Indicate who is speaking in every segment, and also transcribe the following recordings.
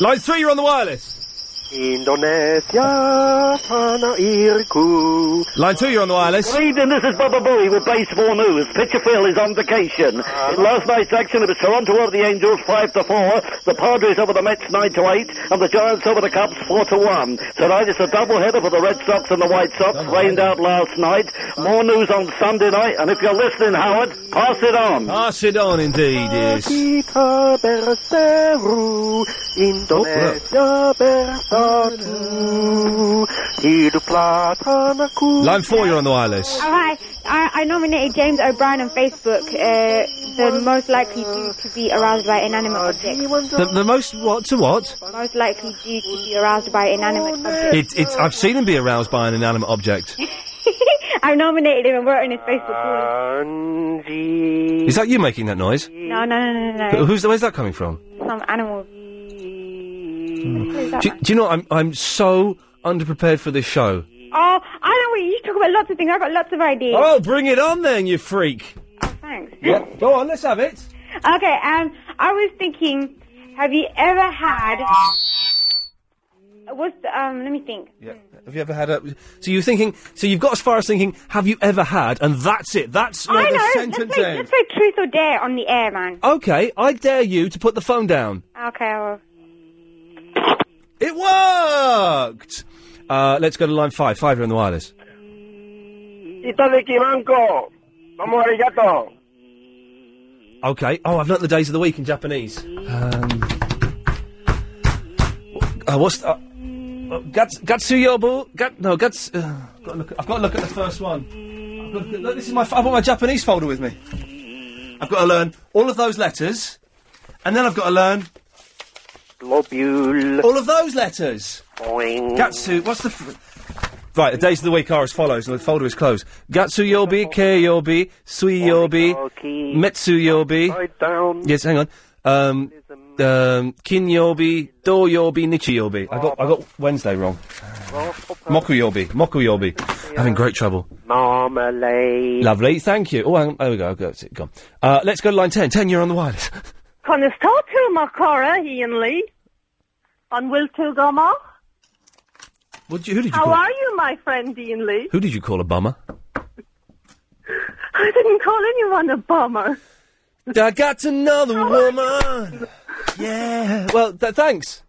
Speaker 1: Line three, you're on the wireless.
Speaker 2: Indonesia, tanah irku.
Speaker 1: Line two, you're on the wireless.
Speaker 3: Good evening, this is Baba Booey with Baseball News. Pitcher Phil is on vacation. In Uh, last night's action, it was Toronto over the Angels 5 to 4, the Padres over the Mets 9 to 8, and the Giants over the Cubs 4 to 1. Tonight it's a doubleheader for the Red Sox and the White Sox, rained out last night. More news on Sunday night, and if you're listening, Howard, pass it on.
Speaker 1: Pass it on, indeed, yes.
Speaker 2: Kita berseru, Indonesia bersatu. Hiduplah tanahku.
Speaker 1: Line four, you're on the wireless.
Speaker 4: Oh, hi. I, I nominated James O'Brien on Facebook, uh, the most likely due to be aroused by inanimate objects.
Speaker 1: The, the most what to what?
Speaker 4: Most likely due to be aroused by inanimate objects.
Speaker 1: It, it's. I've seen him be aroused by an inanimate object.
Speaker 4: I nominated him and wrote in his Facebook
Speaker 2: Anji.
Speaker 1: Is that you making that noise?
Speaker 4: too. No, no, no, no,
Speaker 1: Who-
Speaker 4: no.
Speaker 1: Who's where's that coming from?
Speaker 4: Some animal.
Speaker 1: Do, do you know? I'm I'm so underprepared for this show.
Speaker 4: Oh, I know what you you talk about lots of things. I've got lots of ideas.
Speaker 1: Oh, bring it on then, you freak!
Speaker 4: Thanks.
Speaker 1: Yep. Go on, let's have it.
Speaker 4: Okay, um, I was thinking, have you ever had? What's the, um? Let me think.
Speaker 1: Yeah. Have you ever had a? So you're thinking. So you've got as far as thinking. Have you ever had? And that's it. That's where
Speaker 4: I
Speaker 1: the
Speaker 4: know. Let's
Speaker 1: sentence
Speaker 4: play,
Speaker 1: ends.
Speaker 4: let's play truth or dare on the air, man.
Speaker 1: Okay, I dare you to put the phone down.
Speaker 4: Okay. Well,
Speaker 1: It worked. Uh, let's go to line five. Five, you're on the wireless.
Speaker 5: Tito de Kimanko. Vamos, arigato.
Speaker 1: Okay. Oh, I've learnt the days of the week in Japanese. Um, uh, what's uh, uh, gats, Gatsuyobu? Gat, no, Gats. Uh, I've got to look at- I've got to look at the first one. I've got to look at- look, this is my. f- I've got my Japanese folder with me. I've got to learn all of those letters, and then I've got to learn
Speaker 2: Globule.
Speaker 1: all of those letters.
Speaker 2: Boing.
Speaker 1: Gatsu. What's the. F- Right, the days of the week are as follows, and the folder is closed. Gatsu yobi, ke yobi, sui yobi,
Speaker 2: Okie.
Speaker 1: metsu yobi.
Speaker 2: Right down.
Speaker 1: Yes, hang on. Um, um, Kinyobi, Doyobi, Nichiyobi. I got I got Wednesday wrong. Mokuyobi, Mokuyobi. Having great trouble.
Speaker 2: Marmalade.
Speaker 1: Lovely, thank you. Oh, hang on. there we go. I've got it. Gone. Uh, let's go to line ten. Ten, you're on the wireless.
Speaker 6: Conestotu Makora, Ian Lee. On Will Tilgoma.
Speaker 1: what did you, who did you
Speaker 6: How
Speaker 1: call?
Speaker 6: are you, my friend Ian Lee?
Speaker 1: Who did you call a bummer?
Speaker 6: I didn't call anyone a bummer.
Speaker 1: I got another woman. Yeah. Well, th- thanks.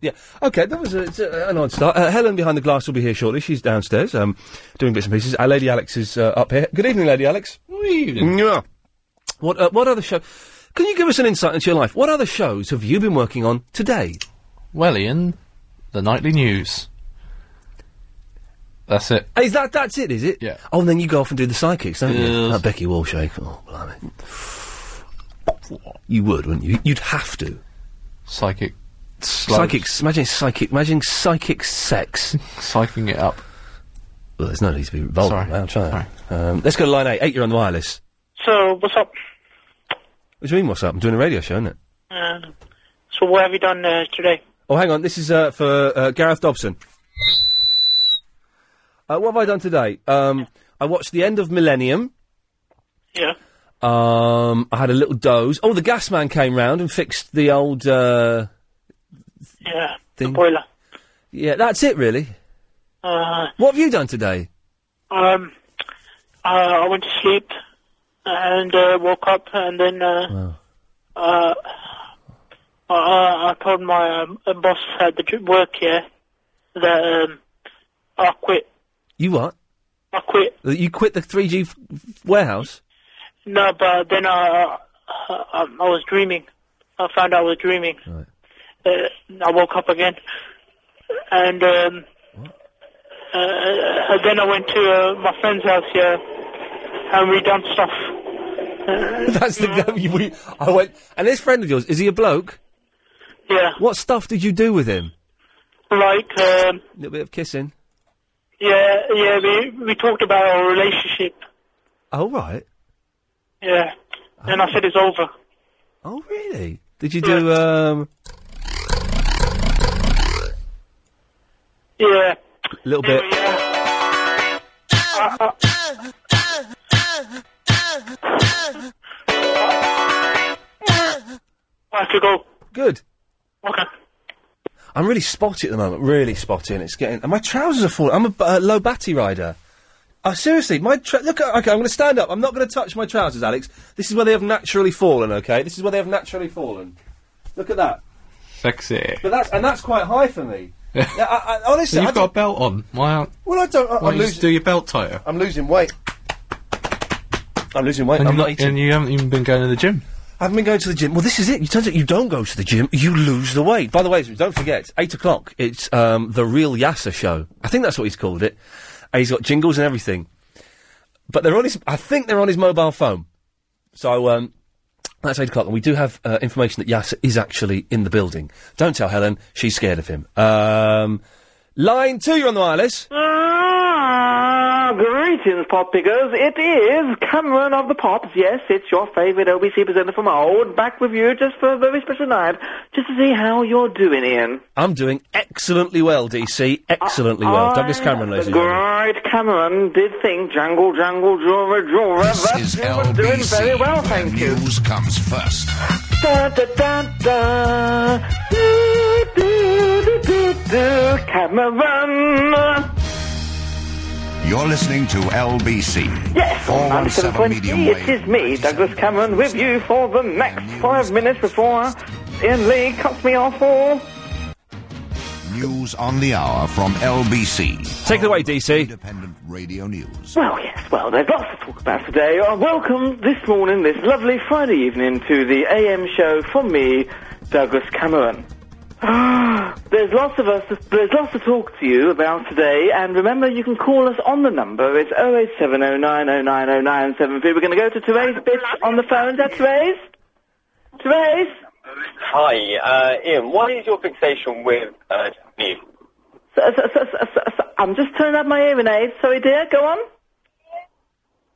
Speaker 1: Yeah. Okay, that was a, it's a, an odd start. Uh, Helen behind the glass will be here shortly. She's downstairs um, doing bits and pieces. Our Lady Alex is uh, up here. Good evening, Lady Alex. Yeah. What uh, What other show? Can you give us an insight into your life? What other shows have you been working on today?
Speaker 7: Well, Ian, the nightly news. That's it.
Speaker 1: Is that that's it? Is it?
Speaker 7: Yeah.
Speaker 1: Oh, and then you go off and do the psychics, don't you?
Speaker 7: Yes.
Speaker 1: That Becky Walshake. Oh, blimey. You would, wouldn't you? You'd have to.
Speaker 7: Psychic.
Speaker 1: Psychic. Imagine psychic. Imagine psychic sex.
Speaker 7: Psyching it up.
Speaker 1: well, there's no need to be vulgar.
Speaker 7: Sorry.
Speaker 1: I'll try. it. Um, let's go to line eight. Eight, you're on the wireless.
Speaker 8: So, what's up?
Speaker 1: What do you mean? What's up? I'm doing a radio show, isn't it?
Speaker 8: Uh, so, what have you done uh, today?
Speaker 1: Oh, hang on. This is uh, for uh, Gareth Dobson. Uh, what have I done today? Um, I watched the end of Millennium.
Speaker 8: Yeah.
Speaker 1: Um, I had a little doze. Oh, the gas man came round and fixed the old. Uh,
Speaker 8: Yeah.
Speaker 1: Thing.
Speaker 8: The boiler.
Speaker 1: yeah, that's it, really.
Speaker 8: Uh,
Speaker 1: What have you done today?
Speaker 8: um, uh, I went to sleep and uh, woke up, and then uh, uh, uh, I told my um, boss at the j- work here that um, I quit.
Speaker 1: You what?
Speaker 8: I quit.
Speaker 1: You quit the 3G f- f- warehouse?
Speaker 8: No, but then I, I, I was dreaming. I found out I was dreaming.
Speaker 1: Right.
Speaker 8: Uh, I woke up again, and um, uh, uh, then I went to uh, my friend's house here, and we done stuff. Uh,
Speaker 1: That's the. we, I went. And this friend of yours is he a bloke?
Speaker 8: yeah,
Speaker 1: What stuff did you do with him?
Speaker 8: like um,
Speaker 1: A little bit of kissing.
Speaker 8: yeah, yeah. We we talked about our relationship.
Speaker 1: Oh right.
Speaker 8: Yeah, and I said it's over.
Speaker 1: Oh really? Did you do um
Speaker 8: Yeah,
Speaker 1: a little
Speaker 8: yeah.
Speaker 1: bit?
Speaker 8: I- I- I have to go.
Speaker 1: Good. I'm really spotty at the moment, really spotty, and it's getting. And my trousers are falling. I'm a b- uh, low batty rider. Oh, seriously, my tra- look. at- Okay, I'm going to stand up. I'm not going to touch my trousers, Alex. This is where they have naturally fallen. Okay, this is where they have naturally fallen. Look at that.
Speaker 2: Sexy.
Speaker 1: But that's and that's quite high for me. Yeah, I, I, honestly,
Speaker 2: You've
Speaker 1: Oh, I
Speaker 2: got
Speaker 1: don't-
Speaker 2: a belt on. Why aren't?
Speaker 1: Well, I don't. I,
Speaker 2: Why
Speaker 1: I'm
Speaker 2: don't you just
Speaker 1: losing.
Speaker 2: do your belt tighter?
Speaker 1: I'm losing weight. I'm losing weight.
Speaker 2: And,
Speaker 1: I'm
Speaker 2: you're
Speaker 1: not eating.
Speaker 2: and you haven't even been going to the gym.
Speaker 1: I haven't been going to the gym. Well, this is it. It turns out you don't go to the gym, you lose the weight. By the way, don't forget, 8 o'clock, it's um, the Real Yasser Show. I think that's what he's called it. And he's got jingles and everything. But they're on his, I think they're on his mobile phone. So, um, that's 8 o'clock. And we do have uh, information that Yasser is actually in the building. Don't tell Helen, she's scared of him. Um, line 2, you're on the wireless.
Speaker 9: Ah, greetings, pop pickers. It is Cameron of the Pops. Yes, it's your favourite OBC presenter from old. Back with you just for a very special night, just to see how you're doing, Ian.
Speaker 1: I'm doing excellently well, DC. Excellently well. Douglas Cameron, ladies and gentlemen.
Speaker 9: Right, Cameron did think Jangle, Jangle, Jura, Jura. This is doing very well, thank you. News comes first. Da, da, da, da. Do, do, do, do, do. Cameron.
Speaker 10: You're listening to LBC.
Speaker 9: Yes, on
Speaker 10: 417 medium
Speaker 9: it
Speaker 10: wave.
Speaker 9: is me, Douglas Cameron, with you for the next five minutes before Ian Lee cuts me off for.
Speaker 10: News on the hour from LBC.
Speaker 1: Take it away, DC.
Speaker 10: Independent Radio News.
Speaker 9: Well, yes, well, there's lots to talk about today. Uh, welcome this morning, this lovely Friday evening, to the AM show from me, Douglas Cameron. there's lots of us, there's lots to talk to you about today, and remember you can call us on the number, it's 08709090973. We're going to go to Therese Bitch on the phone, is that Therese? Therese?
Speaker 7: Hi, uh, Ian. What is your fixation with uh, Japanese?
Speaker 9: So, so, so, so, so, so, I'm just turning up my hearing aids, sorry dear, go on.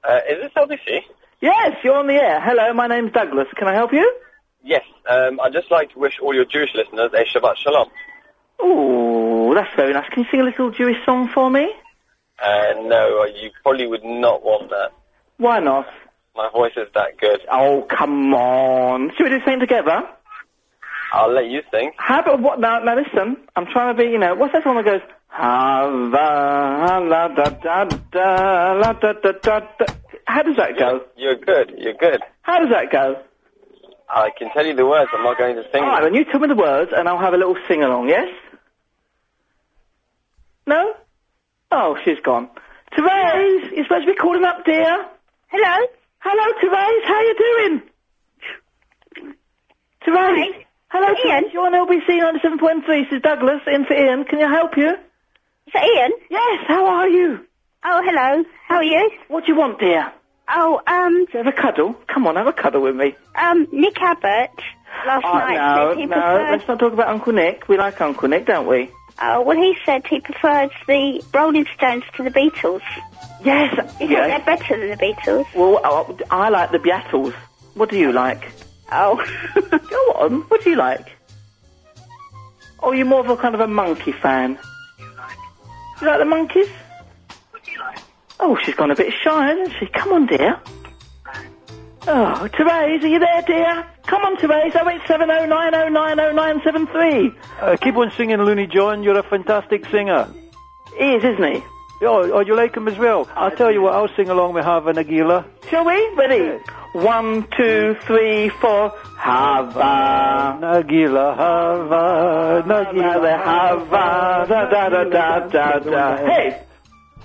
Speaker 7: Uh, is this LBC?
Speaker 9: Yes, you're on the air. Hello, my name's Douglas, can I help you?
Speaker 7: Yes. Um, I'd just like to wish all your Jewish listeners a Shabbat Shalom.
Speaker 9: Oh, that's very nice. Can you sing a little Jewish song for me?
Speaker 7: Uh, no, you probably would not want that.
Speaker 9: Why not?
Speaker 7: My voice is that good.
Speaker 9: Oh, come on. Should we do something together?
Speaker 7: I'll let you sing.
Speaker 9: How about what? Now, now listen, I'm trying to be, you know, what's that song that goes? Hava, la, da, da, da, la, da, da, da, da. How does that go?
Speaker 7: You're good. You're good.
Speaker 9: How does that go?
Speaker 7: I can tell you the words. I'm not going to sing.
Speaker 9: All right,
Speaker 7: them.
Speaker 9: then you tell me the words and I'll have a little sing along, yes? No? Oh, she's gone. Therese, you're supposed to be calling up, dear. Hello? Hello, Therese, how you doing? Therese? Hello, Ian. You're on LBC 97.3. This is Douglas, in for Ian. Can I help you? Is that Ian? Yes, how are you? Oh, hello. How are you? What do you want, dear? Oh, um... Do you have a cuddle? Come on, have a cuddle with me.
Speaker 11: Um, Nick Abbott last
Speaker 9: Oh,
Speaker 11: night
Speaker 9: no,
Speaker 11: said he
Speaker 9: no,
Speaker 11: preferred.
Speaker 9: let's not talk about Uncle Nick. We like Uncle Nick, don't we?
Speaker 11: Oh, well, he said he prefers the Rolling Stones to the Beatles.
Speaker 9: Yes,
Speaker 11: he thought
Speaker 9: yes.
Speaker 11: they're better than the Beatles.
Speaker 9: Well, I, I like the Beatles. What do you like? Oh, go on. What do you like? Oh, you're more of a kind of a monkey fan. You like the monkeys? Oh, she's gone a bit shy, hasn't she? Come on, dear. Oh, Therese, are you there, dear? Come on, Therese. Oh eight seven oh nine oh nine oh nine seven three.
Speaker 12: Uh, keep on singing, Looney John. You're a fantastic singer.
Speaker 9: He is, isn't he?
Speaker 12: Oh, oh you like him as well. I'll tell you what, I'll sing along with Hava Nagila.
Speaker 9: Shall we? Ready? One, two, three, four. Hava.
Speaker 12: Nagila, Hava, Nagila,
Speaker 9: Hava, da da da da da da. Hey!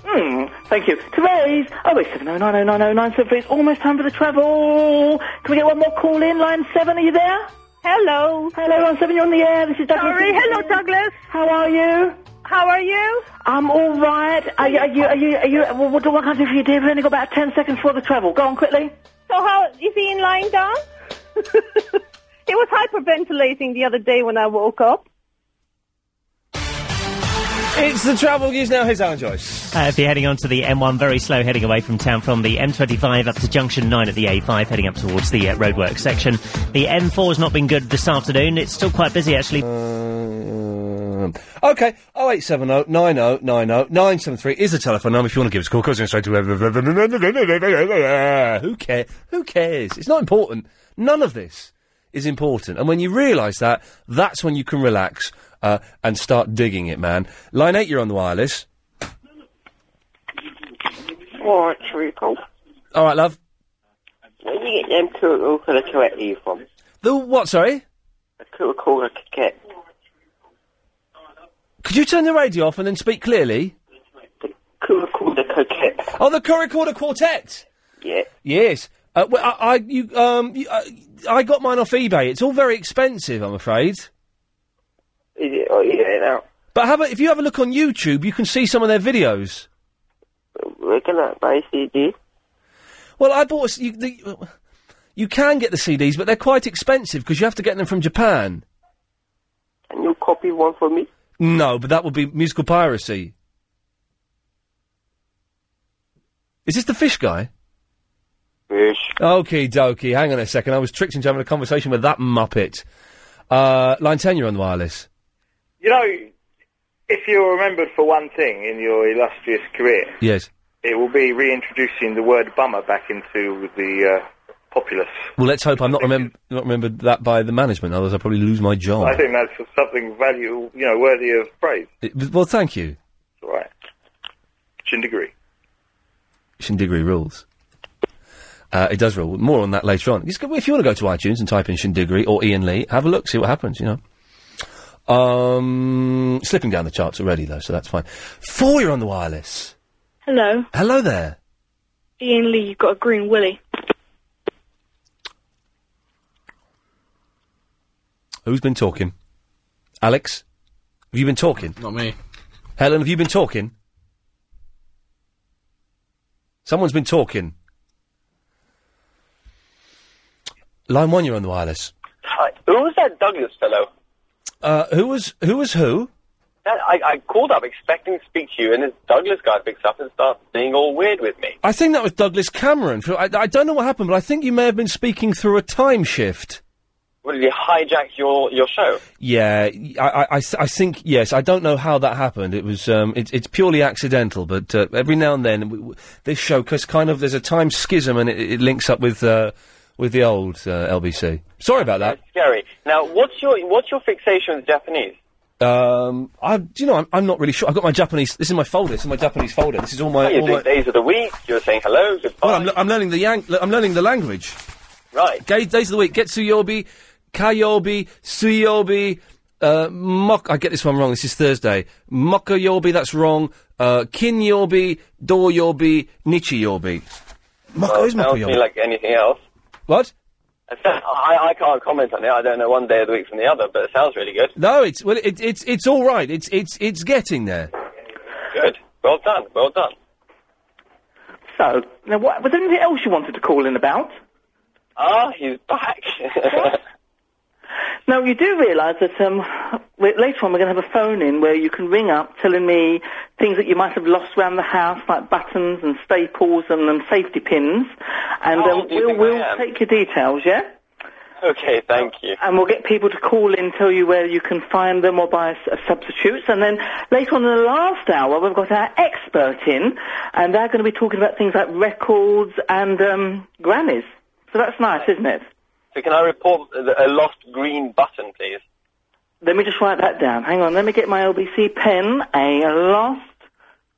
Speaker 9: Mm, thank you. Today's oh wait seven oh nine oh nine oh nine seven three. It's almost time for the travel. Can we get one more call in? Line seven, are you there? Hello. Hello, line seven. You're on the air. This is Douglas.
Speaker 13: Sorry. Hello,
Speaker 9: Douglas. How are you? How are you? I'm all right. Are you? Are you? Are you? Are you well, what do I can do for you, dear? We've only got about ten seconds for the travel. Go on quickly.
Speaker 13: So how is he in line down? he was hyperventilating the other day when I woke up.
Speaker 1: It's the travel news now. Here's Alan Joyce.
Speaker 14: Uh, if you're heading onto the M1, very slow heading away from town from the M25 up to junction 9 at the A5, heading up towards the uh, roadwork section. The M4 has not been good this afternoon. It's still quite busy, actually.
Speaker 1: Um, okay, 0870 90 90 973 is the telephone number if you want to give us a call. Because it's straight to who cares? Who cares? It's not important. None of this is important. And when you realise that, that's when you can relax uh, and start digging it, man. Line 8, you're on the wireless.
Speaker 15: All right, Trico.
Speaker 1: All right, love.
Speaker 15: Where do you get them turtle colour cat you from?
Speaker 1: The what, sorry?
Speaker 15: A turtle colour cat.
Speaker 1: Could you turn the radio off and then speak clearly?
Speaker 15: The coquette.
Speaker 1: Oh, the Curricorder Quartet.
Speaker 15: Yeah.
Speaker 1: Yes. Uh, well, I, I, you, um, you, uh, I got mine off eBay. It's all very expensive, I'm afraid.
Speaker 15: Is it? Oh, yeah, now.
Speaker 1: But have a, if you have a look on YouTube, you can see some of their videos.
Speaker 15: We're gonna buy a CD.
Speaker 1: Well, I bought. a s- You, the, you can get the CDs, but they're quite expensive because you have to get them from Japan.
Speaker 15: Can you copy one for me?
Speaker 1: No, but that would be musical piracy. Is this the fish guy?
Speaker 15: Fish.
Speaker 1: Okay, dokie. Hang on a second. I was tricked into having a conversation with that muppet. Uh, line ten, you're on the wireless.
Speaker 2: You know, if you're remembered for one thing in your illustrious career,
Speaker 1: Yes.
Speaker 2: it will be reintroducing the word bummer back into the uh, populace.
Speaker 1: Well, let's hope I'm not remem- not remembered that by the management. Otherwise, I'll probably lose my job.
Speaker 2: I think that's something valuable, you know, worthy of praise.
Speaker 1: It- well, thank you.
Speaker 2: It's all right. Chindegree.
Speaker 1: Shindigri rules. Uh, it does rule. More on that later on. Just go- if you want to go to iTunes and type in Shindigri or Ian Lee, have a look, see what happens, you know. Um, slipping down the charts already, though, so that's fine. Four, you're on the wireless.
Speaker 6: Hello,
Speaker 1: Hello there.
Speaker 6: Ian Lee. You've got a green willy.
Speaker 1: Who's been talking? Alex? Have you been talking? Not me. Helen, have you been talking? Someone's been talking. Line one, you're on the wireless.
Speaker 7: Hi. Who was that Douglas fellow?
Speaker 1: Uh, who was who was who?
Speaker 7: That, I, I called up expecting to speak to you, and this Douglas guy picks up and starts being all weird with me.
Speaker 1: I think that was Douglas Cameron. I, I don't know what happened, but I think you may have been speaking through a time shift.
Speaker 7: What did he hijack your, your show?
Speaker 1: Yeah, I, I, I, th- I think yes. I don't know how that happened. It was um, it, it's purely accidental, but uh, every now and then we, we, this show cause kind of there's a time schism and it, it links up with uh, with the old uh, LBC. Sorry about that.
Speaker 7: Scary. Now, what's your what's your fixation with Japanese?
Speaker 1: Um, I do you know I'm, I'm not really sure. I've got my Japanese. This is my folder. This is my Japanese folder. This is all my.
Speaker 7: You're
Speaker 1: All
Speaker 7: doing
Speaker 1: my
Speaker 7: days of the week. You're saying hello. Good,
Speaker 1: well, I'm, le- I'm learning the yang- le- I'm learning the language.
Speaker 7: Right.
Speaker 1: Ga- days of the week: Getsuyobi, Kayobi, Suyobi, uh, Mok. I get this one wrong. This is Thursday. Mokoyobi. That's wrong. Uh, Kinyobi, Doryobi, Nichiyobi. Moko is
Speaker 7: sounds to me
Speaker 1: Mokoyobi.
Speaker 7: like anything else.
Speaker 1: What?
Speaker 7: It sounds- I, I can't comment on it. I don't know one day of the week from the other, but it sounds really good.
Speaker 1: No, it's well, it, it's it's all right. It's it's it's getting there.
Speaker 7: Good. Well done. Well done.
Speaker 9: So, now what, was there anything else you wanted to call in about?
Speaker 7: Ah, he's back.
Speaker 9: No, you do realise that um, we- later on we're going to have a phone in where you can ring up telling me things that you might have lost around the house, like buttons and staples and, um safety pins, and um,
Speaker 7: How old Oh, do you
Speaker 9: we'll
Speaker 7: think I
Speaker 9: we'll
Speaker 7: am?
Speaker 9: take your details, yeah.
Speaker 7: okay, thank you.
Speaker 9: And we'll get people to call in, tell you where you can find them or buy s- uh, substitutes. And then later on in the last hour, we've got our expert in, and they're going to be talking about things like records and um, grannies. So that's nice, isn't it?
Speaker 7: So can I report a a lost green button, please?
Speaker 9: Let me just write that down. Hang on, let me get my LBC pen. A lost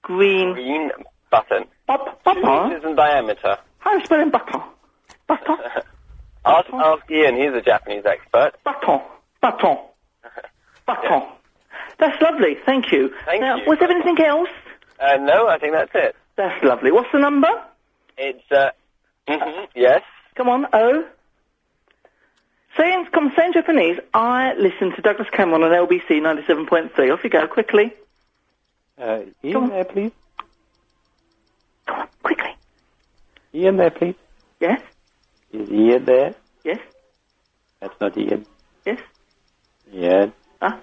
Speaker 9: green.
Speaker 7: Green button.
Speaker 9: Pop,
Speaker 7: Two meters in diameter.
Speaker 9: How am spelling butter?
Speaker 7: ask, ask Ian. He's a Japanese expert.
Speaker 9: Baton. Baton. Baton. That's lovely. Thank you.
Speaker 7: Thank
Speaker 9: now,
Speaker 7: you.
Speaker 9: was there anything else?
Speaker 7: Uh, no, I think that's it.
Speaker 9: That's lovely. What's the number?
Speaker 7: It's uh, mhm, yes.
Speaker 9: Come on, O. Saying, come saying Japanese, I listen to Douglas Cameron on LBC 97.3. Off you go, quickly.
Speaker 8: Uh,
Speaker 9: Come on.
Speaker 8: Ian there, please.
Speaker 9: Quickly.
Speaker 8: Ian there, please.
Speaker 9: Yes?
Speaker 8: Is Ian there?
Speaker 9: Yes?
Speaker 8: That's not Ian.
Speaker 9: Yes?
Speaker 8: Ian.
Speaker 9: Ah.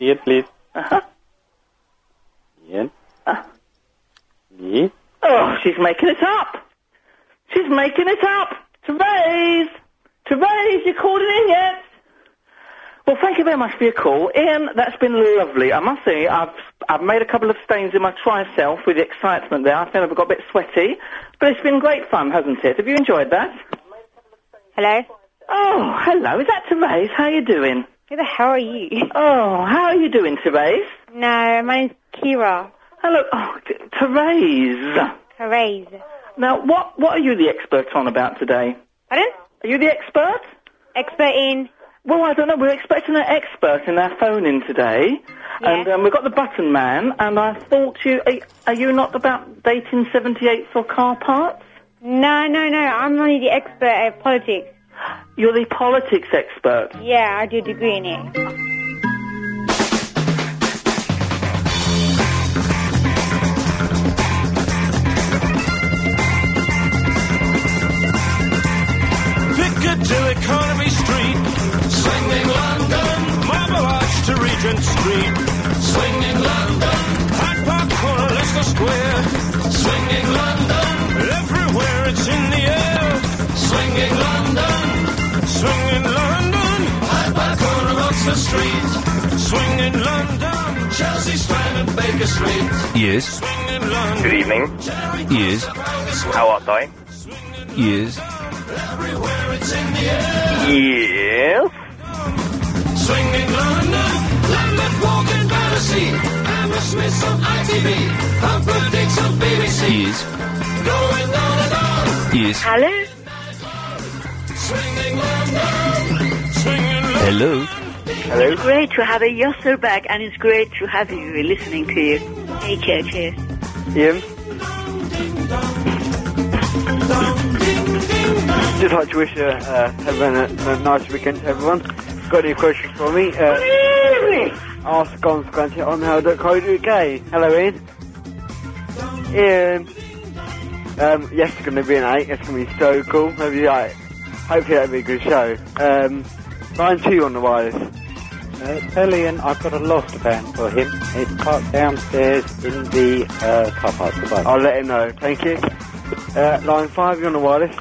Speaker 8: Ian, please.
Speaker 9: Uh-huh.
Speaker 8: Ian.
Speaker 9: Ah.
Speaker 8: Me?
Speaker 9: Oh, she's making it up. She's making it up. Therese! Therese, you called it in yet? Well, thank you very much for your call. Ian, that's been lovely. I must say, I've, I've made a couple of stains in my triself with the excitement there. I feel I've got a bit sweaty. But it's been great fun, hasn't it? Have you enjoyed that?
Speaker 16: Hello?
Speaker 9: Oh, hello. Is that Therese? How you doing?
Speaker 4: Who the hell are you?
Speaker 9: Oh, how are you doing, Therese?
Speaker 4: No, my name's Kira.
Speaker 9: Hello. Oh, T- Therese.
Speaker 4: Therese.
Speaker 9: Now, what what are you the expert on about today?
Speaker 4: Pardon?
Speaker 9: Are you the expert?
Speaker 4: Expert in?
Speaker 9: Well, I don't know. We're expecting an expert in our phone in today, and um, we've got the button man. And I thought you are, are you not about dating seventy eight for car parts?
Speaker 4: No, no, no. I'm only the expert at politics.
Speaker 9: You're the politics expert.
Speaker 4: Yeah, I do a degree in it.
Speaker 10: Piccadilly, Carnaby Street, swinging London, Marble Arch to Regent Street, swinging London, Hyde Park Corner, Leicester Square, swinging London, everywhere it's in the air, swinging London, swinging London, Hyde Park Corner, Oxford Street, swinging London, Chelsea Strand and Baker Street,
Speaker 1: Yes.
Speaker 10: swinging London.
Speaker 1: Good evening. Yes.
Speaker 10: How are they?
Speaker 1: Yes.
Speaker 10: Everywhere it's in the air.
Speaker 1: Yes.
Speaker 10: Swinging London, Lambeth Walk and Battersea, Hammersmith on ITV, Humper Dicks on BBC. Going on and on.
Speaker 1: Yes.
Speaker 10: Hello? Swinging London, swinging London.
Speaker 1: Hello.
Speaker 10: Hello?
Speaker 17: It's great to have you. You're so back, and it's great to have you. We're listening to you. Hey, cheers, cheers.
Speaker 8: Ian? Just like to wish uh, uh, everyone a, a nice weekend to everyone. Got any questions for me? Uh, ask Gone on how.co.uk. Hello, Ian. Ian. Um, yes, it's going to be an 8. It's going to be so cool. Hope you like. Hopefully, that'll be a good show. Um, line 2 on the wires.
Speaker 18: Uh, tell Ian, I've got a lost van for him. It's parked downstairs in the uh, car park. Goodbye.
Speaker 8: I'll let him know. Thank you. Uh, line 5, you're on the wireless.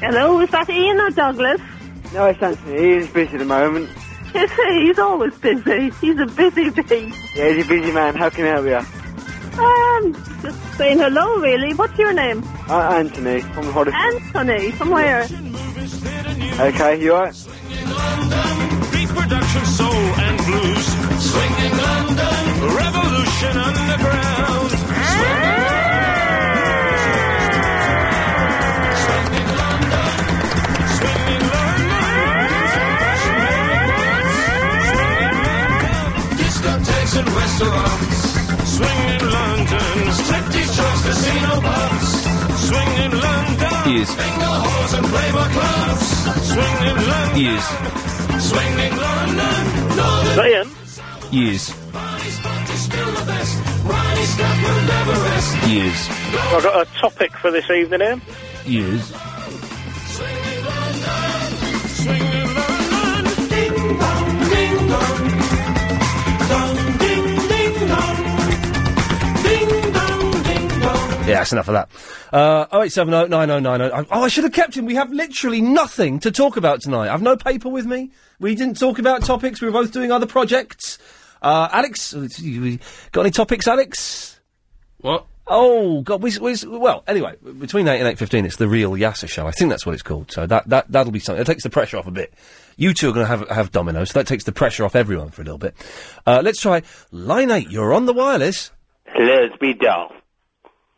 Speaker 6: Hello, is that Ian or Douglas?
Speaker 8: No, it's Anthony. He is busy at the moment.
Speaker 6: Is he? He's always busy. He's a busy bee.
Speaker 8: Yeah, he's a busy man. How can I help you?
Speaker 6: Um, just saying hello, really. What's your name?
Speaker 8: Uh, Anthony, from Hoddesdon.
Speaker 6: Anthony, from where?
Speaker 8: Okay, you alright?
Speaker 10: Reproduction, soul and blues. Swinging London, revolution underground. Swinging London, swinging London. Discotheques and restaurants. Swinging London, striptease shows, casino bars. Swinging London,
Speaker 1: Yes.
Speaker 10: bingo halls and playboy clubs. Swinging London.
Speaker 1: Yes.
Speaker 10: Swinging London, Northern
Speaker 1: Yes.
Speaker 10: is still the best. Ronnie Scott will never rest.
Speaker 1: Yes.
Speaker 19: I've got a topic for this evening, Ian.
Speaker 1: Yes.
Speaker 10: Swinging London, ding dong, ding dong, dong ding ding dong, ding dong ding dong.
Speaker 1: Yeah, that's enough of that. Uh, 0870 9090. I- Oh, I should have kept him. We have literally nothing to talk about tonight. I've no paper with me. We didn't talk about topics. We were both doing other projects. Uh, Alex, uh, you- got any topics, Alex?
Speaker 20: What?
Speaker 1: Oh God! We, we, well, anyway, between eight and eight fifteen, it's the real Yasser show. I think that's what it's called. So that that that'll be something. It takes the pressure off a bit. You two are going to have have dominoes, so that takes the pressure off everyone for a little bit. Uh, let's try line eight. You're on the wireless.
Speaker 7: Hello, it's me, Dolph.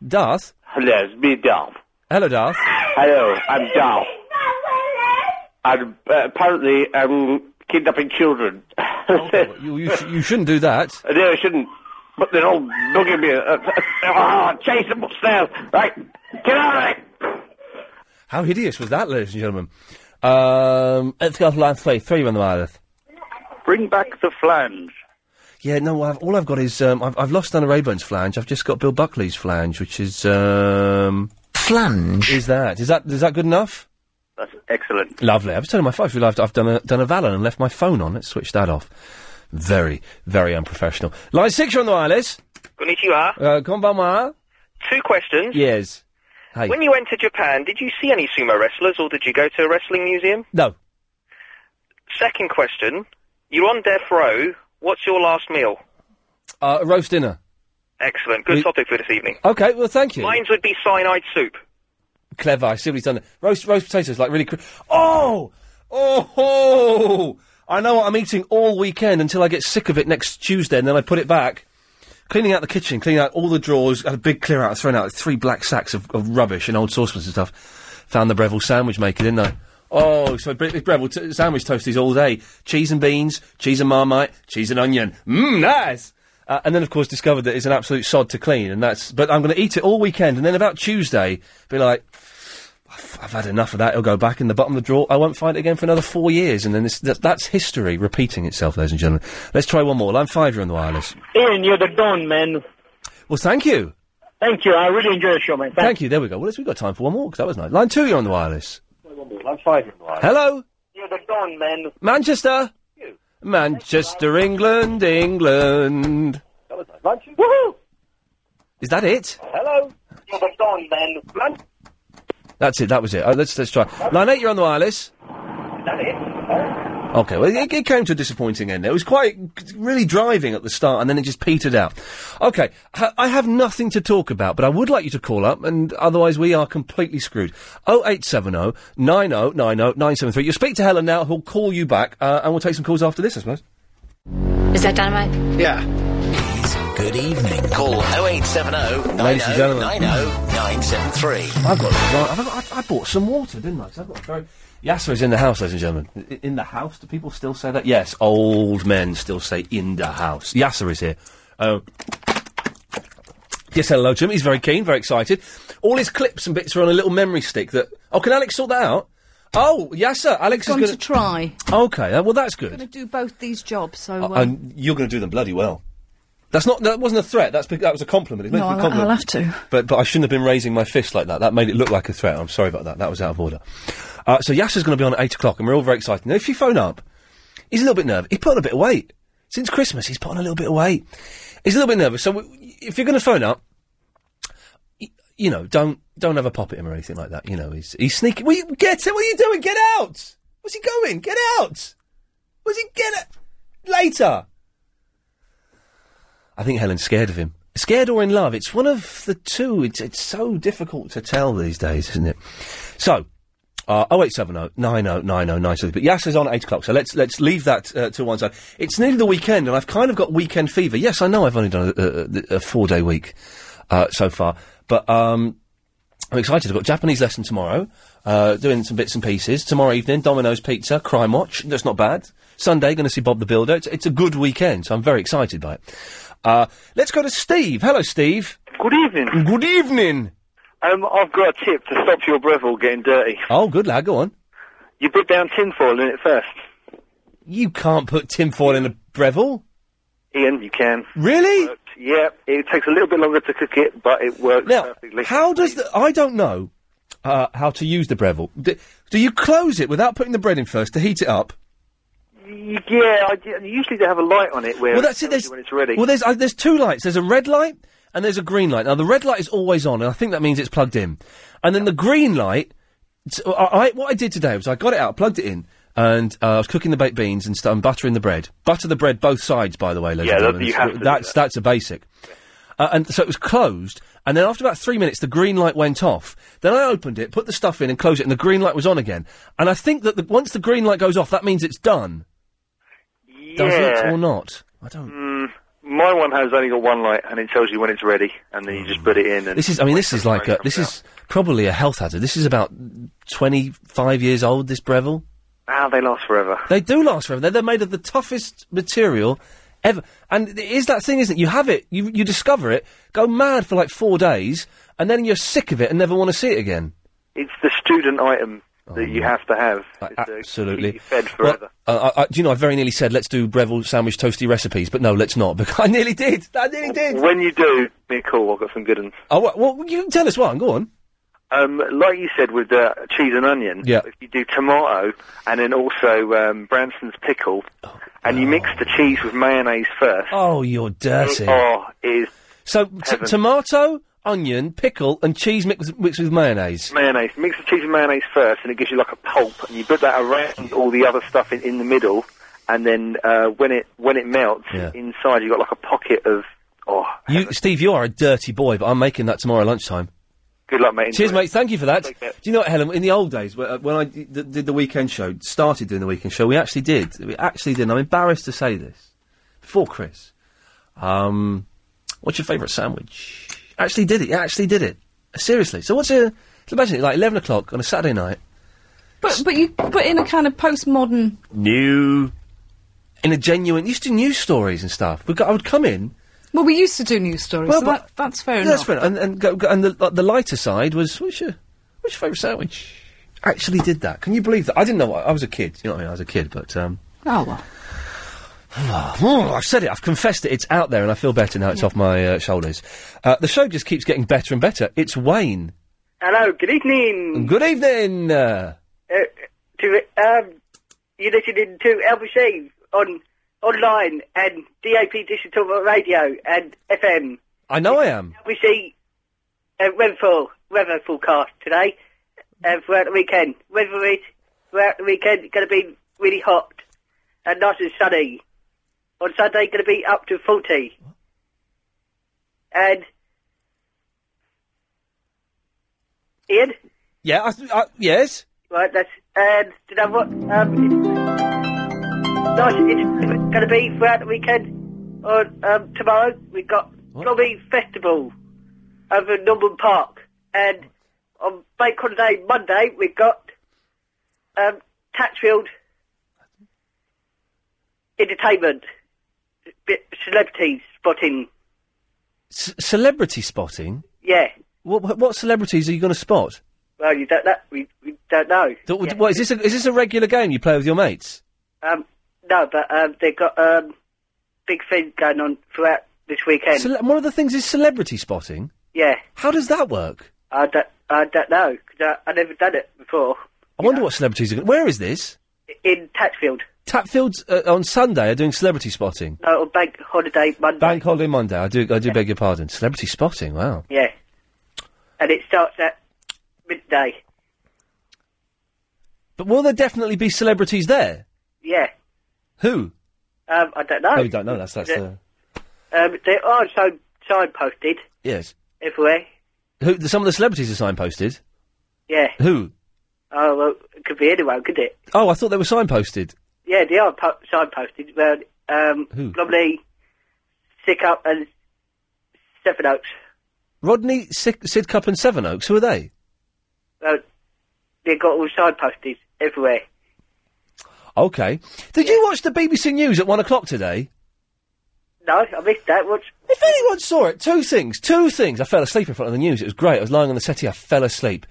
Speaker 1: Darth.
Speaker 7: Hello, it's me, Dolph.
Speaker 1: Hello, Darth.
Speaker 7: Hello, I'm Dolph. And uh, apparently, I'm kidnapping children.
Speaker 1: you, you, sh- you shouldn't do that.
Speaker 7: No, I shouldn't. But they're all bugging me. Uh, uh, oh, chase them upstairs. Right, get out of it.
Speaker 1: How hideous was that, ladies and gentlemen? Um, let's go to line three. Three on the wireless.
Speaker 21: Bring back the flange.
Speaker 1: Yeah, no, I've, all I've got is um, I've, I've lost Anna Rayburn's flange. I've just got Bill Buckley's flange, which is um, flange. Is that is that is that good enough?
Speaker 21: That's excellent.
Speaker 1: Lovely. I was telling my wife we I've, I've done a done a Valen and left my phone on. Let's switch that off. Very very unprofessional. Line six you're on the wireless.
Speaker 2: Konnichiwa.
Speaker 1: Uh, konbanwa.
Speaker 2: Two questions.
Speaker 1: Yes. Hey.
Speaker 2: When you went to Japan, did you see any sumo wrestlers or did you go to a wrestling museum?
Speaker 1: No.
Speaker 2: Second question. You're on death row. What's your last meal?
Speaker 1: Uh, roast dinner.
Speaker 2: Excellent. Good
Speaker 1: We-
Speaker 2: topic for this evening.
Speaker 1: Okay. Well, thank you.
Speaker 2: Mine's would be cyanide soup.
Speaker 1: Clever. I see what he's done. there. Roast roast potatoes like really. Cr- oh. Oh, ho! I know what I'm eating all weekend until I get sick of it next Tuesday, and then I put it back. Cleaning out the kitchen, cleaning out all the drawers, had a big clear out, thrown out three black sacks of, of rubbish and old saucepans and stuff. Found the Breville sandwich maker, didn't I? Oh, so Bre- Breville t- sandwich toasties all day. Cheese and beans, cheese and marmite, cheese and onion. Mmm, nice! Uh, and then, of course, discovered that it's an absolute sod to clean, and that's. But I'm going to eat it all weekend, and then about Tuesday, be like, I've had enough of that. It'll go back in the bottom of the drawer. I won't find it again for another four years, and then this, that, that's history repeating itself, ladies and gentlemen. Let's try one more. Line five, you're on the wireless.
Speaker 22: Ian, you're the don, man.
Speaker 1: Well, thank you.
Speaker 22: Thank you. I really enjoyed the show, man.
Speaker 1: Thank, you. There we go. Well, at least we've got time for one more, 'cause that was nice. Line two, you're on the wireless.
Speaker 22: I'm five in life.
Speaker 1: Hello,
Speaker 22: You're the don, man.
Speaker 1: Manchester. Manchester, England, England.
Speaker 22: That was nice. Lunch. Woohoo!
Speaker 1: Is that it?
Speaker 22: Hello. You're the don, man. Lunch.
Speaker 1: That's it. That was it. Oh, let's let's try. Line eight, you're on the wireless.
Speaker 22: That it.
Speaker 1: Okay, well, it, it came to a disappointing end. It was quite really driving at the start, and then it just petered out. Okay, ha- I have nothing to talk about, but I would like you to call up, and otherwise we are completely screwed. 0870 9090 973. You'll speak to Helen now, who'll call you back, uh, and we'll take some calls after this, I suppose.
Speaker 12: Is that dynamite?
Speaker 1: Yeah.
Speaker 23: Good evening. Call 0870
Speaker 1: Ladies and gentlemen.
Speaker 14: oh,
Speaker 23: 973.
Speaker 1: I've got. I've got I, I bought some water, didn't I? So I've got a very. Yasser's in the house, ladies and gentlemen. I- In the house? Do people still say that? Yes, old men still say in the house. Yasser is here. Oh. Yes, hello to him. He's very keen, very excited. All his clips and bits are on a little memory stick that. Oh, can Alex sort that out? Oh, Yasser, Alex
Speaker 24: Gone
Speaker 1: is
Speaker 24: to
Speaker 1: going
Speaker 24: try.
Speaker 1: Okay, uh, well, that's good.
Speaker 24: Going to do both these jobs. So uh,
Speaker 1: Oh, And you're going to do them bloody well. That's not. That wasn't a threat. That's be- that was a compliment. It meant
Speaker 24: no,
Speaker 1: to
Speaker 24: I'll,
Speaker 1: be a compliment.
Speaker 24: I'll have to.
Speaker 1: But but I shouldn't have been raising my fist like that. That made it look like a threat. I'm sorry about that. That was out of order. Uh, so Yasser's going to be on at eight o'clock, and we're all very excited. Now, if you phone up, he's a little bit nervous. He put on a bit of weight since Christmas. He's put on a little bit of weight. He's a little bit nervous. So we, if you're going to phone up, y- you know, don't don't have a pop at him or anything like that. You know, he's he's sneaking. Will you get him? What are you doing? Get out! Where's he going? Get out! Where's he get it later? I think Helen's scared of him. Scared or in love? It's one of the two. It's it's so difficult to tell these days, isn't it? So, uh, 0870 90 90 973. But Yasser's on at 8 o'clock, so let's let's leave that uh, to one side. It's nearly the weekend, and I've kind of got weekend fever. Yes, I know I've only done a, a, a four day week uh, so far, but um, I'm excited. I've got Japanese lesson tomorrow, uh, doing some bits and pieces. Tomorrow evening, Domino's Pizza, Crime Watch. That's not bad. Sunday, going to see Bob the Builder. It's, it's a good weekend, so I'm very excited by it. Uh, let's go to Steve. Hello, Steve.
Speaker 25: Good evening.
Speaker 1: Good evening.
Speaker 25: Um, I've got a tip to stop your Breville getting dirty.
Speaker 1: Oh, good lad. Go on.
Speaker 25: You put down tinfoil in it first.
Speaker 1: You can't put tinfoil in a Breville.
Speaker 25: Ian, you can.
Speaker 1: Really?
Speaker 25: Worked. Yeah, it takes a little bit longer to cook it, but it works perfectly.
Speaker 1: How does the. I don't know uh, how to use the Breville. Do, do you close it without putting the bread in first to heat it up?
Speaker 25: Yeah, I, d- usually they have a light on it where
Speaker 1: Well, that's it.
Speaker 25: it tells you when it's ready.
Speaker 1: Well, there's uh, there's two lights. There's a red light and there's a green light. Now the red light is always on, and I think that means it's plugged in. And then the green light. So I, I- what I did today was I got it out, plugged it in, and uh, I was cooking the baked beans and, st- and buttering the bread. Butter the bread both sides, by the way. ladies
Speaker 25: Yeah,
Speaker 1: and
Speaker 25: that-
Speaker 1: gentlemen.
Speaker 25: you
Speaker 1: It's-
Speaker 25: have to do
Speaker 1: That's that's a basic. Uh, and so it was closed, and then after about three minutes, the green light went off. Then I opened it, put the stuff in, and closed it, and the green light was on again. And I think that the, once the green light goes off, that means it's done. Does it
Speaker 25: Yeah.
Speaker 1: or not? I don't.
Speaker 25: Mm, my one has only got one light, and it tells you when it's ready, and then you just put it in. And
Speaker 1: This is, I mean, this is like a, this is probably a health hazard. This is about twenty-five years old. This Breville.
Speaker 25: Ah, they last forever.
Speaker 1: They do last forever. They're, they're made of the toughest material ever. And it is that thing, isn't it? You have it, you you discover it, go mad for like four days, and then you're sick of it and never want to see it again.
Speaker 25: It's the student item
Speaker 1: Oh,
Speaker 25: that you have to have. It's, uh,
Speaker 1: Absolutely.
Speaker 25: fed forever.
Speaker 1: Uh, I, I, do you know? I very nearly said let's do Breville sandwich toasty recipes, but no, let's not because I nearly did. I nearly did.
Speaker 25: When you do, be cool. I've got some good ones.
Speaker 1: Oh well, well, you can tell us one. Go on.
Speaker 25: Um, like you said with uh, cheese and onion,
Speaker 1: Yeah.
Speaker 25: if you do tomato and then also um, Branson's pickle, and you mix the cheese with mayonnaise first,
Speaker 1: Oh, you're dirty.
Speaker 25: oh, it is
Speaker 1: So t-
Speaker 25: Heaven.
Speaker 1: tomato, onion, pickle, and cheese mixed, mixed with mayonnaise.
Speaker 25: mayonnaise. Mix the cheese and mayonnaise first, and it gives you like a pulp, and you put that around all the other stuff in, in the middle, and then uh, when it when it melts
Speaker 1: Yeah.
Speaker 25: inside, you have got like a pocket of oh,
Speaker 1: You, Steve, you are a dirty boy, but I'm making that tomorrow lunchtime.
Speaker 25: Good luck, mate.
Speaker 1: Cheers, mate. Thank you for that.
Speaker 25: Take
Speaker 1: Do
Speaker 25: care.
Speaker 1: you know what, Helen? In the old days, wh- uh, when I d- d- did the weekend show, started doing the weekend show, we actually did. We actually did. And I'm embarrassed to say this before Chris. Um, what's your favourite sandwich? Actually did it. Yeah, actually did it. Seriously. So what's a? Imagine it like eleven o'clock on a Saturday night.
Speaker 24: But but you put in a kind of postmodern.
Speaker 1: New. In a genuine, used to do news stories and stuff. We got, I would come in.
Speaker 24: Well, we used to do news stories,
Speaker 1: Well,
Speaker 26: so
Speaker 1: but-
Speaker 26: that, that's fair
Speaker 1: Yeah,
Speaker 26: enough.
Speaker 1: that's fair. And and, go, go- and the, like, the lighter side was what's your what's your favourite sandwich? Actually, did that? Can you believe that? I didn't know. What, I was a kid. You know what I mean? I was a kid, but um,
Speaker 24: Oh well.
Speaker 1: Oh, I've said it. I've confessed it. It's out there, and I feel better now. It's off my uh, shoulders. Uh, the show just keeps getting better and better. It's Wayne.
Speaker 22: Hello, good evening.
Speaker 1: Good evening. Uh,
Speaker 22: Uh, to, um, you're listening to LBC on online and DAP digital radio and FM.
Speaker 1: I know I am.
Speaker 22: LBC uh, rainfall weather forecast today uh, throughout the weekend. Weather is throughout the weekend going to be really hot and nice and sunny. On Sunday, going to be up to forty. And Ian.
Speaker 1: Yeah. I, th- I, yes.
Speaker 22: Right, that's. And did I what? Um, nice. It's going to be throughout the weekend. Or um, tomorrow we got Globby Festival over in Norman Park, and on Bank Holiday Monday we got um, Tatchfield Entertainment Bit- celebrities spotting.
Speaker 1: C- celebrity spotting.
Speaker 22: Yeah.
Speaker 1: What, what, what celebrities are you going to spot?
Speaker 22: Well, you don't. That we, we don't know.
Speaker 1: Do- What is this? A, is this a regular game you play with your mates?
Speaker 22: Um, no, but um, they've got um, big thing going on throughout this weekend.
Speaker 1: Cele- one of the things is celebrity spotting.
Speaker 22: yeah,
Speaker 1: How does that work?
Speaker 22: I don't, I don't know 'cause I, I never done it before
Speaker 1: I wonder what celebrities are. Gonna, where is this?
Speaker 22: in Tatchfield.
Speaker 1: Tapfields uh, on Sunday are doing celebrity spotting.
Speaker 22: No, on bank holiday Monday.
Speaker 1: Bank Holiday Monday. I do. I do beg your pardon. Celebrity spotting. Wow.
Speaker 22: Yeah, and it starts at midday.
Speaker 1: But will there definitely be celebrities there?
Speaker 22: Yeah,
Speaker 1: Who?
Speaker 22: um, I don't know.
Speaker 1: No, we don't know. That's that's
Speaker 22: Yeah.
Speaker 1: uh,
Speaker 22: Um, they are so signposted
Speaker 1: yes.
Speaker 22: everywhere.
Speaker 1: Who? Some of the celebrities are signposted.
Speaker 22: Yeah.
Speaker 1: Who?
Speaker 22: Oh well, it could be anyone, could it?
Speaker 1: Oh, I thought they were signposted.
Speaker 22: Yeah, they are po- signposted. Well, um,
Speaker 1: Who?
Speaker 22: Glomley, Sickup, and Seven Oaks.
Speaker 1: Rodney Sid- Sidcup and Sevenoaks. Who are they?
Speaker 22: Well, they got all signposted everywhere.
Speaker 1: Okay. Did you watch the BBC News at one o'clock today?
Speaker 22: No, I missed that. What's
Speaker 1: If anyone saw it, two things. Two things. I fell asleep in front of the news. It was great. I was lying on the settee. I fell asleep.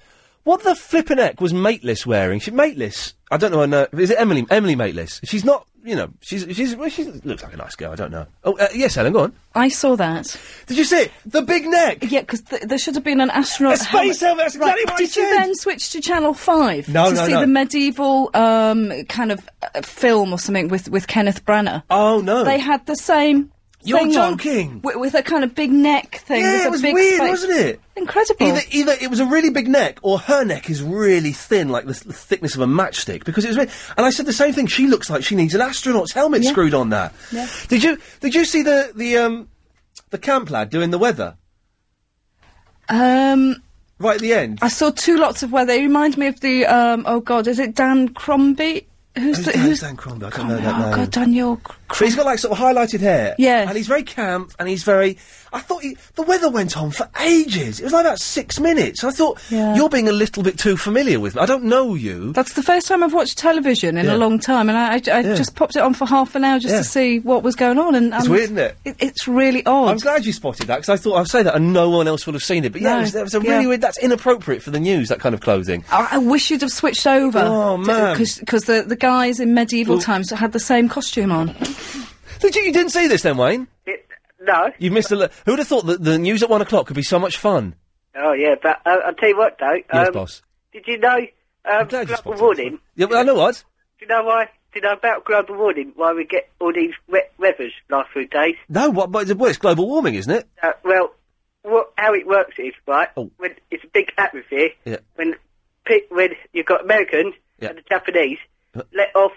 Speaker 1: What the flippin' heck was Mateless wearing? She Mateless. I don't know. her na- Is it Emily? Emily Mateless. She's not. You know. She's. She's. Well, she looks like a nice girl. I don't know. Oh uh, yes, Helen. Go on.
Speaker 24: I saw that.
Speaker 1: Did you see it? The big neck.
Speaker 24: Yeah, because th- there should have been an astronaut.
Speaker 1: A space helmet, that's exactly
Speaker 24: right.
Speaker 1: what I
Speaker 24: Did you
Speaker 1: said.
Speaker 24: then switch to Channel Five
Speaker 1: No,
Speaker 24: to
Speaker 1: no,
Speaker 24: see
Speaker 1: no.
Speaker 24: the medieval um, kind of uh, film or something with, with Kenneth Branagh?
Speaker 1: Oh no!
Speaker 24: They had the same.
Speaker 1: You're
Speaker 24: thing on,
Speaker 1: joking.
Speaker 24: wi- with a kind of big neck thing.
Speaker 1: Yeah,
Speaker 24: with
Speaker 1: it
Speaker 24: a
Speaker 1: was
Speaker 24: big
Speaker 1: weird,
Speaker 24: space.
Speaker 1: wasn't it?
Speaker 24: Incredible.
Speaker 1: Either, either it was a really big neck, or her neck is really thin, like the, th- the thickness of a matchstick. Because it was, weird. and I said the same thing. She looks like she needs an astronaut's helmet
Speaker 24: Yeah.
Speaker 1: screwed on there.
Speaker 24: Yeah.
Speaker 1: Did you did you see the the um the camp lad doing the weather
Speaker 24: Um,
Speaker 1: right at the end?
Speaker 24: I saw two lots of weather. They remind me of the um, oh god, is it Dan Crombie? Who's, the,
Speaker 1: Oh, Dan-
Speaker 24: who's
Speaker 1: Dan Crombie? I don't know that
Speaker 24: oh
Speaker 1: name.
Speaker 24: god, Daniel
Speaker 1: But he's got like sort of highlighted hair.
Speaker 24: Yes.
Speaker 1: And he's very camp and he's very. I thought he, the weather went on for ages. It was like about six minutes. I thought,
Speaker 24: Yeah.
Speaker 1: you're being a little bit too familiar with me. I don't know you.
Speaker 24: That's the first time I've watched television in
Speaker 1: Yeah.
Speaker 24: a long time, and I, I, I
Speaker 1: Yeah.
Speaker 24: just popped it on for half an hour just
Speaker 1: Yeah.
Speaker 24: to see what was going on. And,
Speaker 1: It's
Speaker 24: and
Speaker 1: weird, isn't it?
Speaker 24: It's really odd.
Speaker 1: I'm glad you spotted that because I thought I'd say that and no one else would have seen it. But yeah,
Speaker 24: No,
Speaker 1: it was, that was a
Speaker 24: yeah.
Speaker 1: really weird. That's inappropriate for the news. That kind of clothing.
Speaker 24: I, I wish you'd have switched over.
Speaker 1: Oh, man.
Speaker 24: Because the, the guys in medieval
Speaker 1: Well-
Speaker 24: times had the same costume on.
Speaker 1: Did you, you didn't see this then, Wayne?
Speaker 22: No.
Speaker 1: You missed a. Li- Who would have thought that the news at one o'clock could be so much fun?
Speaker 22: Oh yeah, but uh, I'll tell you what though.
Speaker 1: Yes,
Speaker 22: um,
Speaker 1: boss.
Speaker 22: Did you know um, global warming?
Speaker 1: Yeah, well, I know what.
Speaker 22: Do you know why? Do you know about global warming? Why we get all these wet weathers last few days?
Speaker 1: No, what? But well, it's global warming, isn't it?
Speaker 22: Uh, well, what, how it works is right
Speaker 1: Oh.
Speaker 22: when it's a big atmosphere.
Speaker 1: Yeah.
Speaker 22: When pe- when you've got Americans
Speaker 1: Yeah.
Speaker 22: and the Japanese
Speaker 1: Uh.
Speaker 22: let off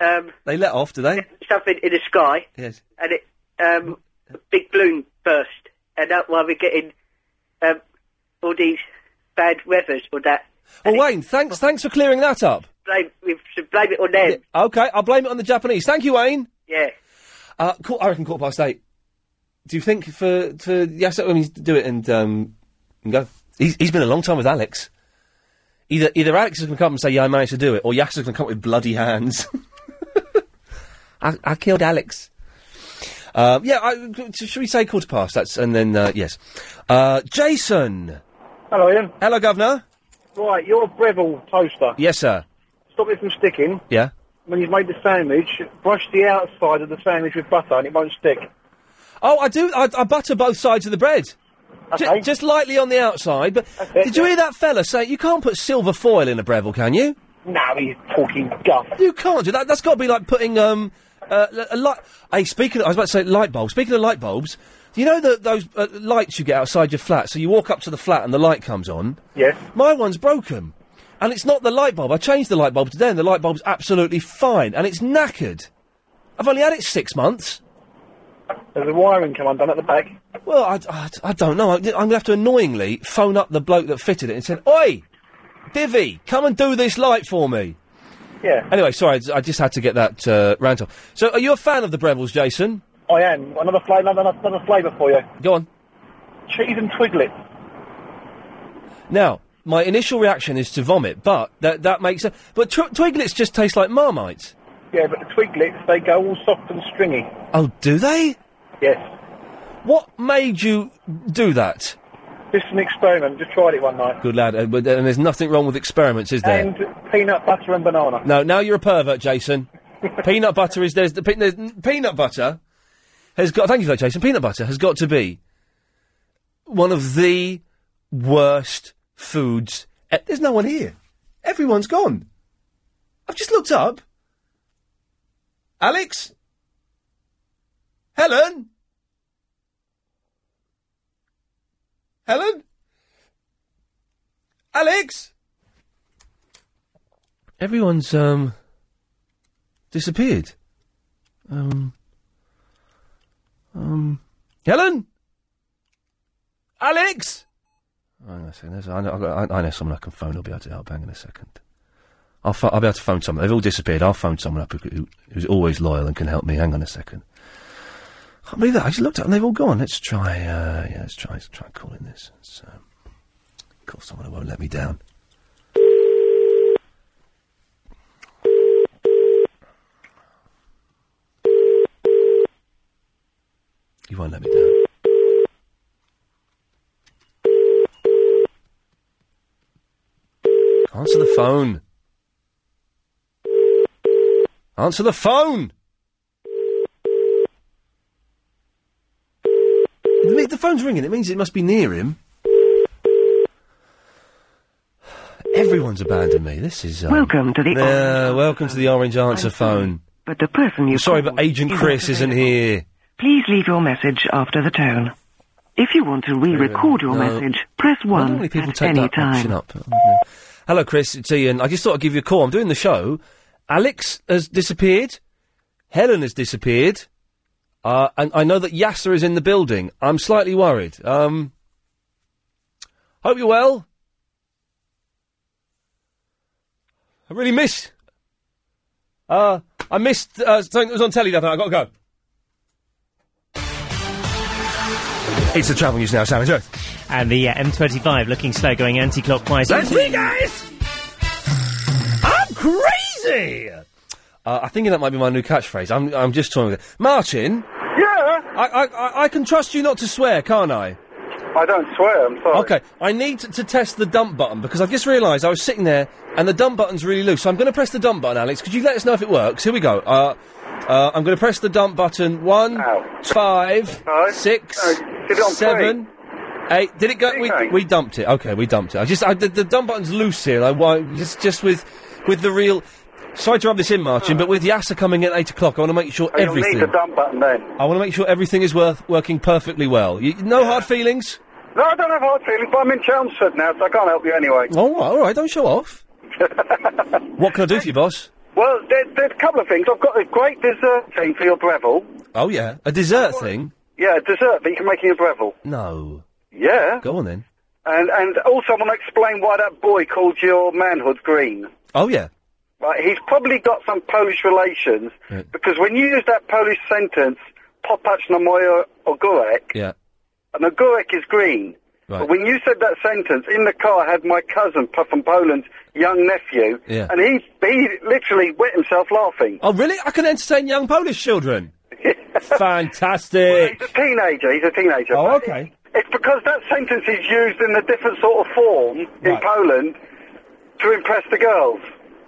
Speaker 22: um,
Speaker 1: They let off, do they?
Speaker 22: something in the sky,
Speaker 1: Yes.
Speaker 22: and it um, a big balloon burst, and that's why we're getting um, all these bad weather or that.
Speaker 1: Well, Wayne, thanks, thanks for clearing that up.
Speaker 22: Blame, we should blame it on them.
Speaker 1: Okay, I'll blame it on the Japanese. Thank you, Wayne.
Speaker 22: Yeah.
Speaker 1: Uh, qu- I reckon quarter past eight. Do you think for for yes? I mean, do it and um, and go. He's, he's been a long time with Alex. Either either Alex is going to come up and say, "Yeah, I managed to do it," or Yasser's going to come up with bloody hands. I, I killed Alex. Um, yeah, I, should we say quarter past? That's and then uh, yes, uh, Jason.
Speaker 26: Hello, Ian.
Speaker 1: Hello, Governor.
Speaker 26: Right, your Breville toaster.
Speaker 1: Yes, sir.
Speaker 26: Stop it from sticking.
Speaker 1: Yeah.
Speaker 26: When you've made the sandwich, brush the outside of the sandwich with butter and it won't stick.
Speaker 1: Oh, I do. I, I butter both sides of the bread. Ju- just lightly on the outside. But did you hear that fella say you can't put silver foil in a Breville? Can you?
Speaker 26: No, he's talking guff.
Speaker 1: You can't do that. That's got to be like putting um uh, li- a light. Hey, speaking. Of, I was about to say light bulbs. Speaking of light bulbs, do you know that those uh, lights you get outside your flat? So you walk up to the flat and the light comes on.
Speaker 26: Yes.
Speaker 1: My one's broken. And it's not the light bulb. I changed the light bulb today and the light bulb's absolutely fine. And it's knackered. I've only had it six months.
Speaker 26: There's a wiring come undone at the back.
Speaker 1: Well, I, I, I don't know. I, am going to have to annoyingly phone up the bloke that fitted it and said, Oi, Divvy, come and do this light for me.
Speaker 26: Yeah.
Speaker 1: Anyway, sorry, I j- I just had to get that uh, rant off. So, are you a fan of the Brevils, Jason?
Speaker 26: I am. Another flavour, another, another flavour for you.
Speaker 1: Go on.
Speaker 26: Cheese and twiglets.
Speaker 1: Now, my initial reaction is to vomit, but that that makes sense. But tw- Twiglets just taste like Marmite.
Speaker 26: Yeah, but the twiglets, they go all soft and stringy.
Speaker 1: Oh, do they?
Speaker 26: Yes.
Speaker 1: What made you do that?
Speaker 26: Just an experiment. Just tried it one night.
Speaker 1: Good lad, uh, but, and there's nothing wrong with experiments, is there?
Speaker 26: And peanut butter and banana.
Speaker 1: No, now you're a pervert, Jason. peanut butter is there's the pe- there's, peanut butter has got. Thank you for that, Jason. Peanut butter has got to be one of the worst foods. e- There's no one here. Everyone's gone. I've just looked up. Alex, Helen, Helen, Alex. Everyone's um disappeared. Um, um, Helen, Alex. Hang on a second. there's- I know, I've got- I, I know someone I can phone. I'll be able to help. Hang on a second. I'll, pho- I'll be able to phone someone. They've all disappeared. I'll phone someone up who, who's always loyal and can help me. Hang on a second. Can't believe that. I just looked at them. They've all gone. Let's try. Uh, yeah, let's try. Let's try calling this. Let's um, call someone who won't let me down. You won't let me down. Answer the phone. Answer the phone. It means- The phone's ringing. It means it must be near him. Everyone's abandoned me. This is um,
Speaker 10: Welcome to the
Speaker 1: Yeah, welcome to the Orange Answer Phone.
Speaker 10: But the person you
Speaker 1: Sorry, but Agent
Speaker 10: isn't
Speaker 1: Chris isn't here.
Speaker 10: Please leave your message after the tone. If you want to re-record your
Speaker 1: No.
Speaker 10: message, press
Speaker 1: Why do
Speaker 10: one
Speaker 1: many people
Speaker 10: at
Speaker 1: take
Speaker 10: any
Speaker 1: that option
Speaker 10: time.
Speaker 1: up? Oh, no. Hello, Chris. It's Ian. I just thought I'd give you a call. I'm doing the show. Alex has disappeared. Helen has disappeared. Uh, and I know that Yasser is in the building. I'm slightly worried. Um, hope you're well. I really miss. Uh, I missed uh, something that was on telly the other night. I've got to go. It's the travel news now, Sam.
Speaker 7: And the uh, M25 looking slow, going anti-clockwise.
Speaker 1: That's me, guys! I'm crazy! Uh, I think that might be my new catchphrase. I'm, I'm just toying with it. Martin?
Speaker 3: Yeah?
Speaker 1: I, I, I- I can trust you not to swear, can't I?
Speaker 3: I don't swear, I'm sorry.
Speaker 1: Okay, I need to, to test the dump button because I've just realised I was sitting there and the dump button's really loose. So I'm going to press the dump button, Alex. Could you let us know if it works? Here we go. Uh, uh, I'm going to press the dump button. One, five, six,
Speaker 3: did it on
Speaker 1: seven, eight. Did it go? We, we dumped it. Okay, we dumped it. I just I, the, the dump button's loose here. I want just just with with the real. Sorry to rub this in, Martin, but with Yasser coming at eight o'clock, I want to make sure
Speaker 3: Oh, you'll
Speaker 1: everything.
Speaker 3: need the dump button then.
Speaker 1: I want to make sure everything is worth working perfectly well. You, no hard feelings.
Speaker 3: No, I don't have hard feelings, but I'm in Chelmsford now, so I can't help you anyway.
Speaker 1: All right, Oh, all right, don't show off. what can I do for you, boss?
Speaker 3: Well, there, there's a couple of things. I've got a great dessert thing for your Breville.
Speaker 1: Oh, yeah. A dessert thing?
Speaker 3: Yeah, a dessert that you can make in your Breville.
Speaker 1: No.
Speaker 3: Yeah?
Speaker 1: Go on then.
Speaker 3: And and also, I want to explain why that boy called your manhood green.
Speaker 1: Oh yeah.
Speaker 3: Right, he's probably got some Polish relations
Speaker 1: Right.
Speaker 3: because when you use that Polish sentence, popacz na moje ogórek,
Speaker 1: Yeah.
Speaker 3: an ogórek is green.
Speaker 1: Right.
Speaker 3: But when you said that sentence, in the car I had my cousin, Puff from Poland's young nephew,
Speaker 1: Yeah.
Speaker 3: and he, he literally wet himself laughing.
Speaker 1: Oh, really? I can entertain young Polish children. Fantastic.
Speaker 3: He's a teenager, he's a teenager.
Speaker 1: Oh,
Speaker 3: But
Speaker 1: okay.
Speaker 3: It's because that sentence is used in a different sort of form in Poland to impress the girls.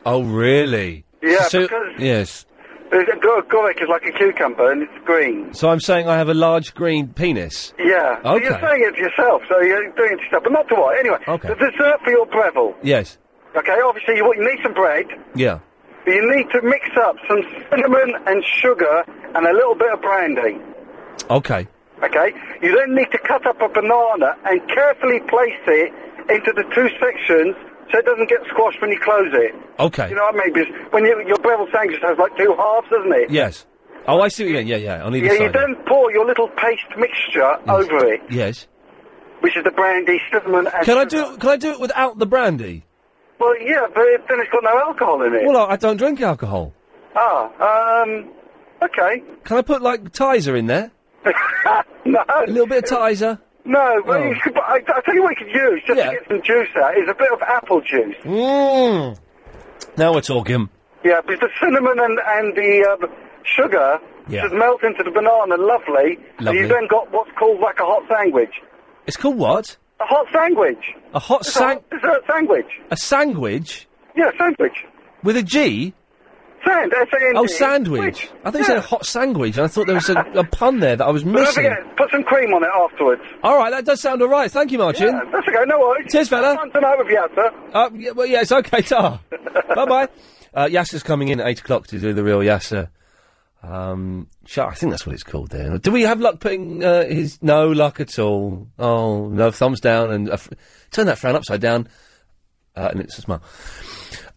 Speaker 1: Oh, really?
Speaker 3: Yeah,
Speaker 1: So-
Speaker 3: because-
Speaker 1: yes.
Speaker 3: There's a go- Gorek is like a cucumber and it's green.
Speaker 1: So I'm saying I have a large green penis.
Speaker 3: Yeah. So
Speaker 1: Okay.
Speaker 3: You're saying it to yourself, so you're doing it to yourself. But not to what? Anyway,
Speaker 1: Okay.
Speaker 3: the dessert for your Breville.
Speaker 1: Yes.
Speaker 3: Okay, obviously you, want- you need some bread,
Speaker 1: Yeah.
Speaker 3: but you need to mix up some cinnamon and sugar and a little bit of brandy.
Speaker 1: Okay.
Speaker 3: Okay? You then need to cut up a banana and carefully place it into the two sections so it doesn't get squashed when you close it.
Speaker 1: Okay.
Speaker 3: You know what I mean? Because when you, your Breville sandwich has like two halves, doesn't it?
Speaker 1: Yes. Oh, I see what you mean. Yeah, yeah. On either
Speaker 3: Yeah, you
Speaker 1: side.
Speaker 3: then pour your little paste mixture over it,
Speaker 1: Yes.
Speaker 3: which is the brandy, cinnamon, and
Speaker 1: Can I do? Can I do it without the brandy?
Speaker 3: Well, yeah, but it- then it's got no alcohol in it.
Speaker 1: Well, I I don't drink alcohol.
Speaker 3: ah, um, okay.
Speaker 1: Can I put like Tizer in there?
Speaker 3: no. A
Speaker 1: little bit of Tizer.
Speaker 3: No, but,
Speaker 1: Oh.
Speaker 3: you could, but I, I tell you what you could use just to get some juice out is a bit of apple juice. Hmm.
Speaker 1: Mmm. Now we're talking.
Speaker 3: Yeah, because the cinnamon and and the um, sugar
Speaker 1: Yeah.
Speaker 3: should melt into the banana, lovely. And
Speaker 1: Lovely.
Speaker 3: you then got what's called like a hot sandwich.
Speaker 1: It's called what?
Speaker 3: A hot sandwich.
Speaker 1: A hot
Speaker 3: It's a hot
Speaker 1: sang.
Speaker 3: dessert sandwich.
Speaker 1: A sandwich.
Speaker 3: Yeah, sandwich.
Speaker 1: With a G.
Speaker 3: Sand. S-A-N-D.
Speaker 1: Oh, sandwich. I think you said a hot sandwich, and I thought there was a, a pun there that I was
Speaker 3: Don't
Speaker 1: missing.
Speaker 3: forget, put some cream on it afterwards.
Speaker 1: All right, that does sound all right. Thank you, Martin.
Speaker 3: Yeah, that's okay. No worries.
Speaker 1: Cheers, fella.
Speaker 3: Fun tonight with you, sir.
Speaker 1: Uh, yeah, well, yeah, it's okay, Tar. bye bye. Uh, Yasser's coming in at 8 o'clock to do the real Yasser. Um, sh- I think that's what it's called there. Do we have luck putting uh, his. No luck at all. Oh, no, thumbs down and. a fr- turn that frown upside down. Uh, and it's a smile.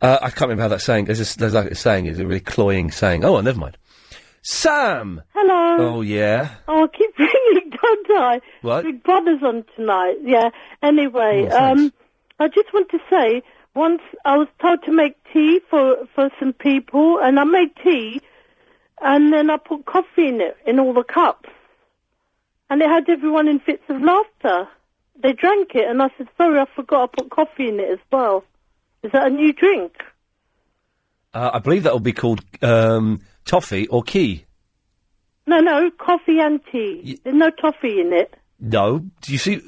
Speaker 1: Uh, I can't remember how that saying. There's, a, there's like a saying. It's a really cloying saying. Oh, well, never mind. Sam!
Speaker 6: Hello.
Speaker 1: Oh, yeah.
Speaker 6: Oh, I keep ringing, don't I?
Speaker 1: What?
Speaker 6: Big Brother's on tonight. Yeah. Anyway,
Speaker 1: Oh,
Speaker 6: um, I just want to say once I was told to make tea for for some people, and I made tea, and then I put coffee in it in all the cups, and it had everyone in fits of laughter. They drank it, and I said, "Sorry, I forgot I put coffee in it as well." Is that a new drink?
Speaker 1: Uh, I believe that will be called um, toffee or key.
Speaker 6: No, no, coffee and tea. There's no toffee in it.
Speaker 1: No. Do you see?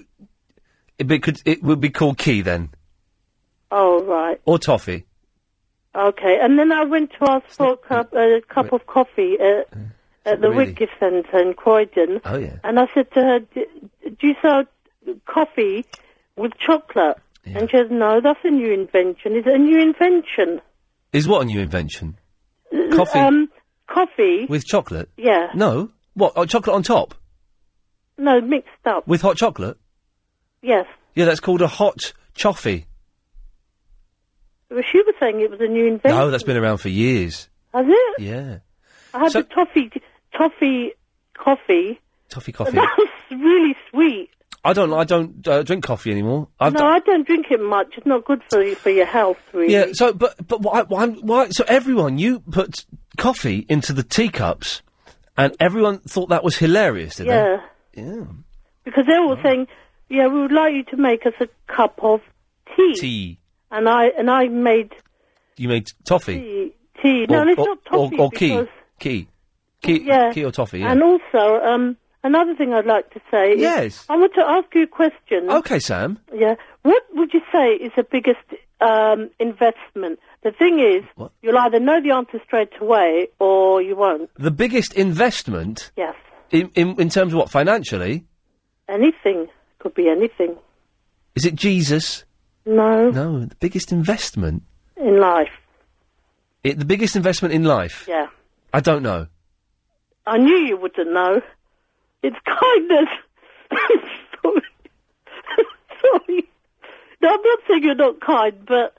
Speaker 1: It, be, could, it would be called key then.
Speaker 6: Oh, right.
Speaker 1: Or toffee.
Speaker 6: Okay, and then I went to ask for a cup, a cup of coffee at, at the
Speaker 1: Uh, really-
Speaker 6: Whitgift Centre in Croydon.
Speaker 1: Oh, yeah.
Speaker 6: And I said to her, "D- "Do you sell coffee with chocolate?" And she said, "No, that's a new invention. Is it a new invention?
Speaker 1: Is what a new invention? Coffee
Speaker 6: Um, coffee?
Speaker 1: with chocolate?
Speaker 6: yeah,
Speaker 1: No. What? Oh, chocolate on top?
Speaker 6: no, mixed up.
Speaker 1: With hot chocolate?
Speaker 6: Yes,
Speaker 1: Yeah, that's called a hot choffee.
Speaker 6: well, she was saying it was a new invention.
Speaker 1: No, that's been around for years.
Speaker 6: Has it?
Speaker 1: Yeah.
Speaker 6: I had the toffee, toffee coffee.
Speaker 1: Toffee coffee.
Speaker 6: That was really sweet.
Speaker 1: I don't I don't uh, drink coffee anymore. I've
Speaker 6: no,
Speaker 1: d-
Speaker 6: I don't drink it much. It's not good for you, for your health, really.
Speaker 1: Yeah, so but but why why why so everyone you put coffee into the teacups and everyone thought that was hilarious, did
Speaker 6: yeah.
Speaker 1: they? Yeah. Oh.
Speaker 6: Because they were saying, "Yeah, we would like you to make us a cup of tea."
Speaker 1: Tea.
Speaker 6: And I and I made
Speaker 1: You made toffee.
Speaker 6: tea. Tea. no,
Speaker 1: or,
Speaker 6: it's
Speaker 1: or,
Speaker 6: not toffee
Speaker 1: or, or key.
Speaker 6: because Oh,
Speaker 1: Key. Key
Speaker 6: yeah.
Speaker 1: key or toffee, yeah.
Speaker 6: And also, um, another thing I'd like to say. is
Speaker 1: Yes.
Speaker 6: I want to ask you a question.
Speaker 1: okay, Sam.
Speaker 6: Yeah. What would you say is the biggest um, investment? The thing is, you'll either know the answer straight away or you won't.
Speaker 1: The biggest investment
Speaker 6: Yes.
Speaker 1: in, in in terms of what financially
Speaker 6: Anything could be anything.
Speaker 1: is it Jesus?
Speaker 6: No.
Speaker 1: No, the biggest investment.
Speaker 6: in life.
Speaker 1: It, the biggest investment in life.
Speaker 6: Yeah.
Speaker 1: I don't know.
Speaker 6: I knew you wouldn't know. It's kindness. Sorry. Sorry. No, I'm not saying you're not kind, but,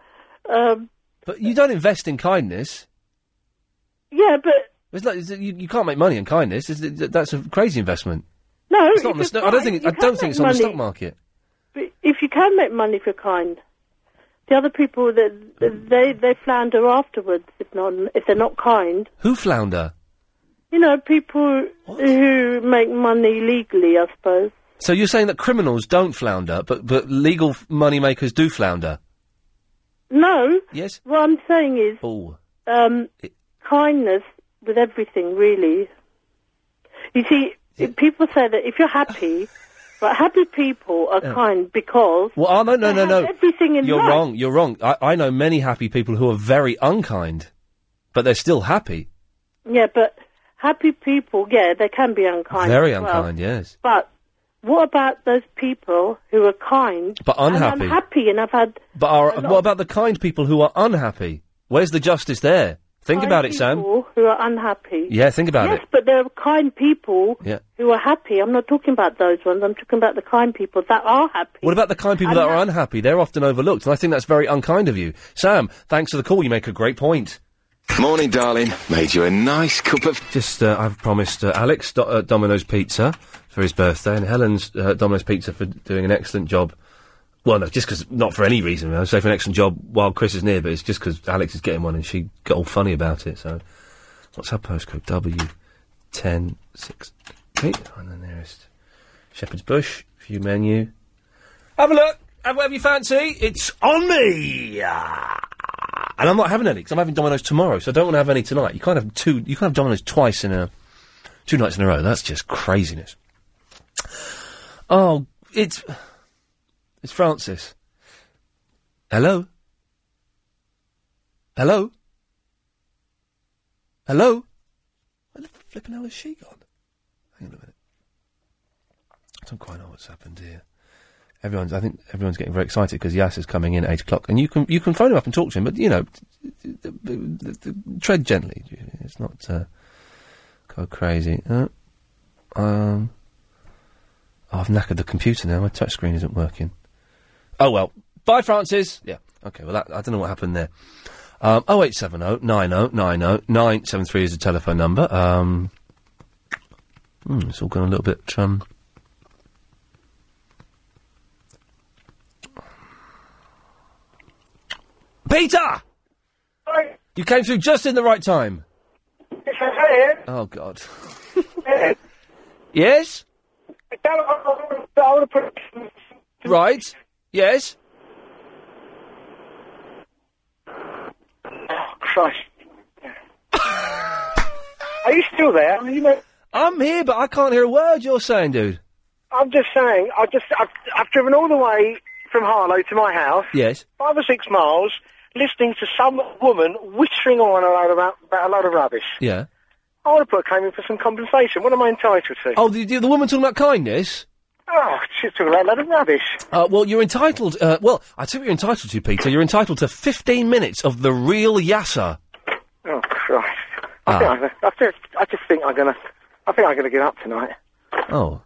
Speaker 6: um,
Speaker 1: But you don't invest in kindness.
Speaker 6: yeah, but,
Speaker 1: It's like it's, you, you can't make money in kindness. It's, it, that's a crazy investment.
Speaker 6: no.
Speaker 1: It's not on
Speaker 6: if
Speaker 1: the,
Speaker 6: you're
Speaker 1: sto- I don't
Speaker 6: kind,
Speaker 1: think.
Speaker 6: you
Speaker 1: I
Speaker 6: can
Speaker 1: don't think
Speaker 6: make
Speaker 1: it's on the
Speaker 6: money.
Speaker 1: stock market.
Speaker 6: But If you you can make money if you're kind. The other people that
Speaker 1: Um,
Speaker 6: they they flounder afterwards if not if they're not kind.
Speaker 1: Who flounder?
Speaker 6: You know, people who make money legally, I suppose.
Speaker 1: So you're saying that criminals don't flounder, but but legal f- moneymakers do flounder.
Speaker 6: No.
Speaker 1: Yes.
Speaker 6: What I'm saying is
Speaker 1: Oh,
Speaker 6: um, kindness with everything, really. You see, people say that if you're happy, but happy people are
Speaker 1: Yeah.
Speaker 6: kind because
Speaker 1: well, oh, no, no, no, no.
Speaker 6: everything in
Speaker 1: You're
Speaker 6: life.
Speaker 1: wrong. You're wrong. I, I know many happy people who are very unkind, but they're still happy.
Speaker 6: Yeah, but happy people, yeah, they can be unkind.
Speaker 1: very
Speaker 6: as well.
Speaker 1: unkind. Yes.
Speaker 6: But what about those people who are kind
Speaker 1: But unhappy.
Speaker 6: And unhappy, and I've had
Speaker 1: But are, what about the kind people who are unhappy? Where's the justice there? Think
Speaker 6: kind
Speaker 1: about it, Sam.
Speaker 6: people who are unhappy.
Speaker 1: Yeah, think about
Speaker 6: yes,
Speaker 1: it.
Speaker 6: but there are kind people
Speaker 1: Yeah.
Speaker 6: who are happy. I'm not talking about those ones. I'm talking about the kind people that are happy.
Speaker 1: What about the kind people that are unhappy? They're often overlooked, and I think that's very unkind of you. Sam, thanks for the call. You make a great point.
Speaker 27: Morning, darling. Made you a nice cup of.
Speaker 1: Just, uh, I've promised uh, Alex do- uh, Domino's Pizza for his birthday, and Helen's uh, Domino's Pizza for doing an excellent job. Well, no, just because, not for any reason. I say for an excellent job while Chris is near, but it's just because Alex is getting one and she got all funny about it, so. What's our postcode? W106. And the nearest Shepherd's Bush, view menu. Have a look. Have whatever you fancy. It's on me. And I'm not having any because I'm having Domino's tomorrow, so I don't want to have any tonight. You can't have two. You can't have Domino's twice in a two nights in a row. That's just craziness. Oh, it's it's Francis. Hello. Hello. Hello. Where the flipping hell has she gone? Hang on a minute. I don't quite know what's happened here. Everyone's, I think everyone's getting very excited because Yas is coming in at eight o'clock, and you can you can phone him up and talk to him, but you know, t- t- t- t- tread gently. It's not uh, go crazy. Uh, um, oh, I've knackered the computer now. My touch screen isn't working. Oh well, bye Francis. Yeah. Okay. Well, that, I don't know what happened there. Um, 0870 90 90 973 is the telephone number. Um, hmm, it's all gone a little bit. Um, Peter! You came through just in the right time. Oh, God. yes? Right. Yes?
Speaker 2: Christ. Are you still there? You know,
Speaker 1: I'm here, but I can't hear a word you're saying, dude.
Speaker 2: I'm just saying, I just, I've, I've driven all the way from Harlow to my house,
Speaker 1: Yes.
Speaker 2: five or six miles, listening to some woman whittering on a load of, ra- about a load of rubbish.
Speaker 1: Yeah.
Speaker 2: I want to put a claim in for some compensation. What am I entitled to?
Speaker 1: Oh, the, the the woman talking about kindness?
Speaker 2: Oh, she's talking about a load of rubbish.
Speaker 1: Uh, well, you're entitled. Uh, well, I tell you what you're entitled to, Peter. You're entitled to 15 minutes of the real Yasser.
Speaker 2: Oh, Christ.
Speaker 1: Ah.
Speaker 2: I, think I'm gonna, I, just, I just think I'm going to, I think I'm going to get up tonight.
Speaker 1: Oh.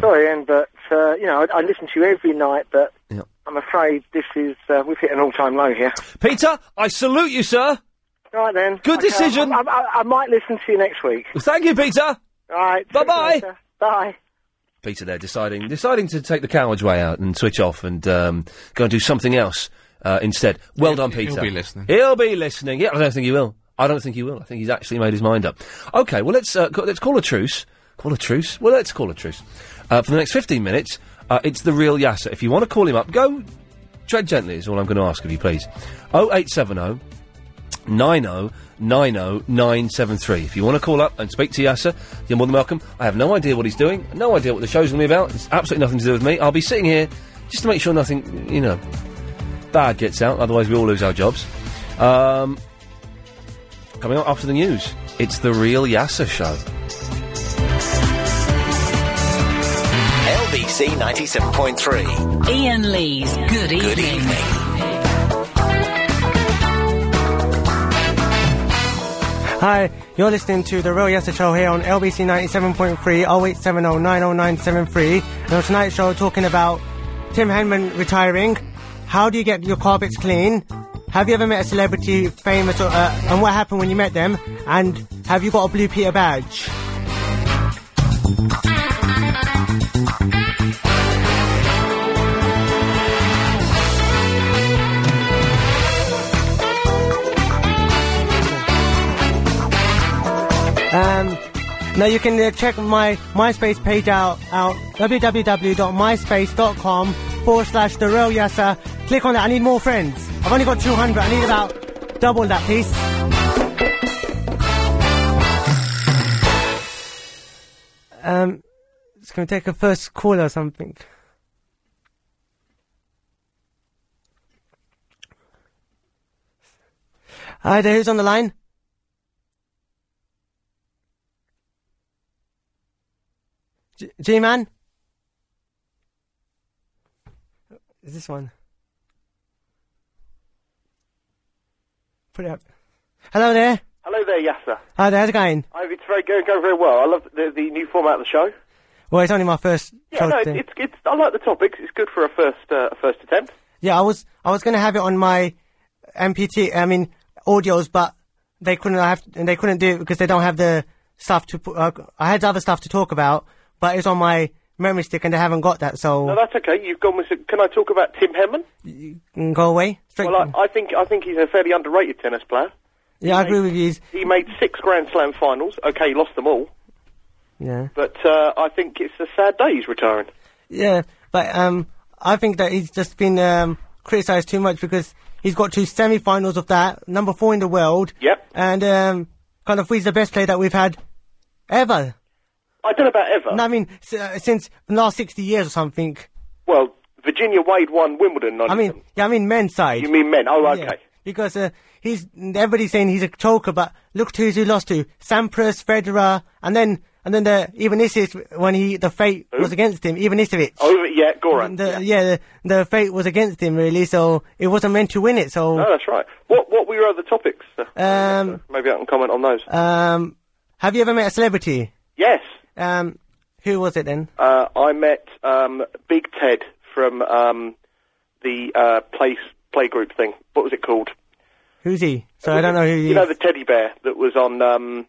Speaker 2: Sorry, Ian, but, uh, you know, I, I listen to you every night, but
Speaker 1: Yep.
Speaker 2: I'm afraid this is, uh, we've hit an all-time low here.
Speaker 1: Peter, I salute you, sir.
Speaker 2: All right, then.
Speaker 1: Good
Speaker 2: Okay,
Speaker 1: decision.
Speaker 2: I, I, I- I might listen to you next week.
Speaker 1: Thank you, Peter.
Speaker 2: All right.
Speaker 1: Bye-bye.
Speaker 2: see you later. Bye.
Speaker 1: Peter there deciding deciding to take the coward's way out and switch off and um, go and do something else uh, instead. Well done,
Speaker 10: he'll
Speaker 1: Peter.
Speaker 10: be listening.
Speaker 1: He'll be listening. Yeah, I don't think he will. I don't think he will. I think he's actually made his mind up. Okay, well let's uh, ca- let's call a truce. Call a truce. Well, let's call a truce uh, for the next fifteen minutes. Uh, it's the real Yasser. If you want to call him up, go tread gently. Is all I'm going to ask of you, please. Oh eight seven oh. 9090973. If you want to call up and speak to Yasser, you're more than welcome. I have no idea what he's doing, no idea what the show's going to be about. It's absolutely nothing to do with me. I'll be sitting here just to make sure nothing, you know, bad gets out. Otherwise, we all lose our jobs. Um, coming up after the news, it's the real Yasser show.
Speaker 14: LBC 97.3.
Speaker 11: Ian Lee's Good Evening.
Speaker 14: Good evening.
Speaker 28: Hi, you're listening to The Real Yester Show here on LBC 97.3 0870 90973. And on tonight's show, talking about Tim Henman retiring. How do you get your carpets clean? Have you ever met a celebrity, famous, or, uh, and what happened when you met them? And have you got a Blue Peter badge? Um, you can uh, check my MySpace page out, out www.myspace.com forward slash The Real Yasser. Click on that. I need more friends. I've only got 200. I need about double that, please. Um, it's going to take a first call or something. Hi there, who's on the line? G- G-Man? Is this one? Put it up. Hello there.
Speaker 2: Hello there, Yasser.
Speaker 28: Hi there, how's it going?
Speaker 2: I hope it's very going, going very well. I love the, the new format of the show.
Speaker 28: Well, it's only my first
Speaker 2: Yeah,
Speaker 28: show
Speaker 2: no,
Speaker 28: today.
Speaker 2: it's it's I like the topics. It's good for a first uh, a first attempt.
Speaker 28: Yeah, I was I was gonna have it on my MPT. I mean audios, but they couldn't have and they couldn't do it because they don't have the stuff to. pu- Uh, I had other stuff to talk about, but it's on my memory stick and they haven't got that.
Speaker 2: No,
Speaker 28: So
Speaker 2: that's okay. You've gone with. Can I talk about Tim Hemman?
Speaker 28: mm, go away. Straight.
Speaker 2: Well, I, I think I think he's a fairly underrated tennis player.
Speaker 28: yeah, I agree with you.
Speaker 2: He made six Grand Slam finals. Okay, he lost them all,
Speaker 28: Yeah,
Speaker 2: but uh, I think it's a sad day he's retiring.
Speaker 28: yeah, but um, I think that he's just been um criticized too much because he's got two semi-finals of that, number four in the world.
Speaker 2: Yep.
Speaker 28: And um, kind of he's the best player that we've had ever.
Speaker 2: I don't know about ever.
Speaker 28: No, I mean s- uh, since the last sixty years or something.
Speaker 2: Well, Virginia Wade won Wimbledon.
Speaker 28: I mean, yeah, I mean men's side.
Speaker 2: you mean men? Oh, okay.
Speaker 28: Yeah, because uh, he's everybody's saying he's a choker, but look to who's he lost to: Sampras, Federer, and then and then the Ivanisevic when he the fate was against him. Ivanisevic.
Speaker 2: Oh, yeah, Goran.
Speaker 28: The, yeah, the, the fate was against him really, so it wasn't meant to win it. So
Speaker 2: No, that's right. What what were your other topics? Uh,
Speaker 28: um
Speaker 2: Maybe I can comment on those.
Speaker 28: um, have you ever met a celebrity?
Speaker 2: Yes,
Speaker 28: Um, who was it then?
Speaker 2: uh, I met um, Big Ted from um, the uh, play playgroup thing. What was it called?
Speaker 28: Who's he? So I don't know who he
Speaker 2: You know
Speaker 28: is.
Speaker 2: the teddy bear that was on um,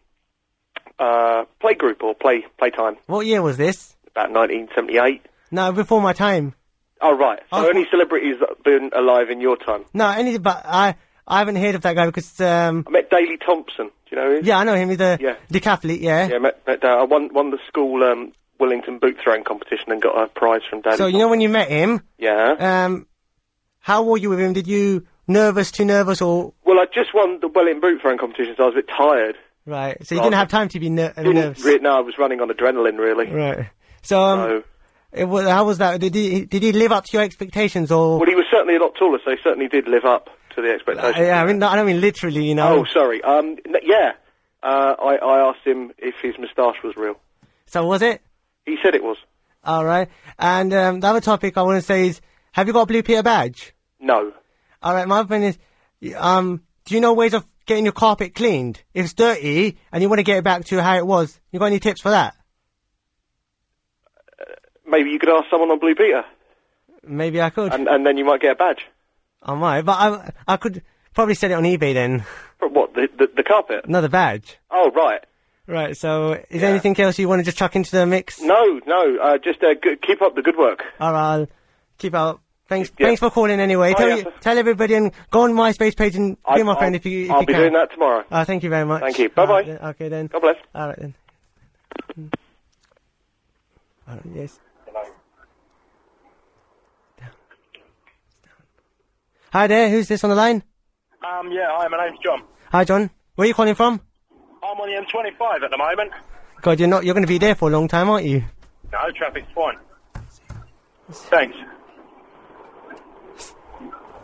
Speaker 2: uh, playgroup or play playtime
Speaker 28: What year was this?
Speaker 2: about 1978.
Speaker 28: No, before my time.
Speaker 2: Oh right. So only celebrities that have been alive in your time.
Speaker 28: No, any but I I haven't heard of that guy because um,
Speaker 2: I met Daley Thompson. Do you know who he is?
Speaker 28: Yeah, I know him. He's a
Speaker 2: Yeah.
Speaker 28: decathlete. Yeah.
Speaker 2: Yeah, met, met, uh, I won won the school um, Wellington boot throwing competition and got a prize from Daley.
Speaker 28: So you know when you met him,
Speaker 2: yeah.
Speaker 28: um, how were you with him? Did you nervous, too nervous, or
Speaker 2: Well, I just won the Wellington boot throwing competition, so I was a bit tired.
Speaker 28: right? So you
Speaker 2: Well,
Speaker 28: didn't have time to be ner-
Speaker 2: Didn't
Speaker 28: nervous,
Speaker 2: re- no, I was running on adrenaline really.
Speaker 28: right? So um, it was, how was that? Did he did he live up to your expectations, or
Speaker 2: Well, he was certainly a lot taller, so he certainly did live up to the expectations.
Speaker 28: Uh, yeah? I mean, no, I don't mean literally, you know.
Speaker 2: Oh, sorry. Um, n- yeah. Uh, I, I asked him if his moustache was real.
Speaker 28: So was it
Speaker 2: He said it was.
Speaker 28: all right? And um, the other topic I want to say is, have you got a Blue Peter badge?
Speaker 2: No.
Speaker 28: All right, my opinion is, um, do you know ways of getting your carpet cleaned? If it's dirty and you want to get it back to how it was, you got any tips for that?
Speaker 2: Maybe you could ask someone on Blue Peter,
Speaker 28: Maybe I could.
Speaker 2: and, and then you might get a badge.
Speaker 28: I might, but I, I could probably sell it on eBay then.
Speaker 2: For what, the, the, the carpet?
Speaker 28: Another badge.
Speaker 2: Oh, right.
Speaker 28: Right, so is there anything else you want to just chuck into the mix?
Speaker 2: No, no, uh, just uh, g- keep up the good work.
Speaker 28: All right, I'll keep out. Thanks,
Speaker 2: Yeah.
Speaker 28: thanks for calling anyway.
Speaker 2: Oh,
Speaker 28: tell,
Speaker 2: yeah.
Speaker 28: you, tell everybody and go on MySpace page and be my friend if you, if
Speaker 2: I'll
Speaker 28: you
Speaker 2: be
Speaker 28: can.
Speaker 2: doing that tomorrow.
Speaker 28: Uh, thank you very much.
Speaker 2: Thank you. Bye-bye.
Speaker 28: Alright, then- okay then.
Speaker 2: God bless.
Speaker 28: All right then. All right, yes. Hi there, who's this on the line?
Speaker 29: Um, yeah, hi, my name's John.
Speaker 28: Hi John. Where are you calling from?
Speaker 29: I'm on the M25 at the moment.
Speaker 28: God, you're not. You're going to be there for a long time, aren't you?
Speaker 29: No, traffic's fine. Thanks.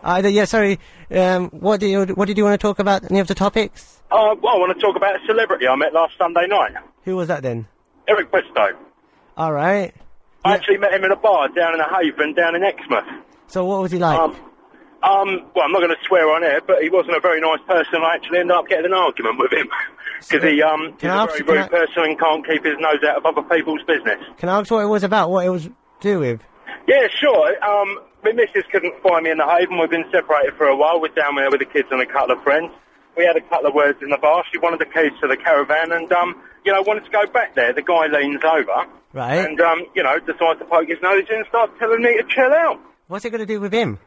Speaker 28: Uh, yeah, sorry. Um, what do you What did you want to talk about? Any of the topics?
Speaker 29: Uh, well, I want to talk about a celebrity I met last Sunday night,
Speaker 28: Who was that then?
Speaker 29: Eric Bristow.
Speaker 28: All right.
Speaker 29: I actually met him in a bar down in a haven down in Exmouth.
Speaker 28: So what was he like?
Speaker 2: Uh,
Speaker 29: Um, well, I'm not going to swear on air, but he wasn't a very nice person. I actually ended up getting an argument with him because he um, is
Speaker 28: Can I
Speaker 29: a
Speaker 28: ask-
Speaker 29: very
Speaker 28: can
Speaker 29: rude person and can't keep his nose out of other people's business.
Speaker 28: Can I ask what it was about? What it was to do with?
Speaker 29: Yeah, sure. Um, my missus couldn't find me in the haven. We've been separated for a while. We're down there with the kids and a couple of friends. We had a couple of words in the bar. She wanted the keys to the caravan and, um, you know, wanted to go back there. The guy leans over
Speaker 28: Right.
Speaker 29: and, um, you know, decides to poke his nose in and starts telling me to chill out.
Speaker 28: What's it going to do with him?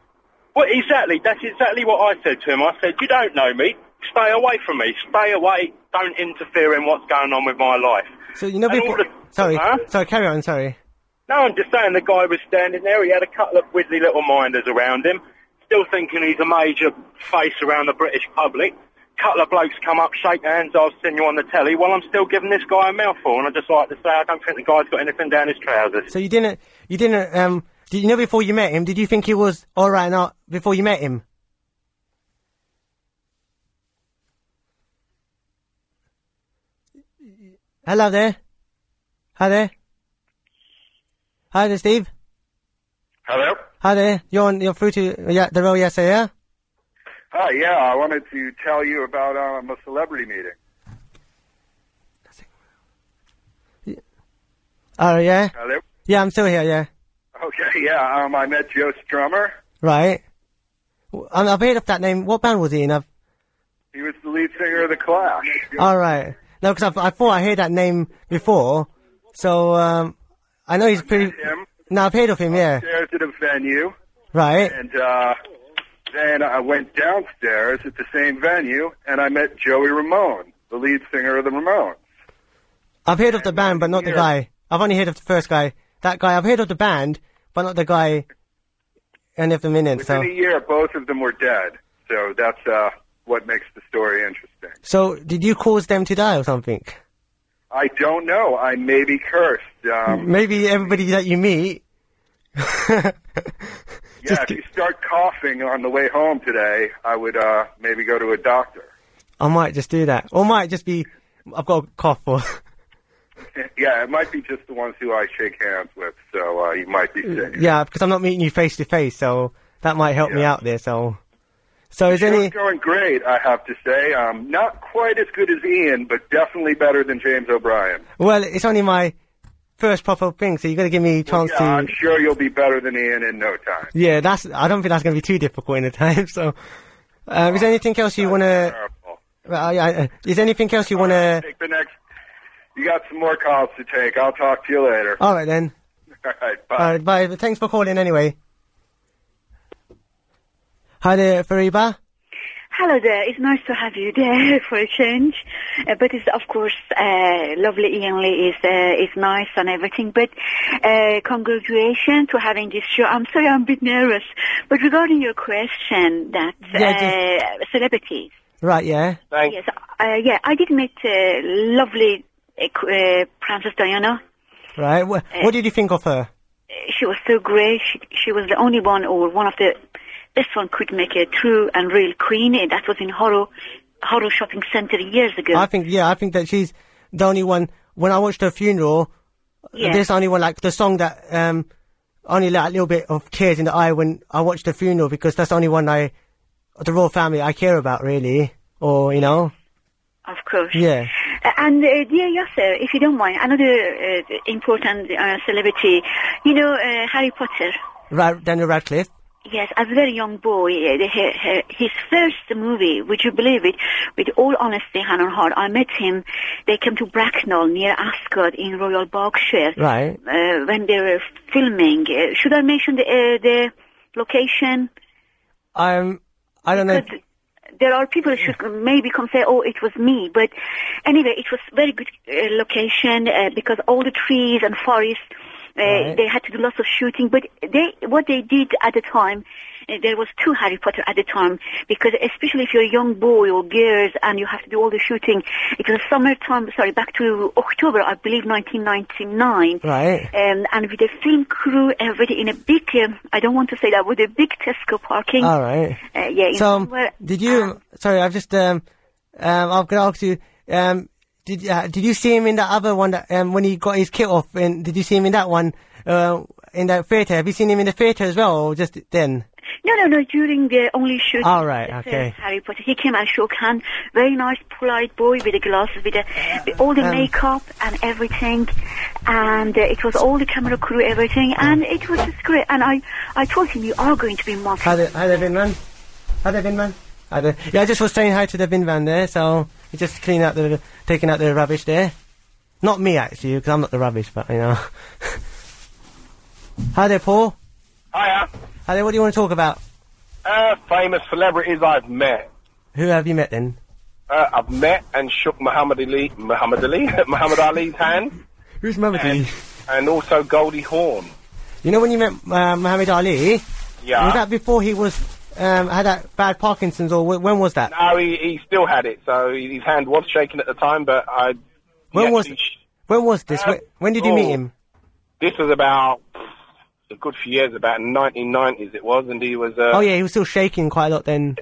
Speaker 29: Well, exactly. That's exactly what I said to him. I said, you don't know me.
Speaker 30: Stay away from me. Stay away. Don't interfere in what's going on with my life.
Speaker 28: So you know
Speaker 30: And
Speaker 28: before.
Speaker 30: all
Speaker 28: Sorry, sorry. Carry on. Sorry.
Speaker 30: No, I'm just saying the guy was standing there. He had a couple of widdly little minders around him, still thinking he's a major face around the British public. Couple of blokes come up, shake hands. I've seen you on the telly. Well, I'm still giving this guy a mouthful, and I just like to say I don't think the guy's got anything down his trousers.
Speaker 28: So you didn't. You didn't. Um. Did you know before you met him? Did you think he was all right now before you met him? Hello there. Hi there. Hi there, Steve.
Speaker 31: Hello.
Speaker 28: Hi there. You're on. You're through to yeah, the real yes, yeah.
Speaker 31: Hi. Yeah, I wanted to tell you about um, a celebrity meeting.
Speaker 28: Oh yeah.
Speaker 31: Hello.
Speaker 28: Yeah, I'm still here. Yeah.
Speaker 31: Okay. Yeah. Um, I met Joe Strummer.
Speaker 28: Right. W- And I've heard of that name. What band was he in? I've,
Speaker 31: He was the lead singer of the Clash.
Speaker 28: All right. No, because I, I thought I heard that name before. So um, I know he's pretty.
Speaker 31: him.
Speaker 28: No, I've heard of him. Yeah.
Speaker 31: Upstairs at a venue,
Speaker 28: Right.
Speaker 31: and uh, then I went downstairs at the same venue, and I met Joey Ramone, the lead singer of the Ramones.
Speaker 28: I've heard of the band, but not the guy. I've only heard of the first guy. That guy. I've heard of the band, but not the guy. End of the minute. So.
Speaker 31: Within a year, both of them were dead. So that's uh, what makes the story interesting.
Speaker 28: So did you cause them to die or something?
Speaker 31: I don't know. I may be cursed. Um,
Speaker 28: Maybe everybody that you meet.
Speaker 31: Yeah, if you start coughing on the way home today, I would uh, maybe go to a doctor.
Speaker 28: I might just do that, or might just be. I've got a cough or.
Speaker 31: yeah, it might be just the ones who I shake hands with, so uh, you might be sick.
Speaker 28: Yeah, because I'm not meeting you face to face, so that might help me out there. So, so is
Speaker 31: Show's
Speaker 28: any
Speaker 31: going great, I have to say. Um, not quite as good as Ian, but definitely better than James O'Brien.
Speaker 28: well, it's only my first proper thing, so you got to give me a chance
Speaker 31: Yeah, I'm
Speaker 28: to.
Speaker 31: sure you'll be better than Ian in no time.
Speaker 28: Yeah, that's. I don't think that's going to be too difficult in the time. So, um,
Speaker 31: Oh,
Speaker 28: is there anything else you want to? Is there anything else you want to?
Speaker 31: Take the next. You got some more calls to take. I'll talk to you later.
Speaker 28: All right then.
Speaker 31: All right, bye.
Speaker 28: All right, bye. But Thanks for calling anyway. Hi there, Fariba.
Speaker 17: Hello there. It's nice to have you there for a change. Uh, but it's of course uh, lovely. Ian Lee is uh, is nice and everything. But uh, congratulations to having this show. I'm sorry, I'm a bit nervous. But regarding your question, that
Speaker 28: Yeah,
Speaker 17: uh, celebrities.
Speaker 28: Right, yeah.
Speaker 17: Yes. Uh, yeah, I did meet uh, lovely uh, qu- uh, Princess Diana.
Speaker 28: Right. What, what did you think of her?
Speaker 17: she was so great. She, she was the only one or one of the best one could make a true and real queen. And that was in Horo, Horo Shopping Center years ago.
Speaker 28: I think yeah, I think that she's the only one. When I watched her funeral,
Speaker 17: Yeah.
Speaker 28: there's the only one like the song that um only like a little bit of tears in the eye when I watched the funeral because that's the only one I, the royal family I care about really, or you know,
Speaker 17: of course.
Speaker 28: yeah.
Speaker 17: Uh, And uh, dear Yasser, if you don't mind, another uh, important uh, celebrity, you know, uh, Harry Potter.
Speaker 28: Ra- Daniel Radcliffe.
Speaker 17: Yes, as a very young boy, uh, the- he- he- his first movie, would you believe it, with all honesty, hand on heart, I met him. They came to Bracknell near Ascot in Royal Berkshire.
Speaker 28: Right.
Speaker 17: uh, when they were filming. Uh, should I mention the, uh, the location?
Speaker 28: Um, I don't know. if-
Speaker 17: There are people who should maybe come say, "Oh, it was me," but anyway, it was very good uh, location uh, because all the trees and forest. Uh,
Speaker 32: Right.
Speaker 17: They had to do lots of shooting, but they what they did at the time. Uh, there was two Harry Potter at the time because especially if you're a young boy or girls and you have to do all the shooting, it was summertime. Sorry, back to October, I believe, 1999
Speaker 28: Right.
Speaker 17: um, and with a film crew, everything in a big, um, I don't want to say that, with a big Tesco parking.
Speaker 28: All right.
Speaker 17: Uh, yeah, in
Speaker 28: So um,
Speaker 17: somewhere-
Speaker 28: did you? sorry, I've just um um I'm gonna ask you um did uh, did you see him in that other one that um when he got his kit off and did you see him in that one uh in that theater? Have you seen him in the theater as well or just then?
Speaker 17: No, no, no, during the only shoot.
Speaker 28: All right,
Speaker 17: uh,
Speaker 28: okay.
Speaker 17: Harry Potter. He came and shook hand. Very nice, polite boy with the glasses, with, the, with all the
Speaker 28: Um,
Speaker 17: makeup and everything. And uh, it was all the camera crew, everything. And it was just great. And I, I told him, you are going to be my
Speaker 28: How there, hi there, Vin Man. How there, Vin Man. Hi there. Yeah, I just was saying hi to the bin van there, so you just clean out the taking out the rubbish there. Not me actually, because I'm not the rubbish, but you know. hi there, Paul.
Speaker 33: Hiya.
Speaker 28: Hi there. What do you want to talk about?
Speaker 33: Uh, famous celebrities I've met.
Speaker 28: Who have you met then?
Speaker 11: Uh, I've met and shook Muhammad Ali, Muhammad Ali, Muhammad Ali's hand,
Speaker 28: Who's Muhammad Ali?
Speaker 11: and also Goldie Hawn.
Speaker 28: You know when you met uh, Muhammad Ali?
Speaker 11: Yeah.
Speaker 28: Was that before he was um, had that bad Parkinson's, or wh- when was that?
Speaker 11: No, he, he still had it, so he- his hand was shaking at the time. But I,
Speaker 28: When
Speaker 11: he
Speaker 28: was
Speaker 11: actually-
Speaker 28: when was this? when, when did you meet
Speaker 11: oh.
Speaker 28: him?
Speaker 11: this was about a good few years, about 1990s it was, and he was. Uh,
Speaker 28: oh yeah, he was still shaking quite a lot then.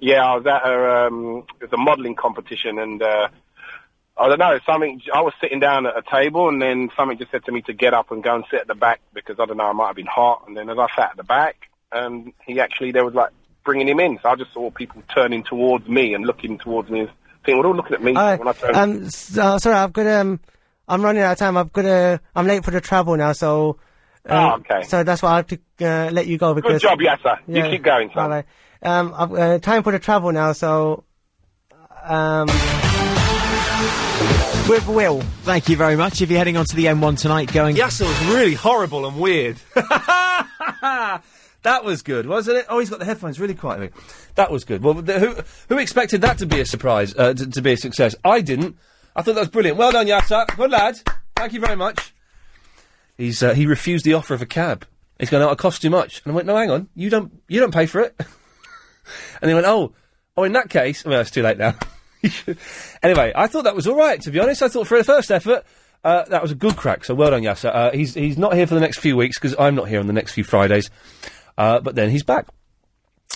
Speaker 11: yeah, I was at a um, it was a modelling competition, and uh, I don't know something. I was sitting down at a table, and then something just said to me to get up and go and sit at the back because I don't know, I might have been hot. And then as I sat at the back, um, he actually there was like bringing him in, so I just saw people turning towards me and looking towards me, and thinking, "Well, they're all looking at me."
Speaker 28: Uh,
Speaker 11: when I turned,
Speaker 28: um, s- uh, sorry, I've got um, I'm running out of time. I've got to, I'm late for the travel now, so. uh,
Speaker 11: Oh, okay.
Speaker 28: So that's why I have to uh, let you go because.
Speaker 11: good job, Yasser.
Speaker 28: Yeah.
Speaker 11: You keep going, son.
Speaker 28: All right. Um, I've uh, time for the travel now, so. Um. With Will.
Speaker 33: Thank you very much. If you're heading onto the M1 tonight, going.
Speaker 1: Yasser was really horrible and weird. that was good, wasn't it? Oh, he's got the headphones really quietly. That was good. Well, th- who who expected that to be a surprise, uh, to, to be a success? I didn't. I thought that was brilliant. Well done, Yasser. Good lad. Thank you very much. He's uh, he refused the offer of a cab. He's going, "Oh, it costs too much." And I went, "No, hang on. You don't you don't pay for it." and he went, "Oh, oh, in that case, well, it's too late now." anyway, I thought that was all right. To be honest, I thought for the first effort, uh, that was a good crack. So well done, Yasser. Uh, he's he's not here for the next few weeks because I'm not here on the next few Fridays, uh, but then he's back.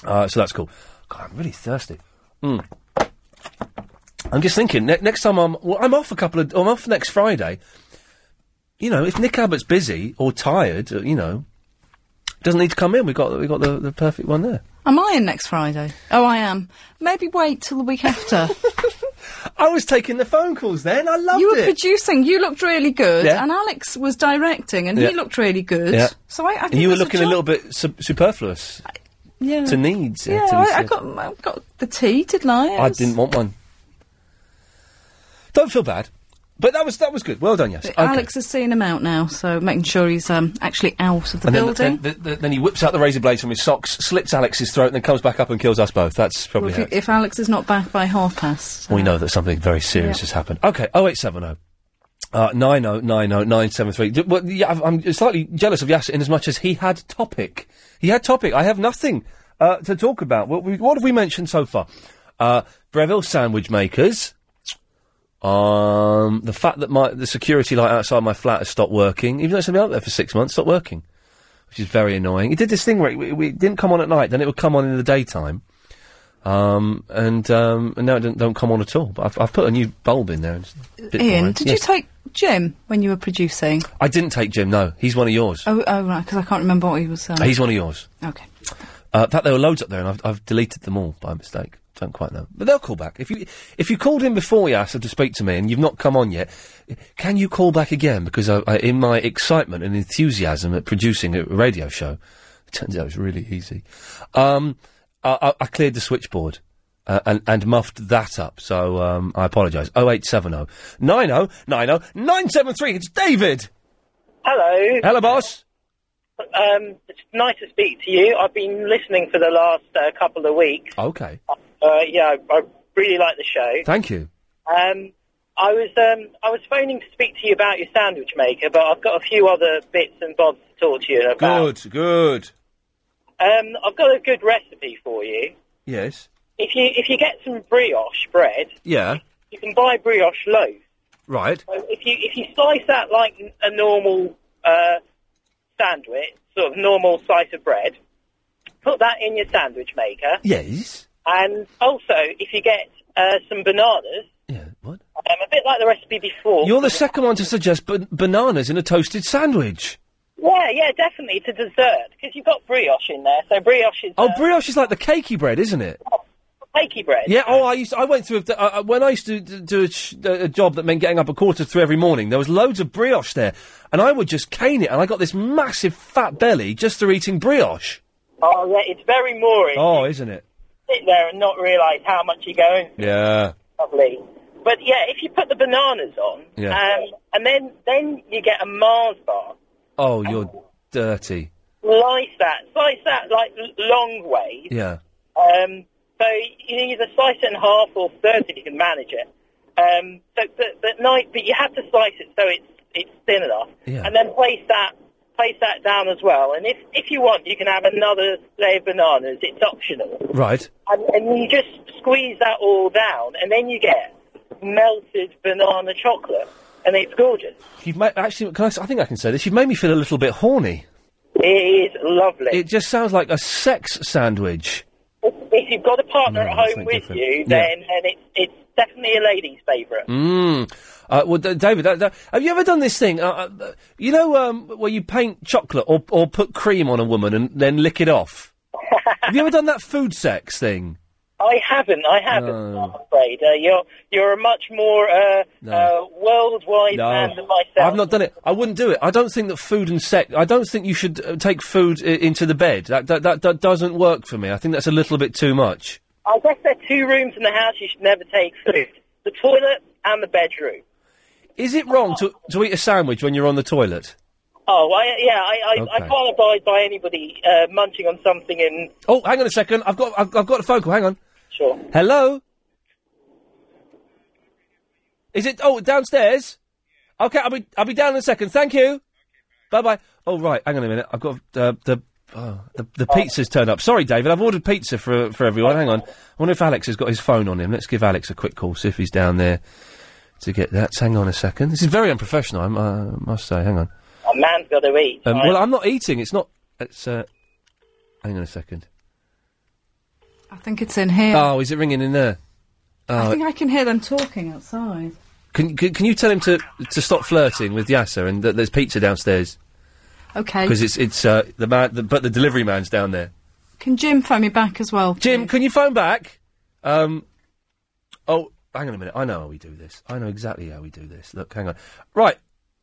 Speaker 1: Uh, so that's cool. God, I'm really thirsty. Mm. I'm just thinking ne- next time I'm well, I'm off a couple of I'm off next Friday. You know, if Nick Abbott's busy or tired, uh, you know, doesn't need to come in. We got we got the, the perfect one there.
Speaker 24: Am I in next Friday? Oh, I am. Maybe wait till the week after.
Speaker 1: I was taking the phone calls then. I loved
Speaker 24: you were
Speaker 1: it.
Speaker 24: producing. You looked really good,
Speaker 1: Yeah.
Speaker 24: and Alex was directing, and
Speaker 1: Yeah.
Speaker 24: he looked really good.
Speaker 1: Yeah.
Speaker 24: So I, I think
Speaker 1: and you were
Speaker 24: that's
Speaker 1: looking
Speaker 24: a,
Speaker 1: a,
Speaker 24: job.
Speaker 1: little bit su- superfluous
Speaker 24: yeah.
Speaker 1: to needs. uh,
Speaker 24: Yeah,
Speaker 1: to be
Speaker 24: I, I
Speaker 1: said.
Speaker 24: got I got the tea, didn't I?
Speaker 1: I didn't want one. Don't feel bad, but that was that was good. Well done, yes. Okay.
Speaker 24: Alex is seeing him out now, so making sure he's um, actually out of the
Speaker 1: and then,
Speaker 24: building.
Speaker 1: then, then, then he whips out the razor blades from his socks, slits Alex's throat, and then comes back up and kills us both. That's probably
Speaker 24: if,
Speaker 1: how
Speaker 24: he-
Speaker 1: it-
Speaker 24: if Alex is not back by half past,
Speaker 1: we know that something very serious
Speaker 24: Yeah.
Speaker 1: has happened. Okay, 0870. Uh, 9090973. D- Well, yeah, I've- I'm slightly jealous of Yasser in as much as he had topic. He had topic. I have nothing uh, to talk about. What, we, what have we mentioned so far? Uh, Breville sandwich makers. Um, the fact that my the security light outside my flat has stopped working, even though it's been out there for six months, stopped working, which is very annoying. It did this thing where it, it- it didn't come on at night, then it would come on in the daytime, um, and um, and now it don't, don't come on at all. But I've, I've put a new bulb in there. And it's a bit
Speaker 24: Ian,
Speaker 1: boring.
Speaker 24: did
Speaker 1: Yes.
Speaker 24: you take Jim when you were producing?
Speaker 1: I didn't take Jim. No, he's one of yours.
Speaker 24: Oh, oh right, because I can't remember what he was. Um,
Speaker 1: He's one of yours.
Speaker 24: Okay.
Speaker 1: Uh, in fact, there were loads up there, and I've, I've deleted them all by mistake. Don't quite know, but they'll call back. If you if you called in before Yasser to speak to me, and you've not come on yet, can you call back again? Because I, I, in my excitement and enthusiasm at producing a radio show, it turns out it's really easy. Um, I, I, I cleared the switchboard. Uh, and, and muffed that up, so um, I apologise. 0870 90 90 973. It's David!
Speaker 14: Hello.
Speaker 1: Hello, boss!
Speaker 14: Um, it's nice to speak to you. I've been listening for the last uh, couple of weeks.
Speaker 1: Okay.
Speaker 14: Uh, yeah, I, I really like the show.
Speaker 1: Thank you.
Speaker 14: Um, I was um, I was phoning to speak to you about your sandwich maker, but I've got a few other bits and bobs to talk to you about.
Speaker 1: Good, good.
Speaker 14: Um, I've got a good recipe for you.
Speaker 1: Yes.
Speaker 14: If you if you get some brioche bread,
Speaker 1: Yeah.
Speaker 14: you can buy brioche loaf.
Speaker 1: Right.
Speaker 14: So if you if you slice that like n- a normal uh, sandwich, sort of normal slice of bread, put that in your sandwich maker,
Speaker 1: Yes.
Speaker 14: and also if you get uh, some bananas, yeah, what? Um, a bit like the recipe before.
Speaker 1: You're the second one to suggest ban- bananas in a toasted sandwich.
Speaker 14: Yeah, yeah, definitely to dessert because you've got brioche in there. So brioche is
Speaker 1: Oh, brioche is like the cakey bread, isn't it?
Speaker 14: cakey bread.
Speaker 1: Yeah. Oh, I used. I went through. a- uh, uh, when I used to d- do a, sh- a job that meant getting up a quarter to three every morning, there was loads of brioche there, and I would just cane it, and I got this massive fat belly just through eating brioche.
Speaker 14: Oh, yeah, it's very mooring.
Speaker 1: Oh, isn't it?
Speaker 14: Sit there and not realise how much you're going.
Speaker 1: Yeah.
Speaker 14: Lovely. But yeah, if you put the bananas on,
Speaker 1: Yeah.
Speaker 14: um, and then then you get a Mars bar.
Speaker 1: Oh, you're dirty.
Speaker 14: Slice that, slice that like l- long way,
Speaker 1: Yeah.
Speaker 14: um, So you can either slice it in half or third if you can manage it. Um, so but, but night, but you have to slice it so it's it's thin enough,
Speaker 22: Yeah.
Speaker 14: and then place that place that down as well. And if if you want, you can have another layer of bananas. It's optional,
Speaker 1: Right.
Speaker 14: and, and you just squeeze that all down, and then you get melted banana chocolate, and it's gorgeous.
Speaker 1: You've made, actually, can I, s- I think I can say this. You've made me feel a little bit horny.
Speaker 14: It is lovely.
Speaker 1: It just sounds like a sex sandwich.
Speaker 14: If you've got a partner at home
Speaker 1: something
Speaker 14: with
Speaker 1: different.
Speaker 14: you,
Speaker 1: Yeah.
Speaker 14: then then it's it's definitely a lady's favourite.
Speaker 1: Mm. Uh, well, D- David, that, that, have you ever done this thing? Uh, Uh, uh, you know, um, where you paint chocolate or, or put cream on a woman and then lick it off? have you ever done that food sex thing?
Speaker 14: I haven't. I haven't. I'm afraid uh, you're you're a much more uh,
Speaker 1: No.
Speaker 14: uh, worldwide man than myself.
Speaker 1: I've not done it. I wouldn't do it. I don't think that food and sex. I don't think you should uh, take food I- into the bed. That that, that that doesn't work for me. I think that's a little bit too much.
Speaker 14: I guess there are two rooms in the house you should never take food: the toilet and the bedroom.
Speaker 1: Is it wrong to to eat a sandwich when you're on the toilet?
Speaker 14: Oh, I, yeah, I, I, I
Speaker 1: Okay.
Speaker 14: can't abide by anybody uh, munching on something and
Speaker 1: Oh, hang on a second. I've got I've, I've got a phone call. Hang on.
Speaker 14: Sure.
Speaker 1: Hello. Is it? Oh, downstairs. Okay, I'll be I'll be down in a second. Thank you. Bye bye. Oh right, hang on a minute. I've got uh, the. Oh, the the pizza's turned up. Sorry, David. I've ordered pizza for for everyone. Hang on. I wonder if Alex has got his phone on him. Let's give Alex a quick call. See if he's down there to get that. Hang on a second. This is very unprofessional. I'm, uh, I must say. Hang on.
Speaker 14: a man's got to eat.
Speaker 1: Um, well, I'm not eating. It's not. It's. Uh, hang on a second.
Speaker 24: I think it's in here.
Speaker 1: Oh, is it ringing in there? Oh,
Speaker 24: I think I can hear them talking outside.
Speaker 1: Can, can can you tell him to to stop flirting with Yasser and that there's pizza downstairs
Speaker 24: Okay.
Speaker 1: because it's it's uh, the man the, but the delivery man's down there.
Speaker 24: Can Jim phone me back as well?
Speaker 1: Jim, can you phone back? Um, oh, hang on a minute. I know how we do this. I know exactly how we do this. Look, hang on. Right.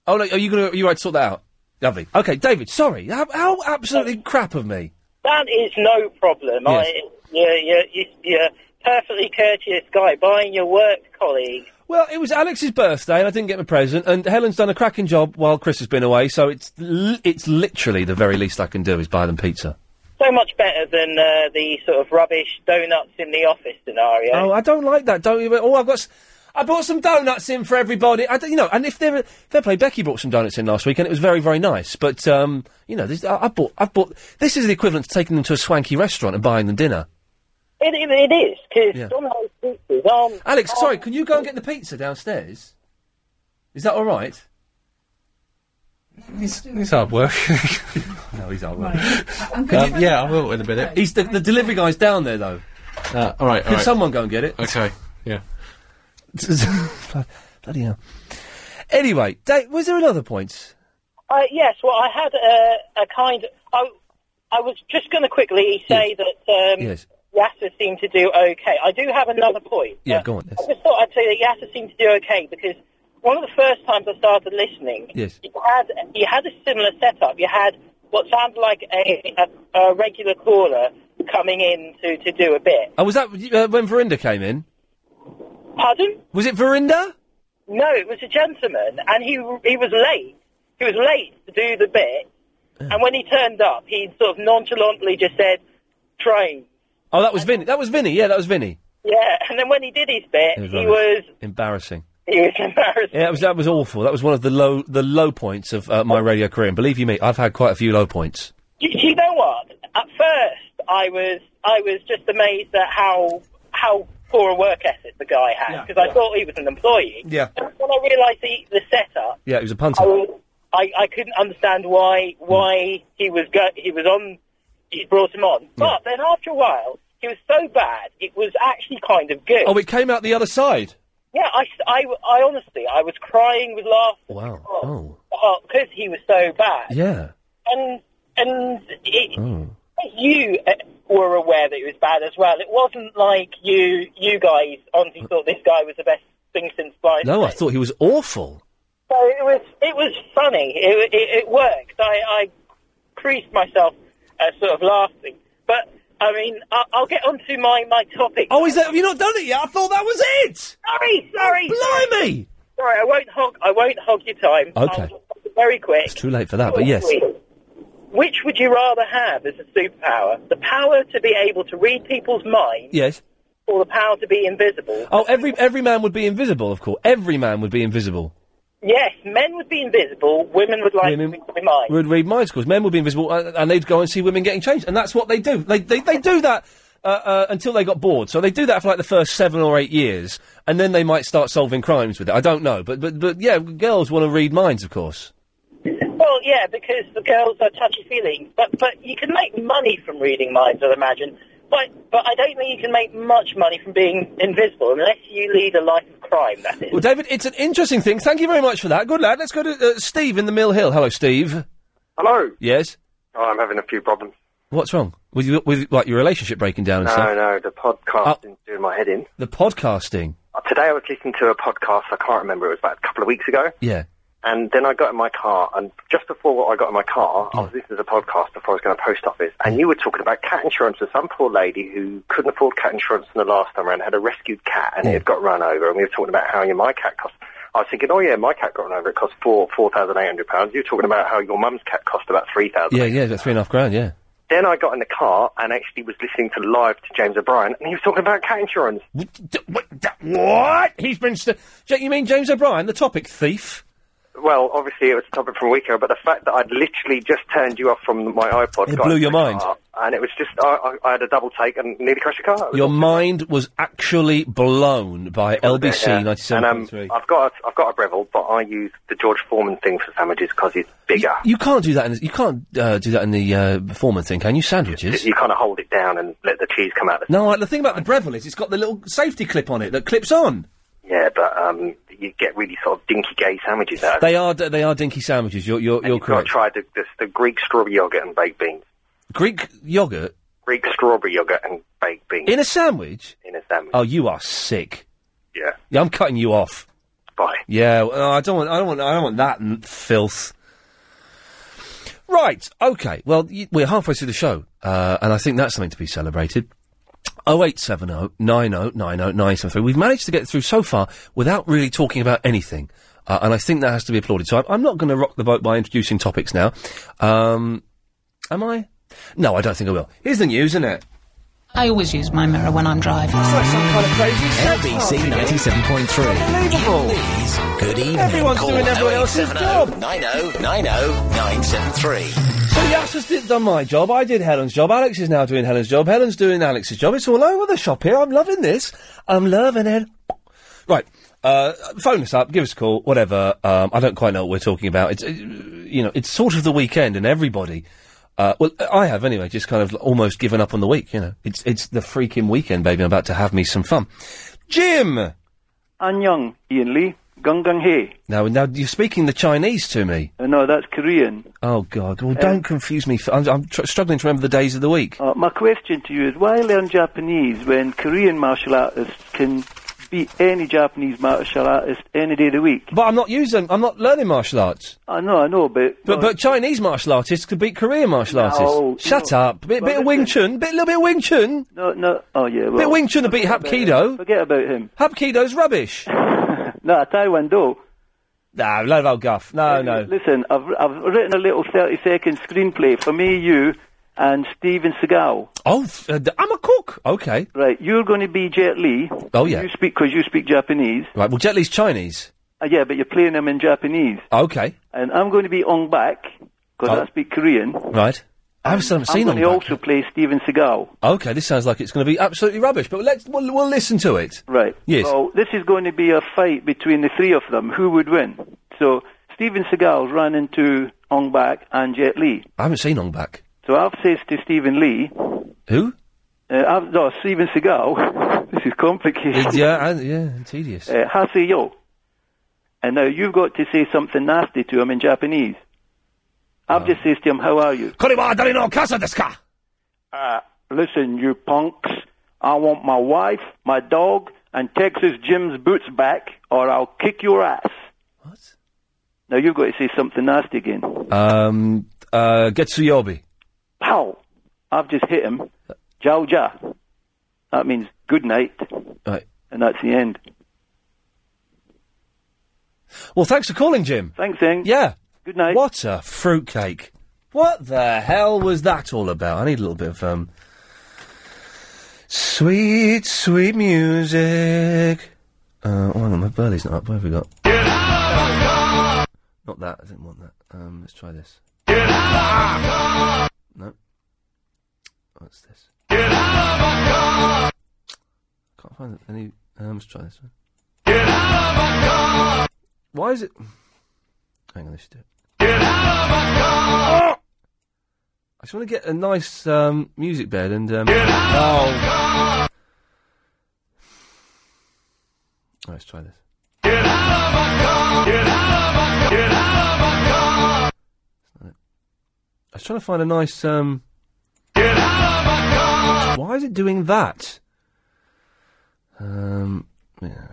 Speaker 1: Oh, no, are you gonna are you right to sort that out? Lovely. Okay, David. Sorry. How, how absolutely crap of me.
Speaker 14: That is no problem.
Speaker 1: Yes.
Speaker 14: I, you're, you're, you- you're a perfectly courteous guy, buying your work colleague.
Speaker 1: Well, it was Alex's birthday, and I didn't get my present. And Helen's done a cracking job while Chris has been away, so it's li- it's literally the very least I can do is buy them pizza.
Speaker 14: So much better than uh, the sort of rubbish donuts in the office scenario.
Speaker 1: Oh, I don't like that. Don't you? Oh, I've got. s- I bought some donuts in for everybody. I don't, you know, and if they're fair play, Becky bought some donuts in last week, and it was very, very nice. But um, you know, this, I, I bought, I've bought. This is the equivalent to taking them to a swanky restaurant and buying them dinner.
Speaker 14: It, it, it is, because
Speaker 1: Yeah.
Speaker 14: Domino's pizzas aren't...
Speaker 1: Alex,
Speaker 14: aren't-
Speaker 1: sorry, can you go and get the pizza downstairs? Is that all right?
Speaker 34: It's hard work.
Speaker 1: no, he's hard work.
Speaker 34: Um, yeah, I will in a minute.
Speaker 1: He's the, the delivery guy's down there though.
Speaker 34: Uh, all right, all
Speaker 1: Could
Speaker 34: right.
Speaker 1: someone go and get it?
Speaker 34: Okay, yeah.
Speaker 1: Bloody hell. Anyway, Dave, was there another point?
Speaker 14: Uh, yes, well, I had a, a kind... I, I was just going to quickly say that um,
Speaker 1: Yes.
Speaker 14: Yasser seemed to do okay. I do have another point.
Speaker 1: Yeah, go on.
Speaker 14: I just thought I'd say that Yasser seemed to do okay, because one of the first times I started listening,
Speaker 1: Yes.
Speaker 14: you had you had a similar setup. You had what sounded like a, a, a regular caller coming in to, to do a bit.
Speaker 1: Oh, was that uh, when Verinda came in?
Speaker 14: Pardon?
Speaker 1: Was it Verinda?
Speaker 14: No, it was a gentleman, and he he was late. He was late to do the bit, and when he turned up, he sort of nonchalantly just said, "Train."
Speaker 1: Oh, that was Vinny. That was Vinny. Yeah, that was Vinny.
Speaker 14: Yeah, and then when he did his bit,
Speaker 1: It
Speaker 14: he
Speaker 1: was rubbish.
Speaker 14: was
Speaker 1: Embarrassing.
Speaker 14: he was embarrassed.
Speaker 1: Yeah, that was that was awful. That was one of the low the low points of uh, my radio career. And believe you me, I've had quite a few low points.
Speaker 14: You, you know what? At first, I was I was just amazed at how how poor a work ethic the guy had because I thought he was an employee.
Speaker 1: Yeah.
Speaker 14: And when I realised the the setup,
Speaker 1: Yeah, it was a
Speaker 14: I,
Speaker 1: punter.
Speaker 14: was- I I couldn't understand why why he was go- he was on he brought him on. But then after a while, he was so bad it was actually kind of good.
Speaker 1: Oh, it came out the other side.
Speaker 14: Yeah, I, I, I honestly I was crying with laughter
Speaker 1: Wow. Oh,
Speaker 14: because he was so bad.
Speaker 1: yeah.
Speaker 14: And and it,
Speaker 1: Oh.
Speaker 14: you uh, were aware that it was bad as well. It wasn't like you you guys honestly thought this guy was the best thing since sliced
Speaker 1: No, I
Speaker 14: bread.
Speaker 1: thought he was awful.
Speaker 14: So it was it was funny. It it, it worked. I, I creased myself uh, sort of laughing. But I mean, I, I'll get onto my my topic.
Speaker 1: Oh, is that? Have you not done it yet? I thought that was it. Oh,
Speaker 14: Sorry, sorry.
Speaker 1: Blimey!
Speaker 14: Sorry, I won't hog. I won't hog your time.
Speaker 1: Okay.
Speaker 14: I'll be very quick.
Speaker 1: It's too late for that, but yes.
Speaker 14: which would you rather have as a superpower? The power to be able to read people's minds
Speaker 1: Yes.
Speaker 14: or the power to be invisible?
Speaker 1: Oh, every every man would be invisible, of course. Every man would be invisible.
Speaker 14: Yes, men would be invisible, women would like
Speaker 1: Women-
Speaker 14: to be mine.
Speaker 1: would read minds, because men would be invisible, and, and they'd go and see women getting changed, and that's what they do. They they, they do that uh, uh, until they got bored. So they do that for like the first seven or eight years, and then they might start solving crimes with it. I don't know, but but but yeah, girls want to read minds, of course.
Speaker 14: Well, yeah, because the girls are touchy feely, but but you can make money from reading minds, I'd imagine. But but I don't think you can make much money from being invisible unless you lead a life of crime. That is.
Speaker 1: Well, David, it's an interesting thing. Thank you very much for that. Good lad. Let's go to uh, Steve in the Mill Hill. Hello, Steve.
Speaker 2: Hello.
Speaker 1: Yes.
Speaker 2: Oh, I'm having a few problems.
Speaker 1: What's wrong with you, with like your relationship breaking down and
Speaker 2: No,
Speaker 1: stuff?
Speaker 2: no, the podcasting's doing my head in.
Speaker 1: The podcasting.
Speaker 2: Uh, Today I was listening to a podcast, I can't remember, it was about a couple of weeks ago,
Speaker 1: Yeah.
Speaker 2: and then I got in my car, and just before I got in my car, I was listening to a podcast before I was going to post office, and you were talking about cat insurance and some poor lady who couldn't afford cat insurance from the last time around had a rescued cat, and it had got run over, and we were talking about how your my cat cost... I was thinking, oh yeah, my cat got run over. It cost four four thousand eight hundred pounds. You're talking about how your mum's cat cost about three thousand.
Speaker 1: Yeah, yeah, about three and a half grand, yeah.
Speaker 2: Then I got in the car and actually was listening to live to James O'Brien, and he was talking about cat insurance.
Speaker 1: What? He's been. St- Ja- you mean James O'Brien, the topic thief?
Speaker 2: Well, obviously it was a topic from a week ago, but the fact that I'd literally just turned you off from my iPod
Speaker 1: It
Speaker 2: got
Speaker 1: blew
Speaker 2: in
Speaker 1: your
Speaker 2: the
Speaker 1: mind.
Speaker 2: car, and it was just I, I, I had a double take and nearly crashed Oh, the car. It was
Speaker 1: Your mind was actually blown by LBC
Speaker 2: there, yeah.
Speaker 1: 97.3.
Speaker 2: And, um, I've got a, I've got a Breville, but I use the George Foreman thing for sandwiches because it's bigger.
Speaker 1: you can't do that. In, you can't uh, do that in the uh, Foreman thing, can you? Sandwiches.
Speaker 2: You kind of hold it down and let the cheese come out.
Speaker 1: No, like, the thing about the Breville is it's got the little safety clip on it that clips on.
Speaker 2: Yeah, but um, you get really sort of dinky gay sandwiches out. of it.
Speaker 1: They are d- they are dinky sandwiches. You're you're, you're
Speaker 2: You've got to
Speaker 1: correct.
Speaker 2: try the, the, the Greek strawberry yogurt and baked beans.
Speaker 1: Greek yogurt
Speaker 2: Greek strawberry yogurt and baked beans
Speaker 1: in a sandwich.
Speaker 2: in a sandwich.
Speaker 1: Oh, you are sick.
Speaker 2: Yeah.
Speaker 1: Yeah, I'm cutting you off.
Speaker 2: Bye.
Speaker 1: Yeah, well, no, I don't want I don't want I don't want that n- filth. Right. Okay. Well, y- we're halfway through the show, uh, and I think that's something to be celebrated. 0870 90 90 973. We've managed to get through so far without really talking about anything, uh, and I think that has to be applauded. So I'm, I'm not going to rock the boat by introducing topics now. Um, am I? No, I don't think I will. Here's the news, isn't it?
Speaker 35: I always use my mirror when I'm driving.
Speaker 9: LBC 97.3. Please, good evening.
Speaker 35: Everyone's
Speaker 9: Call
Speaker 35: doing everyone else's
Speaker 9: 0870
Speaker 35: job.
Speaker 9: 90 90 973.
Speaker 1: So Yas has did, done my job. I did Helen's job. Alex is now doing Helen's job. Helen's doing Alex's job. It's all over the shop here. I'm loving this. I'm loving it. Right. Uh, phone us up. Give us a call. Whatever. Um, I don't quite know what we're talking about. It's uh, you know, it's sort of the weekend, and everybody. Uh, well, I have anyway. Just kind of almost given up on the week. You know, it's it's the freaking weekend, baby. I'm about to have me some fun. Jim.
Speaker 12: Anyang, Ian Lee, Gung Gung Hei.
Speaker 1: Now, now you're speaking the Chinese to me.
Speaker 12: Uh, no, that's Korean.
Speaker 1: Oh God! Well, don't confuse me. For, I'm, I'm tr- struggling to remember the days of the week.
Speaker 12: Uh, my question to you is why learn Japanese when Korean martial artists can beat any Japanese martial artist any day of the week?
Speaker 1: But I'm not using. I'm not learning martial arts.
Speaker 12: I know, I know, but. oh,
Speaker 1: But but Chinese martial artists could beat Korean martial artists. Shut up. Bit, bit of Wing Chun. Bit little bit of Wing Chun.
Speaker 12: No, no. Oh yeah.
Speaker 1: bit
Speaker 12: Well,
Speaker 1: of Wing Chun to beat
Speaker 12: forget about him.
Speaker 1: Hapkido.
Speaker 12: Forget about him.
Speaker 1: Hapkido's rubbish.
Speaker 12: no, Taekwondo.
Speaker 1: No, load of old guff. No, no.
Speaker 12: Listen, I've, I've written a little 30 second screenplay for me, you, and Steven Seagal.
Speaker 1: Oh, f- uh, d- I'm a cook. Okay.
Speaker 12: Right, you're going to be Jet Li.
Speaker 1: Oh, yeah.
Speaker 12: You speak, because you speak Japanese.
Speaker 1: Right. Well, Jet Li's Chinese.
Speaker 12: Uh, yeah, but you're playing him in Japanese.
Speaker 1: Okay.
Speaker 12: And I'm going to be Ong Bak, because
Speaker 1: Oh.
Speaker 12: I speak Korean.
Speaker 1: Right. I've still haven't
Speaker 12: I'm
Speaker 1: seen
Speaker 12: going
Speaker 1: them.
Speaker 12: to also play Steven Seagal.
Speaker 1: Okay. This sounds like it's going to be absolutely rubbish. But let's we'll, we'll listen to it.
Speaker 12: Right.
Speaker 1: Yes.
Speaker 12: So this is going to be a fight between the three of them. Who would win? So Steven Seagal ran into Ong Bak and Jet Li.
Speaker 1: I haven't seen Ong Bak.
Speaker 12: So I've says to Stephen Lee,
Speaker 1: Who?
Speaker 12: uh, I've, no, Steven Seagal. this is complicated.
Speaker 1: yeah, and, yeah, and tedious.
Speaker 12: Uh, Haseyo. And now you've got to say something nasty to him in Japanese. I've just says to him, how are you? Uh, listen, you punks. I want my wife, my dog, and Texas Jim's boots back, or I'll kick your ass. What? Now you've got to say something nasty again.
Speaker 1: Um. Uh. Getsuyobi.
Speaker 12: Pow! I've just hit him. Jiao Jia. That means good night.
Speaker 1: Right.
Speaker 12: And that's the end.
Speaker 1: Well, thanks for calling, Jim.
Speaker 12: Thanks, Ing.
Speaker 1: Yeah.
Speaker 12: Good night.
Speaker 1: What a fruitcake. What the hell was that all about? I need a little bit of um. Sweet, sweet music. Uh, oh, hang on, my Burley's not up. What have we got? Not that. I didn't want that. Um, let's try this. No. What's this? Can't find any. Um, let's try this one. Why is it? Hang on, let's do it. I just want to get a nice um, music bed and. Um, oh. Alright, let's try this. I was trying to find a nice. Um... Why is it doing that? Um, yeah.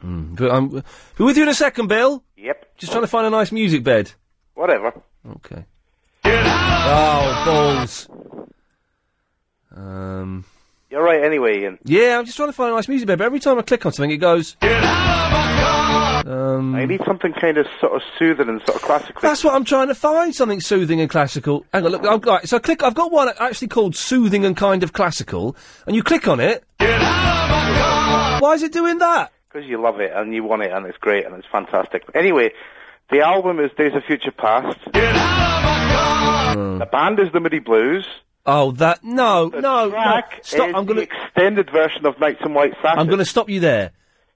Speaker 1: Hmm, But I'm, be with you in a second, Bill.
Speaker 10: Yep.
Speaker 1: Just trying to find a nice music bed.
Speaker 10: Whatever.
Speaker 1: Okay. Oh balls. Um.
Speaker 10: You're right anyway, Ian.
Speaker 1: Yeah, I'm just trying to find a nice music bed, but every time I click on something, it goes. Um,
Speaker 10: I need something kind of sort of soothing and sort of classical.
Speaker 1: That's what I'm trying to find. Something soothing and classical. Hang on, look. I've got, so I click. I've got one actually called "Soothing and Kind of Classical," and you click on it. Why is it doing that?
Speaker 10: Because you love it and you want it and it's great and it's fantastic. Anyway, the album is Days of Future Past. The band is the Moody Blues.
Speaker 1: Oh, that no, no, no.
Speaker 10: track
Speaker 1: Stop!
Speaker 10: is
Speaker 1: I'm going to
Speaker 10: extended version of Nights in White Satin.
Speaker 1: I'm going to stop you there.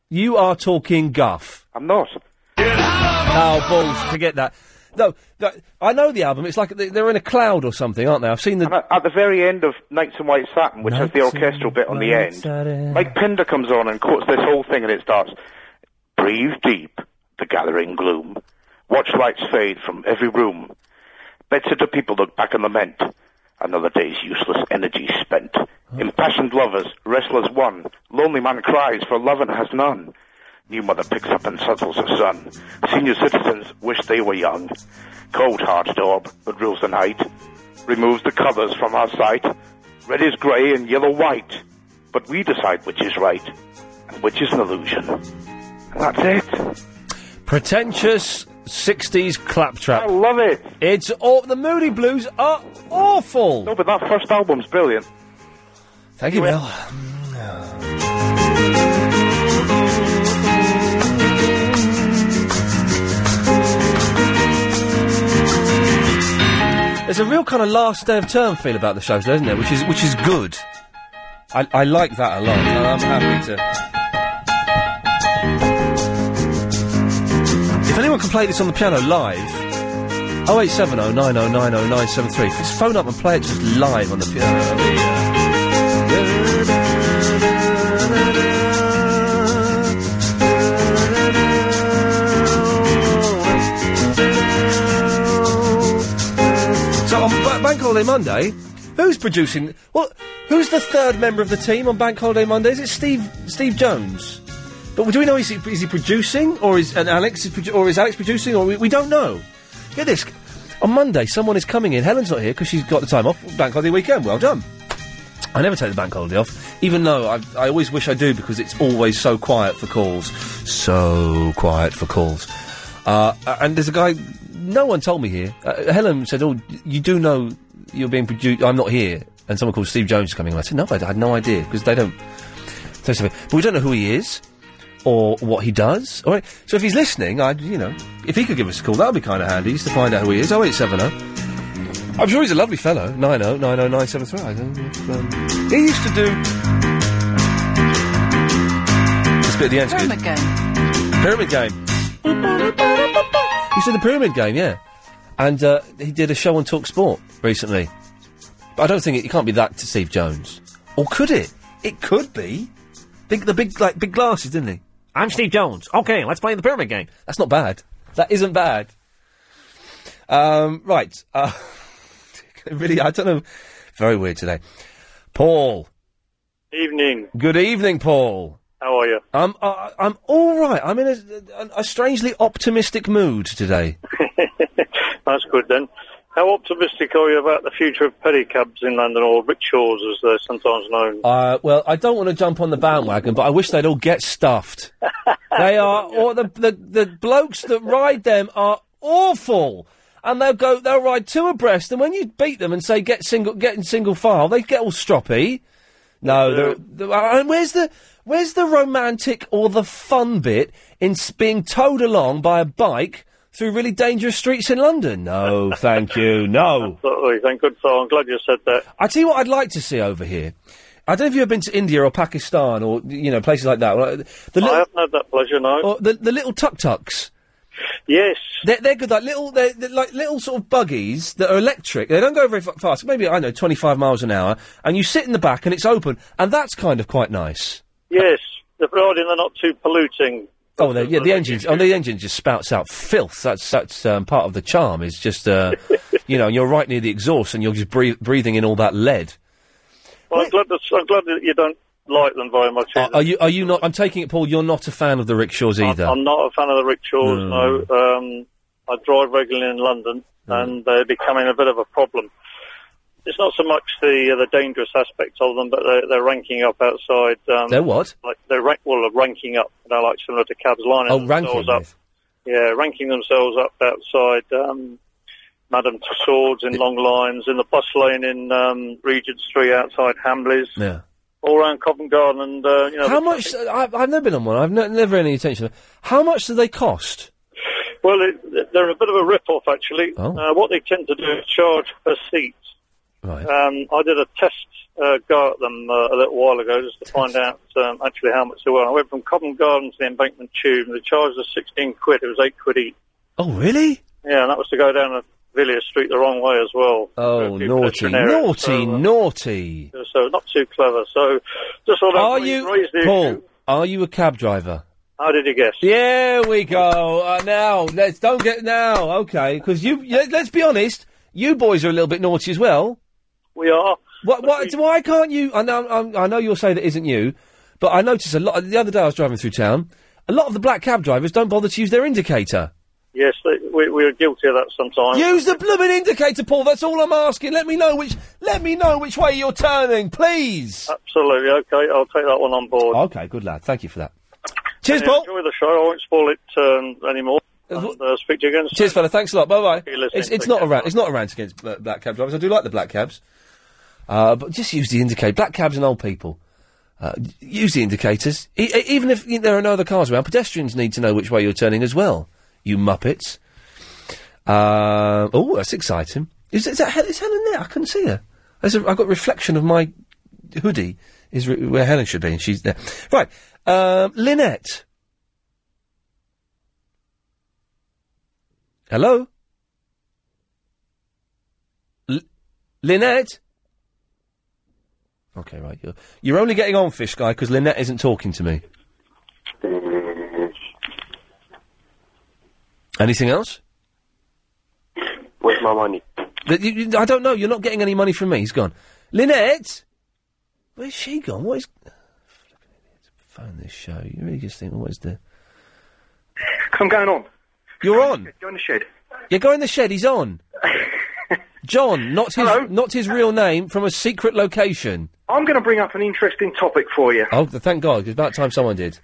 Speaker 1: You are talking guff.
Speaker 10: I'm not.
Speaker 1: Oh, balls! Forget that. No, no, I know the album. It's like they- they're in a cloud or something, aren't they? I've seen the.
Speaker 10: At the very end of Nights in White Satin, which has the
Speaker 1: Nights in
Speaker 10: orchestral bit on the
Speaker 1: White
Speaker 10: end,
Speaker 1: Satin.
Speaker 10: Mike Pinder comes on and quotes this whole thing, and it starts, "Breathe deep, the gathering gloom. Watch lights fade from every room. Bedsitter people look back and lament. Another day's useless energy spent. Impassioned lovers, restless one. Lonely man cries for love and has none. New mother picks up and settles her son. Senior citizens wish they were young. Cold-hearted orb that rules the night. Removes the covers from our sight. Red is grey and yellow white. But we decide which is right and which is an illusion. And that's it.
Speaker 1: Pretentious 60s claptrap. I
Speaker 10: love it.
Speaker 1: It's all the Moody Blues are awful. No,
Speaker 10: but that first album's brilliant.
Speaker 1: Thank you, Bill.
Speaker 14: Uh,
Speaker 1: There's a real kind of last day of term feel about the show, today, isn't there? Which is which is good. I, I like that a lot. and I'm happy to. If anyone can play this on the piano live, 0870 9090973, just phone up and play it just live on the piano. That'd be, uh, So on Ba- Bank Holiday Monday, who's producing? Well, who's the third member of the team on Bank Holiday Monday? Is it Steve Steve Jones? But do we know is he, is he producing or is and Alex is produ- or is Alex producing or we, we don't know. Get this. On Monday, someone is coming in. Helen's not here because she's got the time off. Bank holiday weekend. Well done. I never take the bank holiday off, even though I, I always wish I do because it's always so quiet for calls. So quiet for calls. Uh, a- and there's a guy, no one told me here. Uh, Helen said, Oh, you do know you're being produced, I'm not here. And someone called Steve Jones is coming. And I said, No, I, I had no idea because they don't. So, so- but we don't know who he is or what he does. All right. So if he's listening, I'd, you know, if he could give us a call, that would be kind of handy just to find out who he is. 0870. I'm sure he's a lovely fellow. oh, 9090973. I don't know if, um, He used to do. This bit at the end's good.
Speaker 24: Pyramid game.
Speaker 1: Pyramid Game. He said the Pyramid Game, yeah. And uh, he did a show on Talk Sport recently. But I don't think it, it can't be that to Steve Jones. Or could it? It could be. Big, the big, like, big glasses, didn't he? I'm Steve Jones. Okay, let's play the Pyramid Game. That's not bad. That isn't bad. Um, right. Uh, really, I don't know. Very weird today. Paul.
Speaker 26: Evening.
Speaker 1: Good evening, Paul.
Speaker 26: How are you?
Speaker 1: I'm uh, I'm all right. I'm in a, a strangely optimistic mood today.
Speaker 26: That's good then. How optimistic are you about the future of pedicabs in London, or rickshaws as they're sometimes known?
Speaker 1: Uh, well, I don't want to jump on the bandwagon, but I wish they'd all get stuffed. they are, or the, the the blokes that ride them are awful. And they'll go, they'll ride two abreast, and when you beat them and say get single, get in single file, they get all stroppy. No, they're, they're- and where's the where's the romantic or the fun bit in s- being towed along by a bike through really dangerous streets in London? No, thank you, no.
Speaker 26: Absolutely. Thank good soul. I'm glad you said that.
Speaker 1: I tell you what, I'd like to see over here. I don't know if you've been to India or Pakistan or you know places like that. Well, The
Speaker 26: I
Speaker 1: little,
Speaker 26: haven't had that pleasure, no.
Speaker 1: or the, the little tuk tuks.
Speaker 26: Yes,
Speaker 1: they're, they're good. Like little, they're, they're like little sort of buggies that are electric. They don't go very fa- fast. Maybe I know twenty five miles an hour, and you sit in the back and it's open, and that's kind of quite nice.
Speaker 26: yes. The providing they're not too polluting.
Speaker 1: Oh, they- yeah, the engines. Oh, the engine just spouts out filth. That's that's um, part of the charm. Is just uh, you know, you're right near the exhaust, and you're just breath- breathing in all that lead.
Speaker 26: Well, I'm glad, that, I'm glad that you don't like them very much.
Speaker 1: Are, are you? Are you not? I'm taking it, Paul. You're not a fan of the rickshaws either. Hmm.
Speaker 26: I'm not a fan of the rickshaws,
Speaker 1: No.
Speaker 26: no. Um, I drive regularly in London,
Speaker 1: Hmm.
Speaker 26: and they're becoming a bit of a problem. It's not so much the uh, the dangerous aspects of them, but they're, they're ranking up outside. Um,
Speaker 1: They're what?
Speaker 26: Like they're rank, well, they're ranking up. They're like similar to cabs lining
Speaker 1: Oh,
Speaker 26: themselves
Speaker 1: ranking.
Speaker 26: up. Yeah, ranking themselves up outside um, Madame Tussauds in long lines, in the bus lane in um, Regent Street outside Hamleys,
Speaker 1: Yeah.
Speaker 26: all around Covent Garden, and uh, you know
Speaker 1: How
Speaker 26: the-
Speaker 1: much? I, I've never been on one. I've no, never any attention. How much do they cost?
Speaker 26: Well, it, they're a bit of a rip-off, actually.
Speaker 1: Oh.
Speaker 26: Uh, what they tend to do is charge per seat.
Speaker 1: Right.
Speaker 26: Um, I did a test uh, go at them uh, a little while ago just to find out um, actually how much they were. I went from Covent Garden to the Embankment Tube, and they charged us 16 quid. It was 8 quid each.
Speaker 1: Oh, really?
Speaker 26: Yeah, and that was to go down a Villiers Street the wrong way as well.
Speaker 1: Oh, naughty,
Speaker 26: pedestrian areas,
Speaker 1: naughty, naughty.
Speaker 26: So not too clever. So just thought
Speaker 1: Are
Speaker 26: I'd
Speaker 1: you,
Speaker 26: raise the
Speaker 1: Paul?
Speaker 26: issue.
Speaker 1: Are you a cab driver?
Speaker 26: How did you guess?
Speaker 1: Yeah, we go. Uh, now, let's don't get now. Okay, because you. yeah, Let's be honest. You boys are a little bit naughty as well.
Speaker 26: We are.
Speaker 1: What, what, Why can't you? I know. I'm, I know you'll say that isn't you, but I noticed a lot. The other day I was driving through town. A lot of the black cab drivers don't bother to use their indicator.
Speaker 26: Yes, they, we, we are guilty of that sometimes.
Speaker 1: Use the blooming indicator, Paul. That's all I'm asking. Let me know which. Let me know which way you're turning, please.
Speaker 26: Absolutely. Okay, I'll take that one on board.
Speaker 1: Okay, good lad. Thank you for that. Cheers,
Speaker 26: Yeah,
Speaker 1: Paul.
Speaker 26: Enjoy the show. I won't spoil it um, anymore. And, uh, speak to you again.
Speaker 1: Cheers, fella. Thanks a lot. Bye bye.
Speaker 26: you listening.
Speaker 1: It's, it's
Speaker 26: Take
Speaker 1: not a
Speaker 26: care.
Speaker 1: rant. It's not a rant against uh, black cab drivers. I do like the black cabs, uh, but just use the indicator. Black cabs and old people. Uh, use the indicators. E- e- even if you- there are no other cars around, pedestrians need to know which way you're turning as well. You muppets. Uh, oh, that's exciting. Is, is, that, Hel- is Helen there? I couldn't see her. There's a, I've got reflection of my hoodie is re- where Helen should be, and she's there. Right, um, Lynette. Hello? L- Lynette? Okay, right. You're, you're only getting on, fish guy, because Lynette isn't talking to me. Anything else?
Speaker 2: Where's my money?
Speaker 1: That you, you- I don't know. You're not getting any money from me. He's gone. Lynette? Where's she gone? What is. Phone this show. You really just think, what is the.
Speaker 2: I'm going on.
Speaker 1: You're on.
Speaker 2: Go in the shed.
Speaker 1: Yeah, go in the shed. He's on. John, not his, not his real name, from a secret location.
Speaker 2: I'm going to bring up an interesting topic for you.
Speaker 1: Oh, th- thank God! It's about time someone did.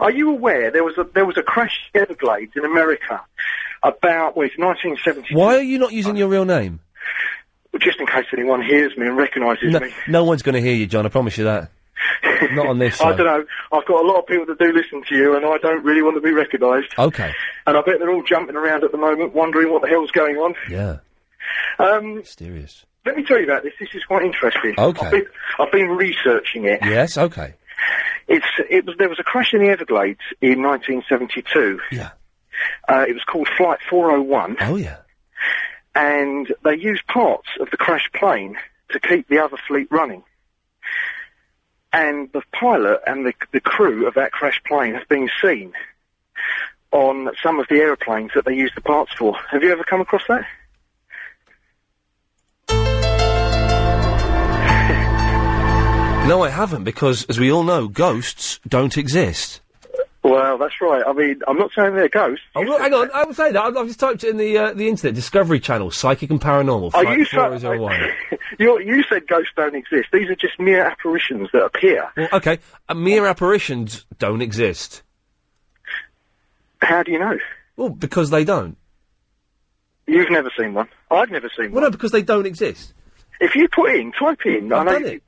Speaker 2: Are you aware there was a there was a crash in the Everglades in America about well, it's 1970,
Speaker 1: Why are you not using your real name?
Speaker 2: just in case anyone hears me and recognises
Speaker 1: No,
Speaker 2: me.
Speaker 1: no one's going to hear you, John. I promise you that. not on this.
Speaker 2: I
Speaker 1: show.
Speaker 2: don't know. I've got a lot of people that do listen to you, and I don't really want to be recognised.
Speaker 1: Okay.
Speaker 2: And I bet they're all jumping around at the moment, wondering what the hell's going on.
Speaker 1: Yeah.
Speaker 2: Um,
Speaker 1: Mysterious.
Speaker 2: Let me tell you about this. This is quite interesting.
Speaker 1: Okay.
Speaker 2: I've been, I've been researching it.
Speaker 1: Yes. Okay.
Speaker 2: It's it was there was a crash in the Everglades in 1972.
Speaker 1: Yeah.
Speaker 2: Uh, it was called Flight 401.
Speaker 1: Oh yeah.
Speaker 2: And they used parts of the crash plane to keep the other fleet running. And the pilot and the, the crew of that crash plane have been seen on some of the aeroplanes that they used the parts for. Have you ever come across that?
Speaker 1: No, I haven't, because as we all know, ghosts don't exist.
Speaker 2: Well, that's right. I mean, I'm not saying they're ghosts.
Speaker 1: Oh, well, hang on, I would say that. I've, I've just typed it in the uh, the internet Discovery Channel, psychic and paranormal.
Speaker 2: Are
Speaker 1: Flight
Speaker 2: you sure-
Speaker 1: 401.
Speaker 2: You're, you said ghosts don't exist. These are just mere apparitions that appear.
Speaker 1: well, okay, uh, mere apparitions don't exist.
Speaker 2: How do you know?
Speaker 1: Well, because they don't.
Speaker 2: You've never seen one. I've never seen
Speaker 1: Well, no, because they don't exist.
Speaker 2: If you put in, type in.
Speaker 1: I've
Speaker 2: I know
Speaker 1: done
Speaker 2: you-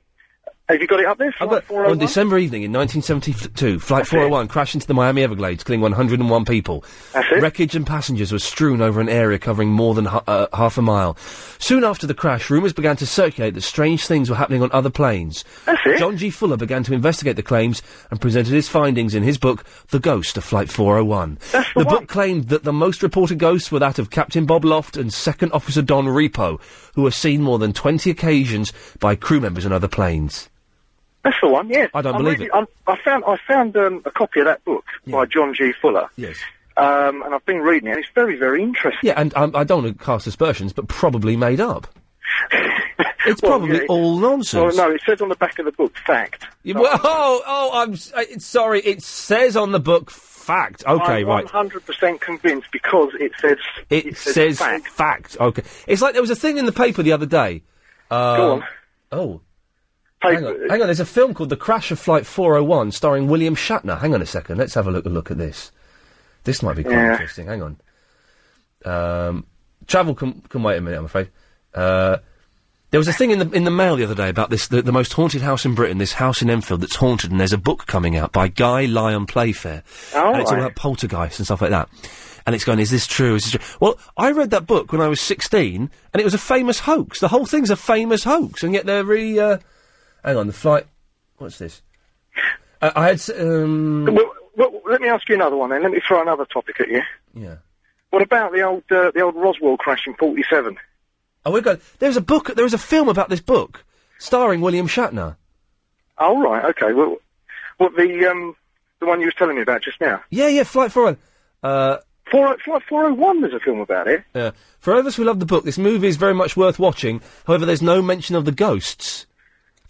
Speaker 2: Have you got it up there? oh, Flight 401?
Speaker 1: On December evening in 1972, Flight
Speaker 2: That's it.
Speaker 1: 401 crashed into the Miami Everglades, killing 101 people.
Speaker 2: That's it.
Speaker 1: Wreckage and passengers were strewn over an area covering more than hu- uh, half a mile. Soon after the crash, rumours began to circulate that strange things were happening on other planes. John G. Fuller began to investigate the claims and presented his findings in his book, The Ghost of Flight 401. the book claimed that the most reported ghosts were that of Captain Bob Loft and Second Officer Don Repo, who were seen more than 20 occasions by crew members on other planes.
Speaker 2: That's the one. Yeah.
Speaker 1: I don't
Speaker 2: I'm
Speaker 1: believe
Speaker 2: reading-
Speaker 1: it.
Speaker 2: I'm, I found I found um, a copy of that book by John G. Fuller.
Speaker 1: Yes.
Speaker 2: Um, and I've been reading it. and It's very very interesting.
Speaker 1: Yeah, and um, I don't want to cast aspersions, but probably made up. it's probably
Speaker 2: yeah.
Speaker 1: all
Speaker 2: Oh
Speaker 1: nonsense.
Speaker 2: no, it says on the back of the book fact.
Speaker 1: You- well, oh, oh, I'm s- I- it's- sorry. It says on the book fact. Okay,
Speaker 2: I'm
Speaker 1: right.
Speaker 2: 100% convinced because it says
Speaker 1: It, says
Speaker 2: fact.
Speaker 1: Okay, it's like there was a thing in the paper the other day. Uh,
Speaker 2: Go on.
Speaker 1: Oh. Hang on, hang on, there's a film called The Crash of Flight 401 starring William Shatner. Hang on a second, let's have a look, a look at this. This might be quite
Speaker 2: Yeah.
Speaker 1: interesting. Hang on. Um, travel can, can wait a minute, I'm afraid. Uh, there was a thing in the in the mail the other day about this the, the most haunted house in Britain, this house in Enfield that's haunted, and there's a book coming out by Guy Lyon Playfair.
Speaker 2: Oh,
Speaker 1: and it's all
Speaker 2: right.
Speaker 1: about poltergeists and stuff like that. And it's going, is this true? Is this true? Well, I read that book when I was 16, and it was a famous hoax. The whole thing's a famous hoax, and yet they're re. Uh, hang on, the flight. What's this? Uh, I had. s- Um,
Speaker 2: Well, well, let me ask you another one then. Let me throw another topic at you.
Speaker 1: Yeah.
Speaker 2: What about the old uh, the old Roswell crash in '47?
Speaker 1: Oh, we're going. There's a book. There was a film about this book, starring William Shatner.
Speaker 2: Oh right, okay. Well, what the um the one you was telling me about just now?
Speaker 1: Yeah, yeah, Flight 401. Uh,
Speaker 2: Four, Flight 401, there's a film about it.
Speaker 1: Yeah. For others who love the book, this movie is very much worth watching. However, there's no mention of the ghosts.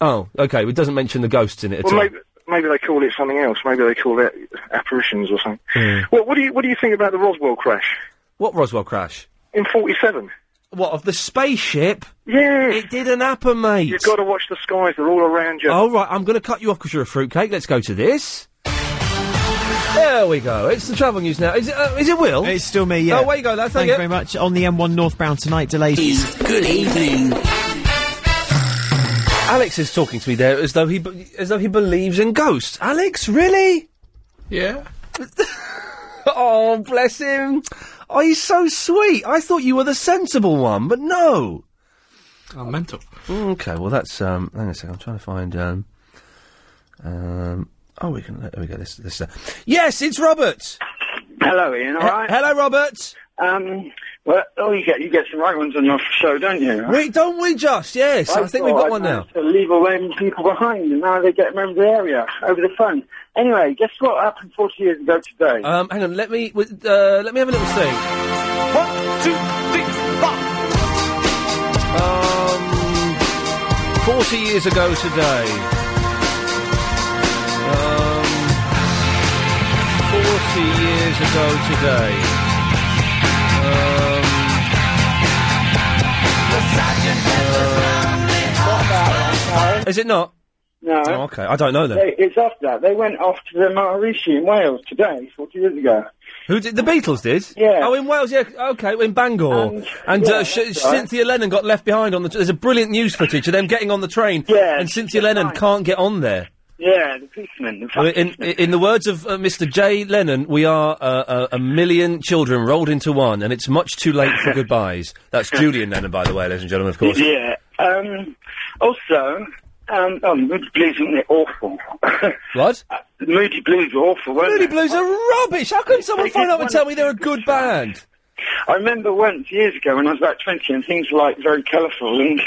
Speaker 1: Oh, okay. It doesn't mention the ghosts in it at
Speaker 2: Well,
Speaker 1: all.
Speaker 2: maybe maybe they call it something else. Maybe they call it apparitions or something.
Speaker 1: Hmm.
Speaker 2: Well, what do you what do you think about the Roswell crash
Speaker 1: What Roswell crash?
Speaker 2: in '47?
Speaker 1: What of the spaceship?
Speaker 2: Yeah,
Speaker 1: it didn't happen, mate.
Speaker 2: You've got to watch the skies; they're all around you.
Speaker 1: All right, I'm going to cut you off because you're a fruitcake. Let's go to this. There we go. It's the travel news now. Is it? Uh, is it Will?
Speaker 7: It's still me, yeah.
Speaker 1: Oh, way you go, lads.
Speaker 7: Thank
Speaker 1: Thank
Speaker 7: you
Speaker 1: you.
Speaker 7: very much. On the M1 northbound tonight, delays.
Speaker 36: Good evening.
Speaker 1: Alex is talking to me there as though he be- as though he believes in ghosts. Alex, really?
Speaker 37: Yeah.
Speaker 1: oh, bless him. Oh, he's so sweet. I thought you were the sensible one, but no. Mm,
Speaker 37: I'm mental.
Speaker 1: Okay, well that's um. Hang on a second. I'm trying to find um. Um. Oh, we can. There we go. This. This. Uh, yes, it's Robert.
Speaker 8: Hello, Ian. All right.
Speaker 1: Hello, Robert.
Speaker 8: Um, well, oh, you get you get some right ones on your show, don't you?
Speaker 1: We don't we just? Yes, I, think we've
Speaker 8: thought
Speaker 1: got
Speaker 8: I'd
Speaker 1: one now.
Speaker 8: managed To leave away people behind, and now they get around the area over the phone. Anyway, guess what happened 40 years ago today?
Speaker 1: Um, hang on. Let me. w- Uh, let me have a little thing. One, two, three, four. Um, forty years ago today. Um, forty years ago today. Um. um, Is it not?
Speaker 8: No.
Speaker 1: Oh, okay, I don't know then.
Speaker 8: They, it's after that. They went off to the Maharishi in Wales today, 40 years ago.
Speaker 1: Who did the Beatles? Did
Speaker 8: Yeah.
Speaker 1: Oh, in Wales, yeah. Okay, in Bangor, and,
Speaker 8: yeah,
Speaker 1: uh, sh-
Speaker 8: that's right.
Speaker 1: Cynthia Lennon got left behind on the. T- there's a brilliant news footage of them getting on the train, yeah, and Cynthia Lennon can't get on there.
Speaker 8: Yeah, the policeman. The
Speaker 1: Well, in, in in the words of uh, Mr. J. Lennon, we are uh, uh, a million children rolled into one, and it's much too late for goodbyes. That's Julian Lennon, by the way, ladies and gentlemen. Of course.
Speaker 8: Yeah. Um, also, um, oh, Moody Blues isn't it awful? Uh,
Speaker 1: What?
Speaker 8: Moody Blues were awful, weren't
Speaker 1: Moody
Speaker 8: they?
Speaker 1: Blues are rubbish. How can someone
Speaker 8: They
Speaker 1: phone
Speaker 8: did
Speaker 1: up and
Speaker 8: one
Speaker 1: tell me they're a good band?
Speaker 8: I remember once years ago when I was about 20 and things were like very colourful and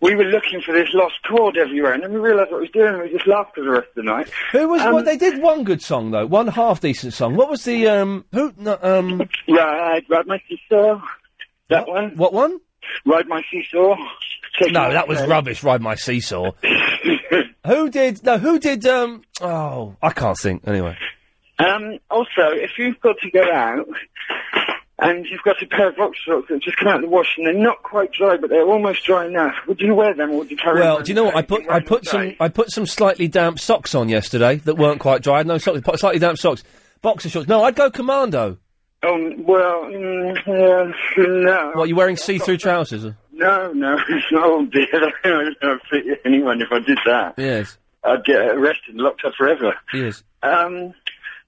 Speaker 8: we were looking for this lost chord everywhere and then we realised what we were doing and we just laughed for the rest of the night.
Speaker 1: Who was?
Speaker 8: Um,
Speaker 1: what, they did one good song though, one half decent song. What was the um? Who? No, um.
Speaker 8: Ride, ride my seesaw. That one.
Speaker 1: What one?
Speaker 8: Ride my seesaw.
Speaker 1: No, that was rubbish. Ride my seesaw. who did? No, who did? Um. Oh, I can't think. Anyway.
Speaker 8: Um, also, if you've got to go out and you've got a pair of box shorts that just come out of the wash and they're not quite dry but they're almost dry enough, would you wear them or would you carry
Speaker 1: Well,
Speaker 8: them?
Speaker 1: do you know what? I put I put some I put some slightly damp socks on yesterday that weren't quite dry. I had no socks, but slightly damp socks, boxer shorts. No, I'd go commando.
Speaker 7: Oh,
Speaker 8: Um,
Speaker 7: well, mm, yeah, no.
Speaker 1: What, you're wearing see-through trousers? uh?
Speaker 7: No, no. Oh, dear. I don't fit anyone if I did that.
Speaker 1: Yes,
Speaker 7: I'd get arrested and locked up forever.
Speaker 1: yes.
Speaker 7: Um,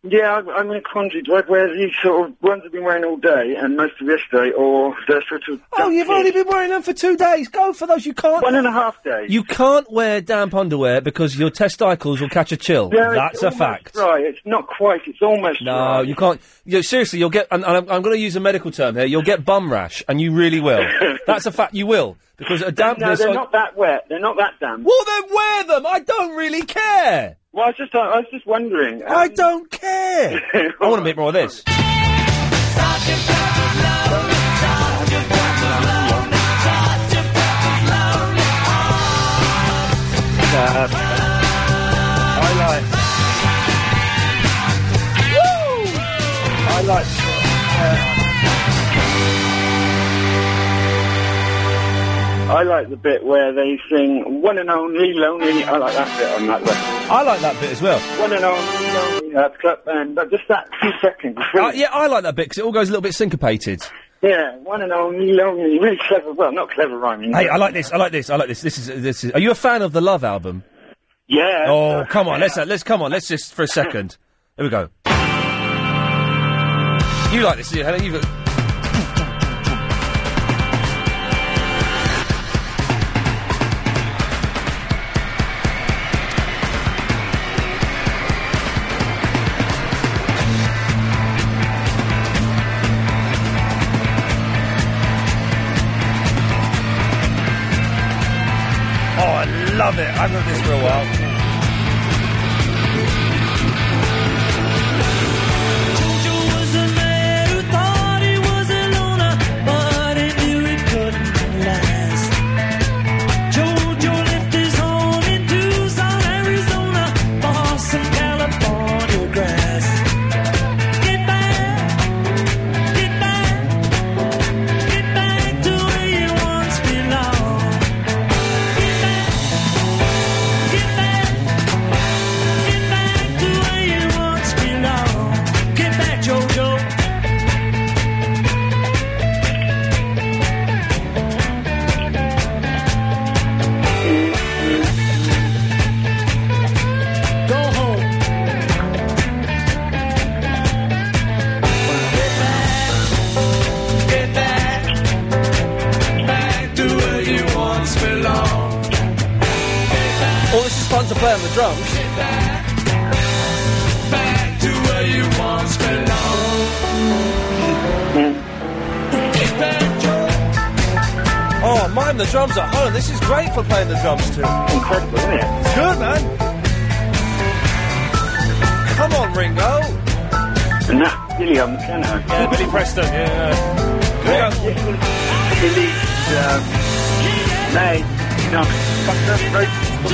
Speaker 7: yeah, I, I'm in a quandary. Do I wear these sort of ones I've been wearing all day and most of yesterday, or they're sort of...
Speaker 1: Oh, you've only been wearing them for two days. Go for those. You can't...
Speaker 7: One and a half days.
Speaker 1: You can't wear damp underwear because your testicles will catch a chill.
Speaker 7: Yeah, it's
Speaker 1: That's a
Speaker 7: almost
Speaker 1: fact.
Speaker 7: Right, it's not quite. It's almost
Speaker 1: No, you can't. You seriously, you'll get. And, and I'm, I'm going to use a medical term here. You'll get bum rash, and you really will. That's a fact. You will because a
Speaker 7: No,
Speaker 1: dampness.
Speaker 7: they're not that wet. They're not that damp.
Speaker 1: Well, then wear them. I don't really care.
Speaker 7: Well, I was just, I was just wondering. um,
Speaker 1: I don't care. I want a bit more of this. Uh,
Speaker 7: I like.
Speaker 1: Woo!
Speaker 7: I like. uh, I like the bit where they sing "One and Only Lonely." I like that bit on that record.
Speaker 1: I like that bit as well.
Speaker 7: One and Only Lonely. Uh, club band, but just that two seconds. is
Speaker 1: Uh,
Speaker 7: brilliant.
Speaker 1: yeah, I like that bit because it all goes a little bit syncopated.
Speaker 7: Yeah, One and Only Lonely. Really clever. Well, not clever rhyming.
Speaker 1: Hey, I like this. I like this. I like this. This is this is. Are you a fan of the Love album?
Speaker 7: Yeah.
Speaker 1: Oh, come on. Let's let's come on. Let's just for a second. Here we go. You like this, Helen? You've got... Oh, I love it. I've loved this for a while.
Speaker 8: Jojo. Go home. Get back, get back, back to where you once belong.
Speaker 1: Oh, this is fun to play on the drums.
Speaker 8: Get back, back to where you once belong. Get back, Joe.
Speaker 1: Oh, mime the drums at home. This is great for playing the drums too. Incredible, isn't it? Good, man. Come on, Ringo.
Speaker 7: And that Billy on the piano.
Speaker 1: Yeah, Billy Preston. Yeah. Here we go.
Speaker 7: Billy. Um, Nay. No. I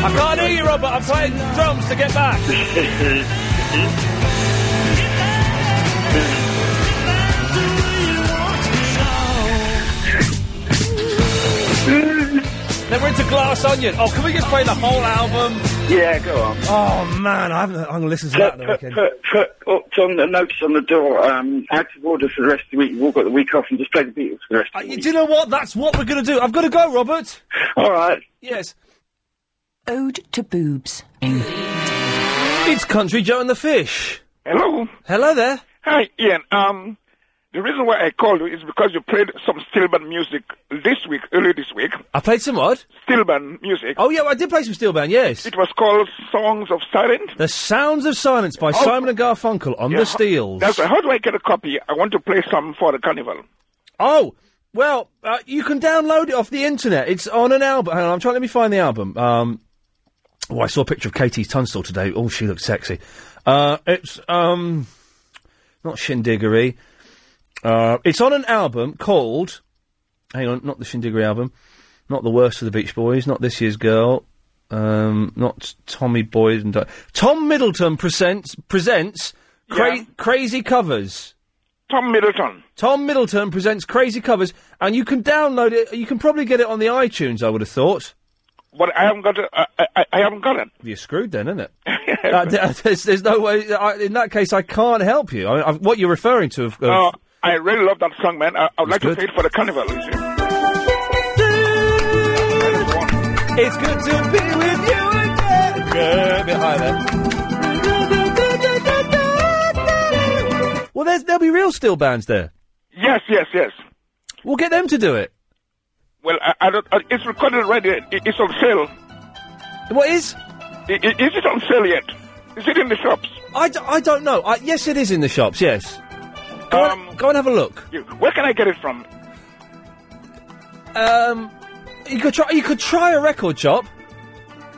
Speaker 1: I can't hear you, Robert. I'm playing drums to get back. then we're into Glass Onion. Oh, can we just play the whole album?
Speaker 7: Yeah, go on.
Speaker 1: Oh man, I haven't, I'm going to listen to that
Speaker 7: Put,
Speaker 1: the
Speaker 7: put,
Speaker 1: weekend.
Speaker 7: put, put up on the notice on the door, um, out of order for the rest of the week. You've all got the week off and just play the Beatles for the rest
Speaker 1: Uh, you- do you know what? That's what we're going to do. I've got to go, Robert.
Speaker 7: All right.
Speaker 1: Yes.
Speaker 38: Ode to boobs.
Speaker 1: It's Country Joe and the Fish.
Speaker 33: Hello.
Speaker 1: Hello there.
Speaker 33: Hi, Ian. Um, the reason why I called you is because you played some Stillman music this week, earlier this week.
Speaker 1: I played some odd.
Speaker 33: Stillman music.
Speaker 1: Oh, yeah, well, I did play some steel band, yes.
Speaker 33: It was called Songs of Silence.
Speaker 1: The Sounds of Silence by Simon and Garfunkel on
Speaker 33: Yeah,
Speaker 1: the Steels.
Speaker 33: That's right. How do I get a copy? I want to play some for the carnival.
Speaker 1: Oh, well, uh, you can download it off the internet. It's on an album. Hang on, I'm trying to let me find the album. Um, oh, I saw a picture of Katie Tunstall today. Oh, she looks sexy. Uh, it's um, not Shindiggery. Uh, it's on an album called. Hang on, not the Shindiggery album, not the worst of the Beach Boys, not this year's girl, um, not Tommy Boyd and Di- Tom Middleton presents presents cra- crazy covers.
Speaker 33: Tom Middleton.
Speaker 1: Tom Middleton presents Crazy Covers, and you can download it. You can probably get it on the iTunes, I would have thought.
Speaker 33: But I haven't got it. I, I, I haven't got it.
Speaker 1: You're screwed then, isn't it? Uh, d- there's, there's no way. I, in that case, I can't help you. I, I, what you're referring to, of, of
Speaker 33: Uh, I really love that song, man. I, I would like to
Speaker 1: good.
Speaker 33: play it for the carnival. You see.
Speaker 1: It's good to be with you again. Good, a bit higher there. Well, there's, there'll be real steel bands there.
Speaker 33: Uh, Yes, yes, yes.
Speaker 1: We'll get them to do it.
Speaker 33: Well, I, I don't, uh, it's recorded already. It, it's on sale.
Speaker 1: What is?
Speaker 33: I, I, is it on sale yet? Is it in the shops?
Speaker 1: I, d- I don't know. I, yes, it is in the shops, yes. Go, on, go and have a look.
Speaker 33: Um, You- Where can I get it from?
Speaker 1: Um, you could try. You could try a record shop.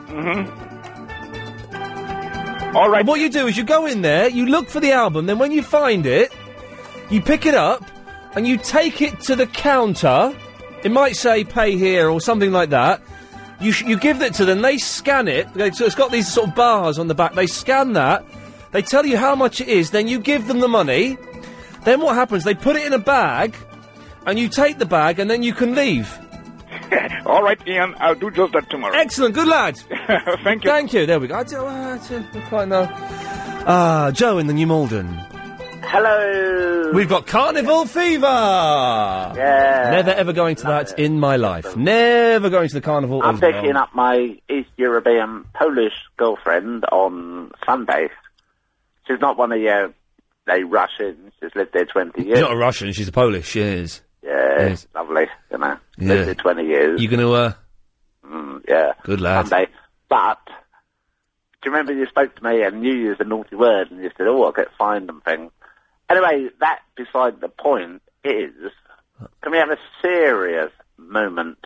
Speaker 33: Mm-hmm.
Speaker 1: All right. what you do is you go in there, you look for the album, then when you find it, you pick it up and you take it to the counter. It might say "pay here" or something like that. You sh- you give that to them. They scan it. They, so it's got these sort of bars on the back. They scan that. They tell you how much it is. Then you give them the money. Then what happens? They put it in a bag, and you take the bag, and then you can leave.
Speaker 33: All right, Ian. I'll do just that tomorrow.
Speaker 1: Excellent. Good lad.
Speaker 33: Thank you.
Speaker 1: Thank you. There we go. I don't, I don't quite know. Ah, Joe in the New Malden.
Speaker 7: Hello.
Speaker 1: We've got Carnival Fever. Yeah. Never ever going to that in my life. Never going to the carnival.
Speaker 7: I'm
Speaker 1: as well.
Speaker 7: picking up my East European Polish girlfriend on Sunday. She's not one of your they Russians. She's lived there 20 years.
Speaker 1: She's not a Russian. She's a Polish. She is.
Speaker 7: yeah,
Speaker 1: Yes.
Speaker 7: lovely. You know,
Speaker 1: Yeah.
Speaker 7: lived there 20 years.
Speaker 1: You gonna? Uh,
Speaker 7: Mm, yeah,
Speaker 1: good lad.
Speaker 7: Sunday. But do you remember you spoke to me and you used a naughty word and you said, "Oh, I'll get fined and things." Anyway, that beside the point is, can we have a serious moment?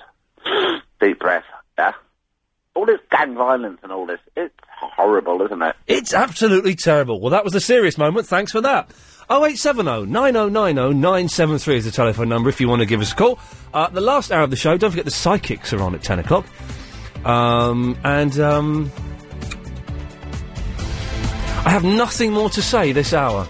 Speaker 7: Deep breath. Yeah. All this gang violence and all this, it's horrible, isn't it?
Speaker 1: It's absolutely terrible. Well, that was the serious moment. Thanks for that. Oh, 0870 9090 973 is the telephone number if you want to give us a call. Uh, the last hour of the show, don't forget the psychics are on at 10 o'clock. Um, and um, I have nothing more to say this hour.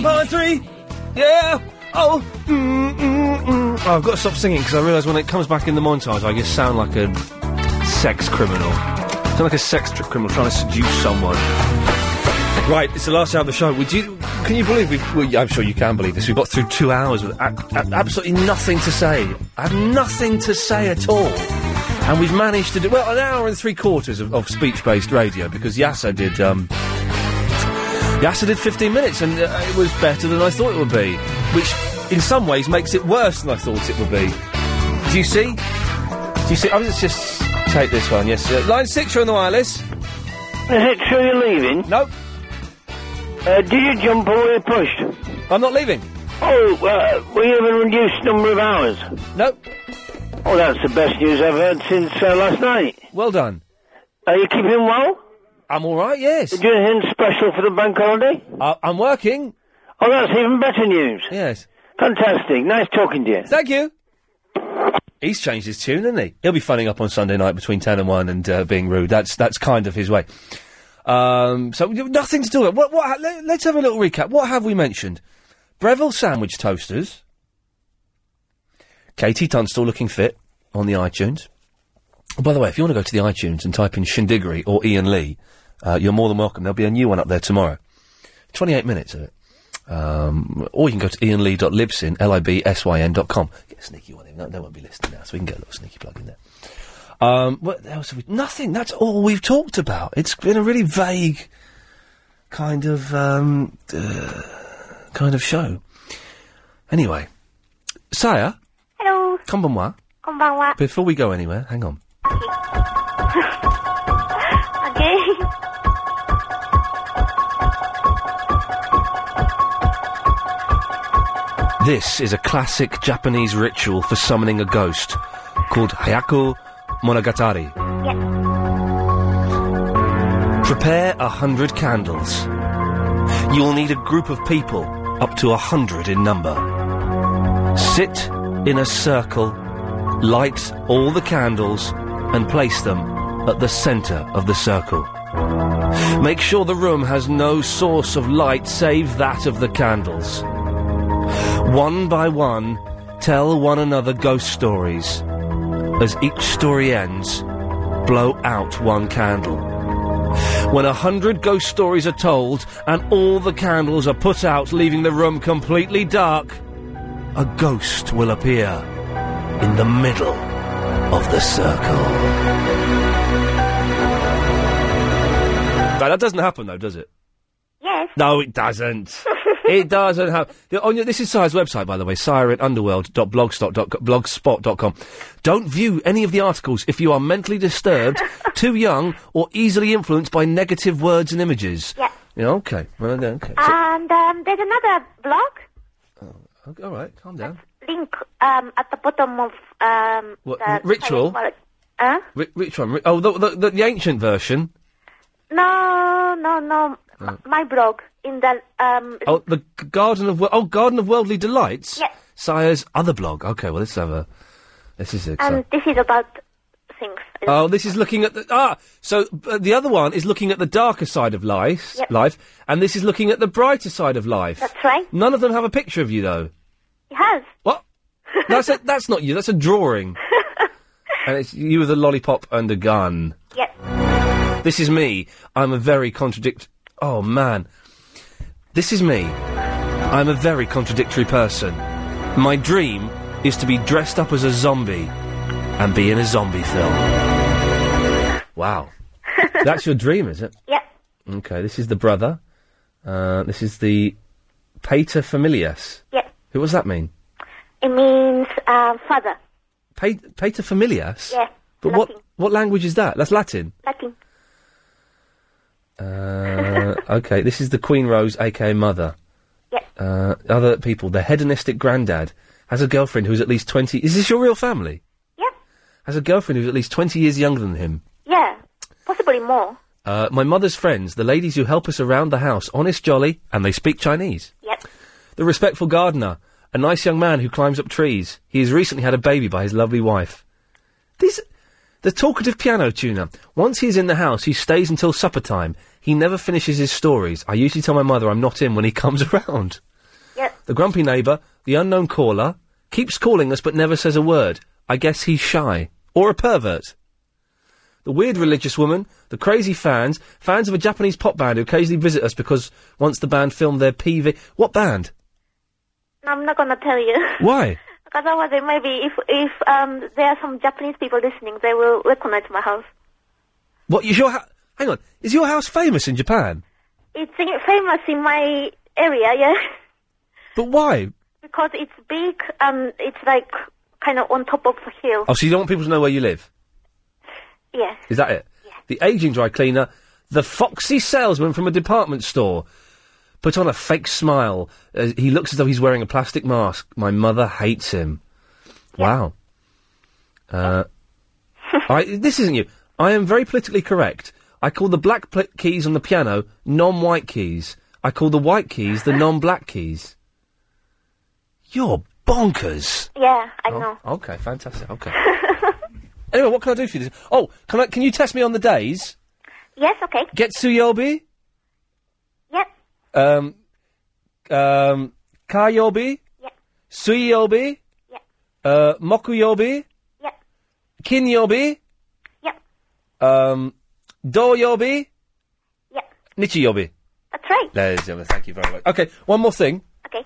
Speaker 6: Lovely.
Speaker 1: Yeah. Oh. Mm, mm, mm. Oh, I've got to stop singing because I realise when it comes back in the montage, I just sound like a sex criminal. sound like a sex tr- criminal trying to seduce someone. Right, it's the last hour of the show. Would you? Can you believe we've? Well, yeah, I'm sure you can believe this. We've got through two hours with a- a- absolutely nothing to say. I have nothing to say at all, and we've managed to do well an hour and three quarters of, of speech-based radio because Yasser did. Um, Yasser did 15 minutes, and uh, it was better than I thought it would be, which in some ways makes it worse than I thought it would be. Do you see? Do you see? I was just take this one. Yes, uh, line six, you're on the wireless.
Speaker 8: Is it true you're leaving?
Speaker 1: Nope.
Speaker 8: Uh, did you jump or were you pushed?
Speaker 1: I'm not leaving.
Speaker 8: Oh, uh, were you in a reduced number of hours?
Speaker 1: Nope.
Speaker 8: Oh, that's the best news I've heard since uh, last night.
Speaker 1: Well done.
Speaker 8: Are you keeping well?
Speaker 1: I'm all right, yes.
Speaker 8: Did you do anything special for the bank holiday?
Speaker 1: Uh, I'm working.
Speaker 8: Oh, that's even better news.
Speaker 1: Yes.
Speaker 8: Fantastic. Nice talking to you.
Speaker 1: Thank you. He's changed his tune, hasn't he? He'll be funning up on Sunday night between ten and one and uh, being rude. That's that's kind of his way. Um, so y- nothing to do with. it. What, what, let, let's have a little recap. What have we mentioned? Breville sandwich toasters. Katie Tunstall looking fit on the iTunes. Oh, by the way, if you want to go to the iTunes and type in Shindiggery or Ian Lee, uh, you're more than welcome. There'll be a new one up there tomorrow. 28 minutes of it. Um, or you can go to ianlee.libsyn, L-I-B-S-Y-N dot com. Get a sneaky one in. No, they won't be listening now, so we can get a little sneaky plug in there. Um, what else have we... Nothing. That's all we've talked about. It's been a really vague kind of, um, uh, kind of show. Anyway. Saya,
Speaker 39: Hello,
Speaker 1: konbanwa.
Speaker 39: konbanwa.
Speaker 1: Before we go anywhere, hang on.
Speaker 39: Okay.
Speaker 1: This is a classic Japanese ritual for summoning a ghost called Hayaku Monogatari. Prepare a hundred candles. You'll need a group of people, up to a hundred in number. Sit in a circle, light all the candles, and place them at the center of the circle. Make sure the room has no source of light save that of the candles. One by one, tell one another ghost stories. As each story ends, blow out one candle. When a hundred ghost stories are told and all the candles are put out, leaving the room completely dark, a ghost will appear in the middle of the circle. Now, that doesn't happen, though, does it?
Speaker 9: Yes.
Speaker 1: No, it doesn't. it doesn't happen. On your, this is Sire's website, by the way, sire at underworld.blogspot.com. Don't view any of the articles if you are mentally disturbed, too young, or easily influenced by negative words and images.
Speaker 9: Yeah.
Speaker 1: Yeah, okay. Well, okay. okay. So-
Speaker 39: And um, there's another blog
Speaker 1: okay, all right, calm down.
Speaker 39: link um, at the bottom of um,
Speaker 1: What,
Speaker 39: the
Speaker 1: ritual?
Speaker 39: Huh?
Speaker 1: Whi- which one? Whi- Oh, the, the, the, the ancient version.
Speaker 39: No, no, no.
Speaker 1: Oh.
Speaker 39: My blog in the um.
Speaker 1: Oh, the G- Garden of Wo- Oh, Garden of Worldly Delights.
Speaker 39: Yes.
Speaker 1: Sire's other blog. Okay, well, let's have a. This is exciting.
Speaker 39: And this is about things.
Speaker 1: Oh, this is looking at the ah. So uh, the other one is looking at the darker side of life,
Speaker 39: Yep.
Speaker 1: life, and this is looking at the brighter side of life.
Speaker 39: That's right.
Speaker 1: None of them have a picture of you, though.
Speaker 39: It has.
Speaker 1: What? that's a, that's not you. That's a drawing. and it's you with a lollipop and a gun.
Speaker 39: Yep.
Speaker 1: This is me. I'm a very contradict. Oh man, this is me. I'm a very contradictory person. My dream is to be dressed up as a zombie and be in a zombie film. Wow, that's your dream, is it?
Speaker 39: Yep.
Speaker 1: Okay, this is the brother. Uh, this is the pater familias.
Speaker 39: Yep.
Speaker 1: Who does that mean?
Speaker 39: It means um, father.
Speaker 1: Pa- pater familias.
Speaker 39: Yeah.
Speaker 1: But what what language is that? That's Latin.
Speaker 39: Latin.
Speaker 1: Uh, okay, this is the Queen Rose, aka Mother.
Speaker 39: Yep.
Speaker 1: Uh, other people, the hedonistic granddad has a girlfriend who's at least twenty. Is this your real family?
Speaker 39: Yep.
Speaker 1: Has a girlfriend who's at least twenty years younger than him.
Speaker 39: Yeah. Possibly more.
Speaker 1: Uh, my mother's friends, the ladies who help us around the house, honest, jolly, and they speak Chinese.
Speaker 39: Yep.
Speaker 1: The respectful gardener, a nice young man who climbs up trees. He has recently had a baby by his lovely wife. These, the talkative piano tuner. Once he is in the house, he stays until supper time. He never finishes his stories. I usually tell my mother I'm not in when he comes around.
Speaker 39: Yep.
Speaker 1: The grumpy neighbour, the unknown caller, keeps calling us but never says a word. I guess he's shy. Or a pervert. The weird religious woman, the crazy fans, fans of a Japanese pop band who occasionally visit us because once the band filmed their PV. What band?
Speaker 39: I'm not gonna tell you.
Speaker 1: Why?
Speaker 39: Because otherwise, it maybe if if um there are some Japanese people listening, they will recognize my house.
Speaker 1: What is your ha- hang on? Is your house famous in Japan?
Speaker 39: It's in- famous in my area, yeah,
Speaker 1: But why?
Speaker 39: because it's big and it's like kind of on top of a hill.
Speaker 1: Oh, so you don't want people to know where you live?
Speaker 39: Yeah.
Speaker 1: Is that it? The aging dry cleaner, the foxy salesman from a department store, put on a fake smile. Uh, he looks as though he's wearing a plastic mask. My mother hates him. Wow. Uh, I, this isn't you. I am very politically correct. I call the black pl- keys on the piano non-white keys. I call the white keys the non-black keys. You're bonkers.
Speaker 39: Yeah, I
Speaker 1: Oh,
Speaker 39: know.
Speaker 1: Okay, fantastic. Okay. anyway, what can I do for you? This? Oh, can I? Can you test me on the days?
Speaker 39: Yes, okay.
Speaker 1: Get Getsuyobi.
Speaker 39: Yep.
Speaker 1: Um. Um. Kayobi.
Speaker 39: Yep.
Speaker 1: Suiyobi. Yep. Uh. Mokuyobi.
Speaker 39: Yep.
Speaker 1: Kinyobi.
Speaker 39: Yep.
Speaker 1: Um. Doyobi.
Speaker 39: Yep.
Speaker 1: Nichiyobi.
Speaker 39: That's right.
Speaker 1: Ladies and gentlemen, thank you very much. Okay, one more thing.
Speaker 39: Okay.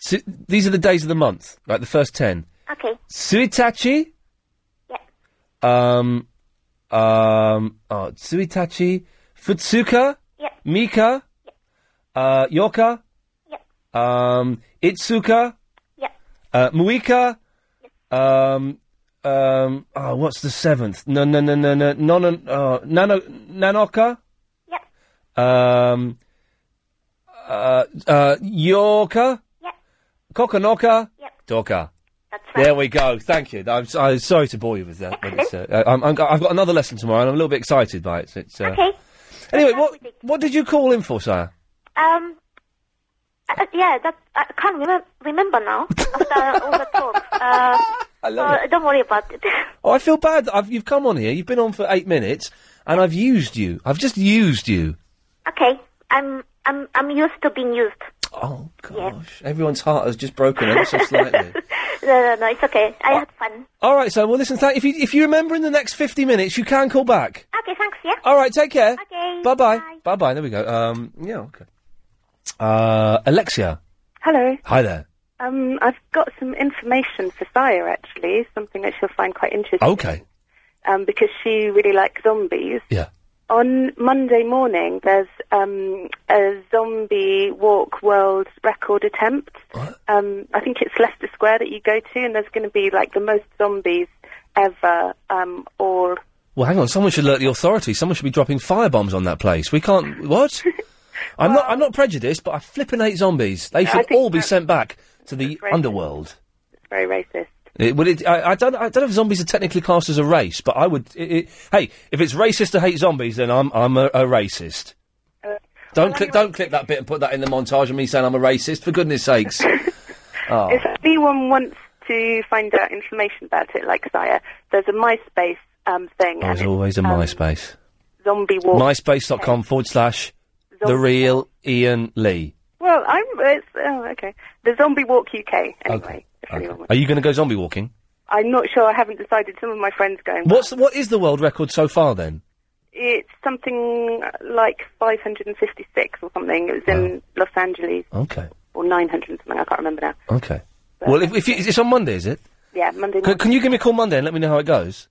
Speaker 1: Su- these are the days of the month, right? The first ten.
Speaker 39: Okay.
Speaker 1: Suitachi. Um, um, oh, Tsuitachi, Futsuka, Mika, uh, Yoka, um, Itsuka, uh, Muika, um, um, oh, what's the seventh? No, no, no, no, no, no, no, oh, Nano, Nanoka, um, uh, uh, Yoka, Kokonoka, Doka. There we go. Thank you. I'm, s- I'm sorry to bore you with that. But it's, uh, I'm, I'm, I've got another lesson tomorrow, and I'm a little bit excited by it. So it's, uh,
Speaker 39: Okay.
Speaker 1: Anyway, what what did you call in for, sire?
Speaker 39: Um. Uh, yeah, that I can't remember remember now after all the talk. Uh,
Speaker 1: I love
Speaker 39: so
Speaker 1: it.
Speaker 39: Don't worry about it.
Speaker 1: Oh, I feel bad. that I've, you've come on here. You've been on for eight minutes, and I've used you. I've just used you.
Speaker 39: okay. I'm I'm I'm used to being used.
Speaker 1: Oh gosh, everyone's heart has just broken ever so slightly.
Speaker 39: No, no, no, it's okay. I had fun.
Speaker 1: All right, Sam. Well, listen. Thank, if you if you remember in the next fifty minutes, you can call back.
Speaker 39: Okay, thanks, yeah?
Speaker 1: All right. Take care.
Speaker 39: Okay.
Speaker 1: Bye bye. Bye bye. There we go. Um. Yeah. Okay. Uh. Alexia.
Speaker 13: Hello.
Speaker 1: Hi there.
Speaker 13: Um, I've got some information for Saya, actually, something that she'll find quite interesting.
Speaker 1: Okay.
Speaker 13: Um, because she really likes zombies.
Speaker 1: Yeah.
Speaker 13: On Monday morning, there's um, a zombie walk world record attempt. Um, I think it's Leicester Square that you go to, and there's going to be like the most zombies ever, um, or
Speaker 1: Well, hang on. Someone should alert the authorities. Someone should be dropping firebombs on that place. We can't. What? I'm not. I'm not prejudiced, but I flippin' hate zombies. They
Speaker 13: I
Speaker 1: should
Speaker 13: think
Speaker 1: all be sent back to the
Speaker 13: racist.
Speaker 1: underworld.
Speaker 13: it's very racist.
Speaker 1: It, well, it, I, I don't. I don't know if zombies are technically classed as a race, but I would. It, it, hey, if it's racist to hate zombies, then I'm. I'm a, a racist.
Speaker 13: Uh,
Speaker 1: don't click. Don't click that bit and put that in the montage of me saying I'm a racist. For goodness sakes. oh.
Speaker 13: If anyone wants to find out information about it, like Saya, there's a MySpace um, thing.
Speaker 1: There's always a
Speaker 13: Um,
Speaker 1: MySpace.
Speaker 13: Zombie walk.
Speaker 1: MySpace.com forward slash the
Speaker 13: Zombie
Speaker 1: real Ian Lee.
Speaker 13: Well, I'm. It's, oh, okay. The Zombie Walk UK. Anyway, if anyone wants.
Speaker 1: Are you going to go zombie walking?
Speaker 13: I'm not sure. I haven't decided. Some of my friends are going.
Speaker 1: What's the- what is the world record so far then?
Speaker 13: It's something like 556 or something. It was
Speaker 1: Oh.
Speaker 13: in Los Angeles
Speaker 1: Okay.
Speaker 13: or 900 and something. I can't remember now.
Speaker 1: Okay. Well, if, if you, it's on Monday, is it?
Speaker 13: Yeah, Monday.
Speaker 1: Can,
Speaker 13: Morning.
Speaker 1: can you give me a call Monday and let me know how it goes?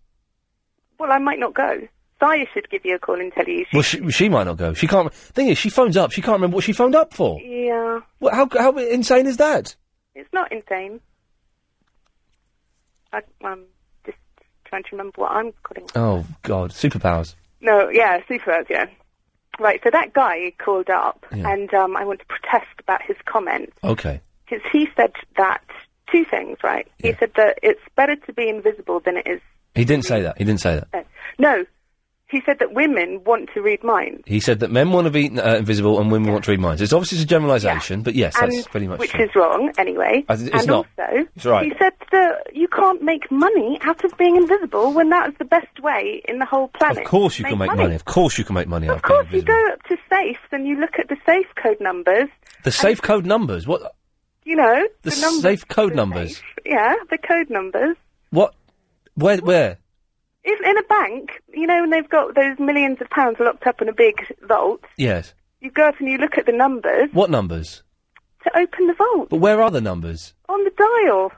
Speaker 13: Well, I might not go. Saya should give you a call and tell you.
Speaker 1: Well, she, she might not go. She can't. Thing is, she phones up. She can't remember what she phoned up for.
Speaker 13: Yeah,
Speaker 1: What, how how insane is that?
Speaker 13: it's not insane. I, I'm just trying to remember what I'm calling.
Speaker 1: Oh God, superpowers.
Speaker 13: No, yeah, super, yeah. Right, so that guy called up, and um, I want to protest about his comment.
Speaker 1: Okay.
Speaker 13: Because he said that two things, right? He said that it's better to be invisible than it is.
Speaker 1: He didn't say that. He didn't say that.
Speaker 13: Uh, no, he said that women want to read minds.
Speaker 1: He said that men want to be uh, invisible and women want to read minds. It's obviously a generalisation, but yes,
Speaker 13: and,
Speaker 1: that's pretty much
Speaker 13: Which
Speaker 1: true.
Speaker 13: is wrong, anyway.
Speaker 1: I th- it's
Speaker 13: and
Speaker 1: not.
Speaker 13: also,
Speaker 1: It's right.
Speaker 13: he said that you can't make money out of being invisible when that is the best way in the whole planet.
Speaker 1: Of course, you
Speaker 13: to
Speaker 1: can make money. Of course, you can make money out of
Speaker 13: Of course,
Speaker 1: being
Speaker 13: you go up to safes and you look at the safe code numbers.
Speaker 1: The safe code numbers. What?
Speaker 13: You know
Speaker 1: The,
Speaker 13: numbers.
Speaker 1: safe code numbers.
Speaker 13: Yeah, the code numbers.
Speaker 1: What? Where? Where?
Speaker 13: In, in a bank, you know, when they've got those millions of pounds locked up in a big vault,
Speaker 1: Yes.
Speaker 13: you go up and you look at the numbers
Speaker 1: What numbers?
Speaker 13: to open the vault
Speaker 1: But where are the numbers?
Speaker 13: on the dial.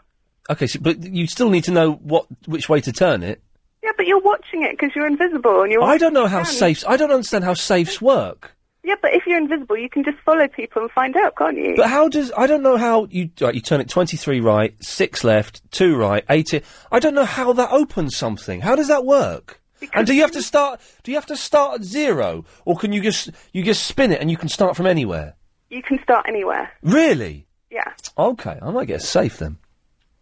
Speaker 1: Okay, so, but you still need to know what which way to turn it.
Speaker 13: Yeah, but you're watching it because you're invisible and you're.
Speaker 1: I don't know how
Speaker 13: watching them.
Speaker 1: safes. I don't understand how safes work.
Speaker 13: Yeah, but if you're invisible, you can just follow people and find out, can't you?
Speaker 1: But how does? I don't know how you. Right, you turn it twenty-three right, six left, two right, eighty. I don't know how that opens something. How does that work? and do you have to start? Do you have to start at zero, or can you just you just spin it and you can start from anywhere?
Speaker 13: you can start anywhere.
Speaker 1: Really?
Speaker 13: Yeah,
Speaker 1: Okay, I might get a safe then.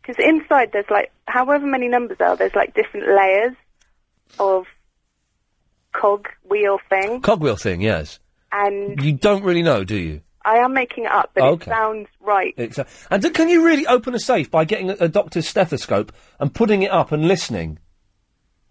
Speaker 13: because inside there's like however many numbers are there's like different layers of cog wheel thing,
Speaker 1: Cogwheel thing, yes.
Speaker 13: and
Speaker 1: You don't really know, do you?
Speaker 13: I am making it up, but
Speaker 1: Okay.
Speaker 13: it sounds right.
Speaker 1: It's a, and d- can you really open a safe by getting a, a doctor's stethoscope and putting it up and listening?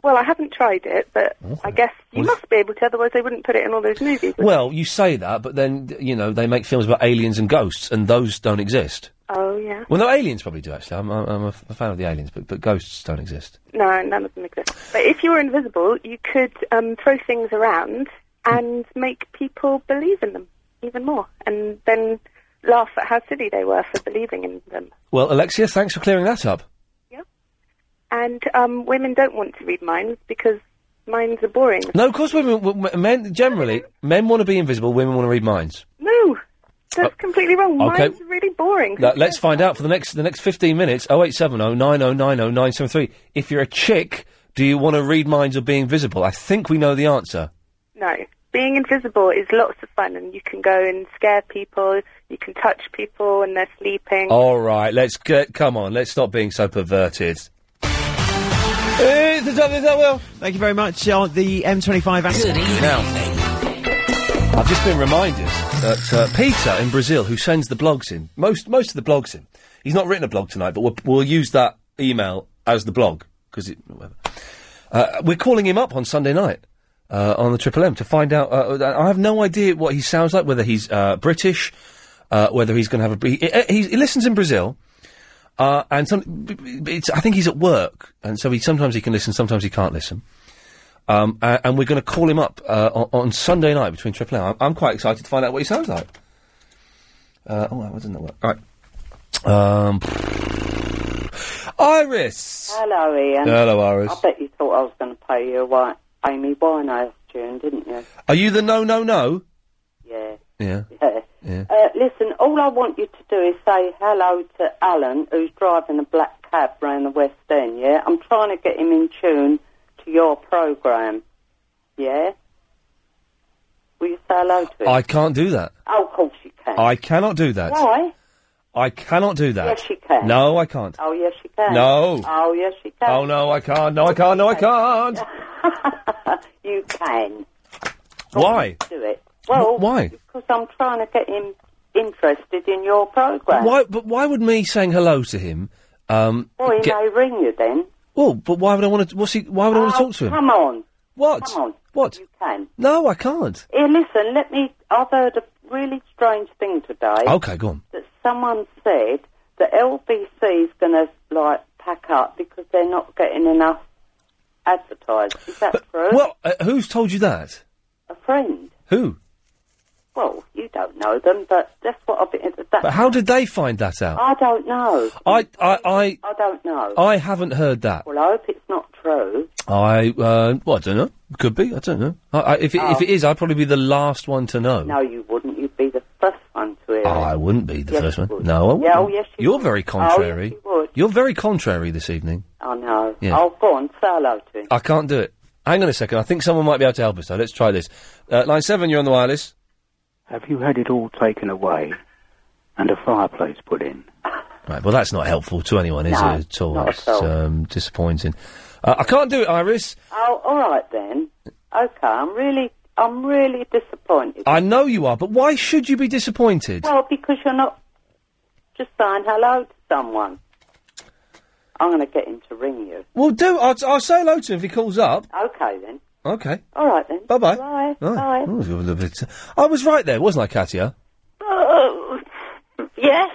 Speaker 13: Well, I haven't tried it, but I guess you
Speaker 1: Well,
Speaker 13: must be able to, otherwise they wouldn't put it in all those movies. would
Speaker 1: Well, you say that, but then d- you know they make films about aliens and ghosts, and those don't exist.
Speaker 13: they? Oh yeah.
Speaker 1: Well, no, aliens probably do actually. I'm, I'm, I'm a, f- a fan of the aliens, but, but ghosts don't exist.
Speaker 13: No, none of them exist. But if you were invisible, you could um, throw things around and make people believe in them even more, and then laugh at how silly they were for believing in them.
Speaker 1: Well, Alexia, thanks for clearing that up.
Speaker 13: And um, women don't want to read minds because minds are boring.
Speaker 1: No, of course, women, w- w- men generally men want to be invisible, women want to read minds.
Speaker 13: No, that's completely wrong.
Speaker 1: Uh, okay.
Speaker 13: Minds are really boring.
Speaker 1: Now, let's find out for the next the next fifteen minutes. Oh eight seven oh nine oh nine oh nine seven three. If you're a chick, do you want to read minds or be invisible? I think we know the answer.
Speaker 13: No. Being invisible is lots of fun, and you can go and scare people. You can touch people when they're sleeping.
Speaker 1: All right, let's get. Come on, let's stop being so perverted. It's the top of that well.
Speaker 33: Thank you very much. Uh, the M25
Speaker 23: Good evening.
Speaker 1: I've just been reminded that uh, Peter in Brazil, who sends the blogs in, most most of the blogs in, he's not written a blog tonight, but we'll, we'll use that email as the blog because it. Whatever. Uh, we're calling him up on Sunday night uh, on the Triple M to find out. Uh, uh, I have no idea what he sounds like, whether he's uh, British, uh, whether he's going to have a. He, he, he listens in Brazil. Uh, and some, b- b- b- it's, I think he's at work, and so he sometimes he can listen, sometimes he can't listen. Um, a- and we're going to call him up uh, on, on Sunday night between Triple M. I'm, I'm quite excited to find out what he sounds like. Uh, oh, that doesn't work. All right. Um, Iris.
Speaker 29: Hello, Ian.
Speaker 1: Hello, Iris.
Speaker 29: I bet you thought I was going to play you a Wi- Amy Winehouse tune, didn't you?
Speaker 1: are you the no, no, no?
Speaker 29: Yeah.
Speaker 1: Yeah.
Speaker 29: Yeah.
Speaker 1: Yeah.
Speaker 29: Uh, listen, all I want you to do is say hello to Alan, who's driving a black cab round the West End. Yeah, I'm trying to get him in tune to your program. Yeah. Will you say hello to him?
Speaker 1: I can't do that.
Speaker 29: Oh, of course you can.
Speaker 1: I cannot do that.
Speaker 29: Why?
Speaker 1: I cannot do that.
Speaker 29: Yes, you can.
Speaker 1: No, I can't.
Speaker 29: Oh, yes, you can.
Speaker 1: No.
Speaker 29: Oh, yes, you can.
Speaker 1: Oh no, I can't. No, I can't. No, I can't.
Speaker 29: You can. Oh.
Speaker 1: Why?
Speaker 29: Do it. Well,
Speaker 1: why?
Speaker 29: Because I'm trying to get him interested in your program.
Speaker 1: Why? But why would me saying hello to him? Um,
Speaker 29: Well, he
Speaker 1: get-
Speaker 29: may ring you then.
Speaker 1: well, but why would I want to? What's he? Why would I want to
Speaker 29: Oh,
Speaker 1: talk to him?
Speaker 29: Come on.
Speaker 1: What?
Speaker 29: Come on.
Speaker 1: What?
Speaker 29: You can.
Speaker 1: No, I can't.
Speaker 29: Here, listen, let me. I've heard a really strange thing today.
Speaker 1: Okay, go on.
Speaker 29: That someone said that LBC is going to, like, pack up because they're not getting enough advertised. Is that true?
Speaker 1: Well, uh, who's told you that?
Speaker 29: a friend.
Speaker 1: Who?
Speaker 29: Well, you don't know them, but that's what I've been. That,
Speaker 1: But how did they find that out?
Speaker 29: I don't know.
Speaker 1: I, I,
Speaker 29: I don't know.
Speaker 1: I, I haven't heard that.
Speaker 29: Well, I hope it's not true.
Speaker 1: I, uh, well, I don't know. Could be. I don't know. I, I, if, it, if it is, I'd probably be the last one to know.
Speaker 29: Oh. No, you wouldn't. You'd be the first one to hear.
Speaker 1: Oh, I wouldn't be the
Speaker 29: Yes,
Speaker 1: first
Speaker 29: you
Speaker 1: one.
Speaker 29: would.
Speaker 1: No, I wouldn't.
Speaker 29: Yeah, oh, yes, you
Speaker 1: You're
Speaker 29: would.
Speaker 1: very
Speaker 29: Oh, yes,
Speaker 1: contrary.
Speaker 29: you would.
Speaker 1: You're very contrary this evening.
Speaker 29: I know.
Speaker 1: Yeah.
Speaker 29: Oh, go on, say hello to him.
Speaker 1: I can't do it. Hang on a second. I think someone might be able to help us, though. Let's try this. Uh, line 7, you're on the wireless.
Speaker 17: Have you had it all taken away and a fireplace put in?
Speaker 1: Right, well, that's not helpful to anyone, is
Speaker 29: No,
Speaker 1: it, at all?
Speaker 29: not at
Speaker 1: It's,
Speaker 29: all.
Speaker 1: um, disappointing. Uh, I can't do it, Iris.
Speaker 29: Oh, all right then. Okay, I'm really, I'm really disappointed.
Speaker 1: I know you are, but why should you be disappointed?
Speaker 29: Well, because you're not just saying hello to someone. I'm going to get him to ring you.
Speaker 1: Well, do. I'll, I'll say hello to him if he calls up.
Speaker 29: Okay then.
Speaker 1: Okay.
Speaker 29: All right then.
Speaker 1: Bye-bye.
Speaker 29: Bye.
Speaker 1: Right.
Speaker 29: Bye.
Speaker 1: Oh, you're a little bit- I was right there, wasn't I, Katia?
Speaker 11: Oh, yes,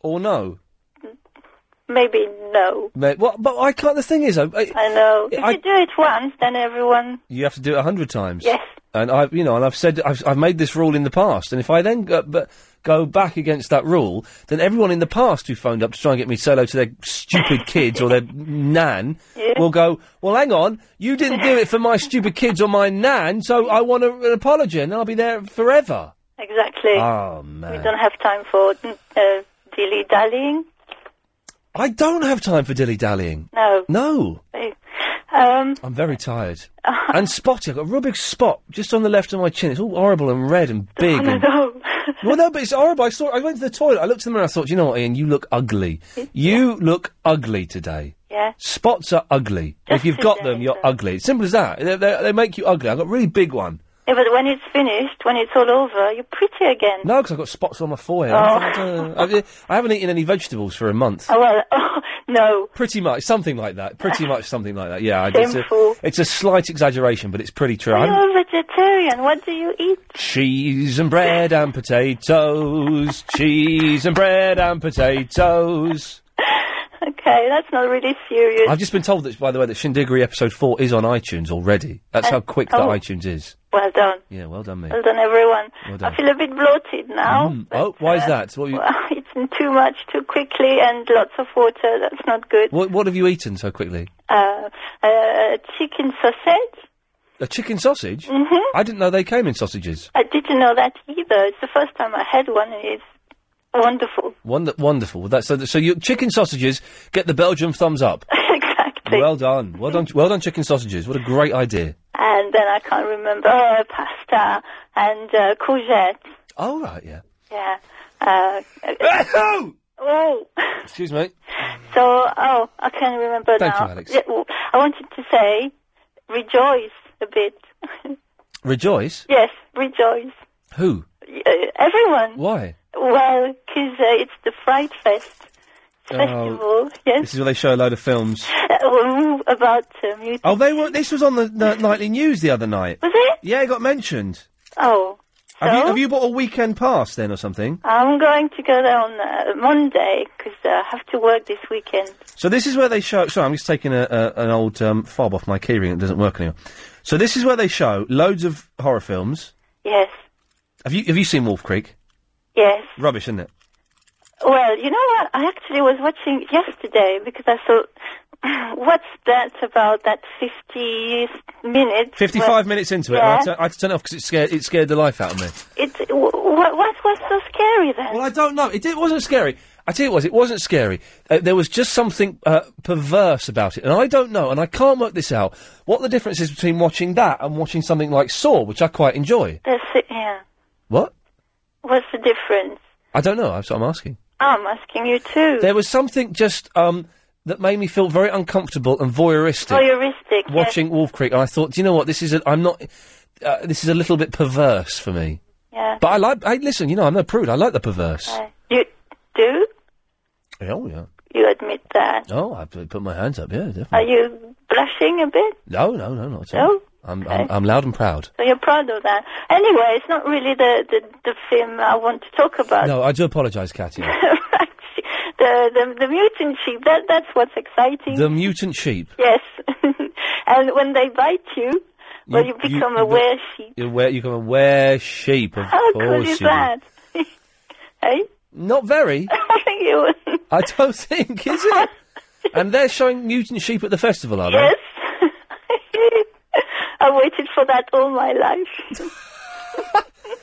Speaker 1: Or no?
Speaker 11: maybe no.
Speaker 1: Mate, well, but I can't. The thing is, I, I-
Speaker 11: I know. If
Speaker 1: I-
Speaker 11: you do it once, then everyone.
Speaker 1: you have to do it a hundred times.
Speaker 11: Yes.
Speaker 1: And I've, you know, and I've said I've, I've made this rule in the past, and if I then go, but go back against that rule, then everyone in the past who phoned up to try and get me to say hello to their stupid kids or their nan will go, well, hang on, you didn't do it for my stupid kids or my nan, so I want a, an apology, and I'll be there forever.
Speaker 11: Exactly.
Speaker 1: Oh
Speaker 11: we
Speaker 1: man,
Speaker 11: don't have time for mm, uh, dilly dallying.
Speaker 1: I don't have time for dilly dallying.
Speaker 11: No.
Speaker 1: No,
Speaker 11: Um,
Speaker 1: I'm very tired. and spotty, I've got a real big spot just on the left of my chin. It's all horrible and red and big.
Speaker 11: I
Speaker 1: and
Speaker 11: know.
Speaker 1: well, no, but it's horrible. I saw. I went to the toilet. I looked in the mirror. I thought, you know what, Ian, you look ugly. You look ugly today.
Speaker 11: Yeah.
Speaker 1: Spots are ugly. if you've got them, you're ugly. Simple as that. They, they, they make you ugly. I got a really big one.
Speaker 11: Yeah, but when it's finished, when it's all over, you're pretty again.
Speaker 1: No, because I've got spots on my forehead. I, don't- I don't- I haven't eaten any vegetables for a month.
Speaker 11: Oh well. no.
Speaker 1: Pretty much something like that. Pretty much something like that. Yeah, I- it's a,
Speaker 11: Shameful.
Speaker 1: it's a slight exaggeration, but it's pretty true. I haven't-
Speaker 11: You're a vegetarian. What do you eat?
Speaker 1: Cheese and bread and potatoes. Cheese and bread and potatoes.
Speaker 11: Okay, that's not really serious.
Speaker 1: I've just been told that, by the way, that Shindiggery episode four is on iTunes already. That's how
Speaker 11: Uh,
Speaker 1: quick that
Speaker 11: oh.
Speaker 1: iTunes is.
Speaker 11: Well done.
Speaker 1: Yeah, well done, me.
Speaker 11: Well done, everyone.
Speaker 1: Well done.
Speaker 11: I feel a bit bloated now.
Speaker 1: Mm. Oh, why is that? What, you,
Speaker 11: Well, it's been too much, too quickly, and lots of water. That's not good.
Speaker 1: what, what have you eaten so quickly?
Speaker 11: Uh, uh, chicken sausage.
Speaker 1: A chicken sausage?
Speaker 11: Mhm.
Speaker 1: I didn't know they came in sausages.
Speaker 11: I didn't know that either. It's the first time I had one, and it's wonderful.
Speaker 1: Wonder- wonderful. That's, so, so your chicken sausages get the Belgium thumbs up.
Speaker 11: exactly.
Speaker 1: Well done. Well done. Well done, chicken sausages. What a great idea.
Speaker 11: And then I can't remember oh, pasta and uh, courgette.
Speaker 1: All right, yeah.
Speaker 11: Yeah. Uh, oh.
Speaker 1: Excuse me.
Speaker 11: So oh, I can remember
Speaker 1: Thank
Speaker 11: now.
Speaker 1: you, Alex.
Speaker 11: Yeah, w- I wanted to say, rejoice a bit.
Speaker 1: Rejoice.
Speaker 11: Yes, rejoice.
Speaker 1: Who?
Speaker 11: Y- Uh, everyone.
Speaker 1: Why?
Speaker 11: Well, 'cause uh, it's the Fright Fest festival, yes,
Speaker 1: Oh. This is where they show a load of films.
Speaker 11: uh, oh, about uh, mut-
Speaker 1: Oh, they were. This was on the, the nightly news the other night.
Speaker 11: Was it?
Speaker 1: Yeah, it got mentioned.
Speaker 11: Oh,
Speaker 1: Have you, have you bought a weekend pass then or something?
Speaker 11: I'm going to go there on uh, Monday because uh, I have to work this weekend.
Speaker 1: So this is where they show. Sorry, I'm just taking a, a, an old um, fob off my keyring. It doesn't work anymore. So this is where they show loads of horror films.
Speaker 11: Yes,
Speaker 1: Have you have you seen Wolf Creek?
Speaker 11: yes.
Speaker 1: Rubbish, isn't it?
Speaker 11: Well, you know what? I actually was watching it yesterday because I thought, what's that about that 50 minutes?
Speaker 1: Fifty-five minutes into it,
Speaker 11: yeah.
Speaker 1: and I had to- I had to turn it off because it scared it scared the life out of me.
Speaker 11: It, w- what, what was so scary then?
Speaker 1: Well, I don't know. It, it wasn't scary. I tell you what, it wasn't scary. Uh, there was just something uh, perverse about it, and I don't know, and I can't work this out. What the difference is between watching that and watching something like Saw, which I quite enjoy?
Speaker 11: That's it, yeah.
Speaker 1: What?
Speaker 11: What's the difference?
Speaker 1: I don't know. That's what I'm asking.
Speaker 11: I'm asking you too.
Speaker 1: There was something just um, that made me feel very uncomfortable and voyeuristic.
Speaker 11: Voyeuristic, yes.
Speaker 1: Oh, Watching Wolf Creek, and I thought, do you know what? This is a, I'm not. Uh, this is a little bit perverse for me.
Speaker 11: Yeah.
Speaker 1: But I like. I listen. You know, I'm no prude. I like the perverse.
Speaker 11: You do?
Speaker 1: Oh yeah.
Speaker 11: You admit that?
Speaker 1: Oh, I put put my hands up. Yeah, definitely.
Speaker 11: Are you blushing a bit?
Speaker 1: No, no, no, not at all.
Speaker 11: No?
Speaker 1: I'm,
Speaker 11: Okay.
Speaker 1: I'm, I'm loud and proud.
Speaker 11: So you're proud of that. Anyway, it's not really the, the, the film I want to talk about.
Speaker 1: No, I do apologise, Katia.
Speaker 11: The, the, the mutant sheep, that, that's what's exciting.
Speaker 1: the mutant sheep.
Speaker 11: Yes. and when they bite you, well, you,
Speaker 1: You- you-
Speaker 11: become
Speaker 1: you
Speaker 11: a
Speaker 1: be-
Speaker 11: were sheep.
Speaker 1: You wear, you can wear sheep, of
Speaker 11: How
Speaker 1: course.
Speaker 11: cool is
Speaker 1: you do.
Speaker 11: that? hey?
Speaker 1: Not very.
Speaker 11: you,
Speaker 1: I don't think, is it? and they're showing mutant sheep at the festival, are they?
Speaker 11: yes. I waited for that all my life.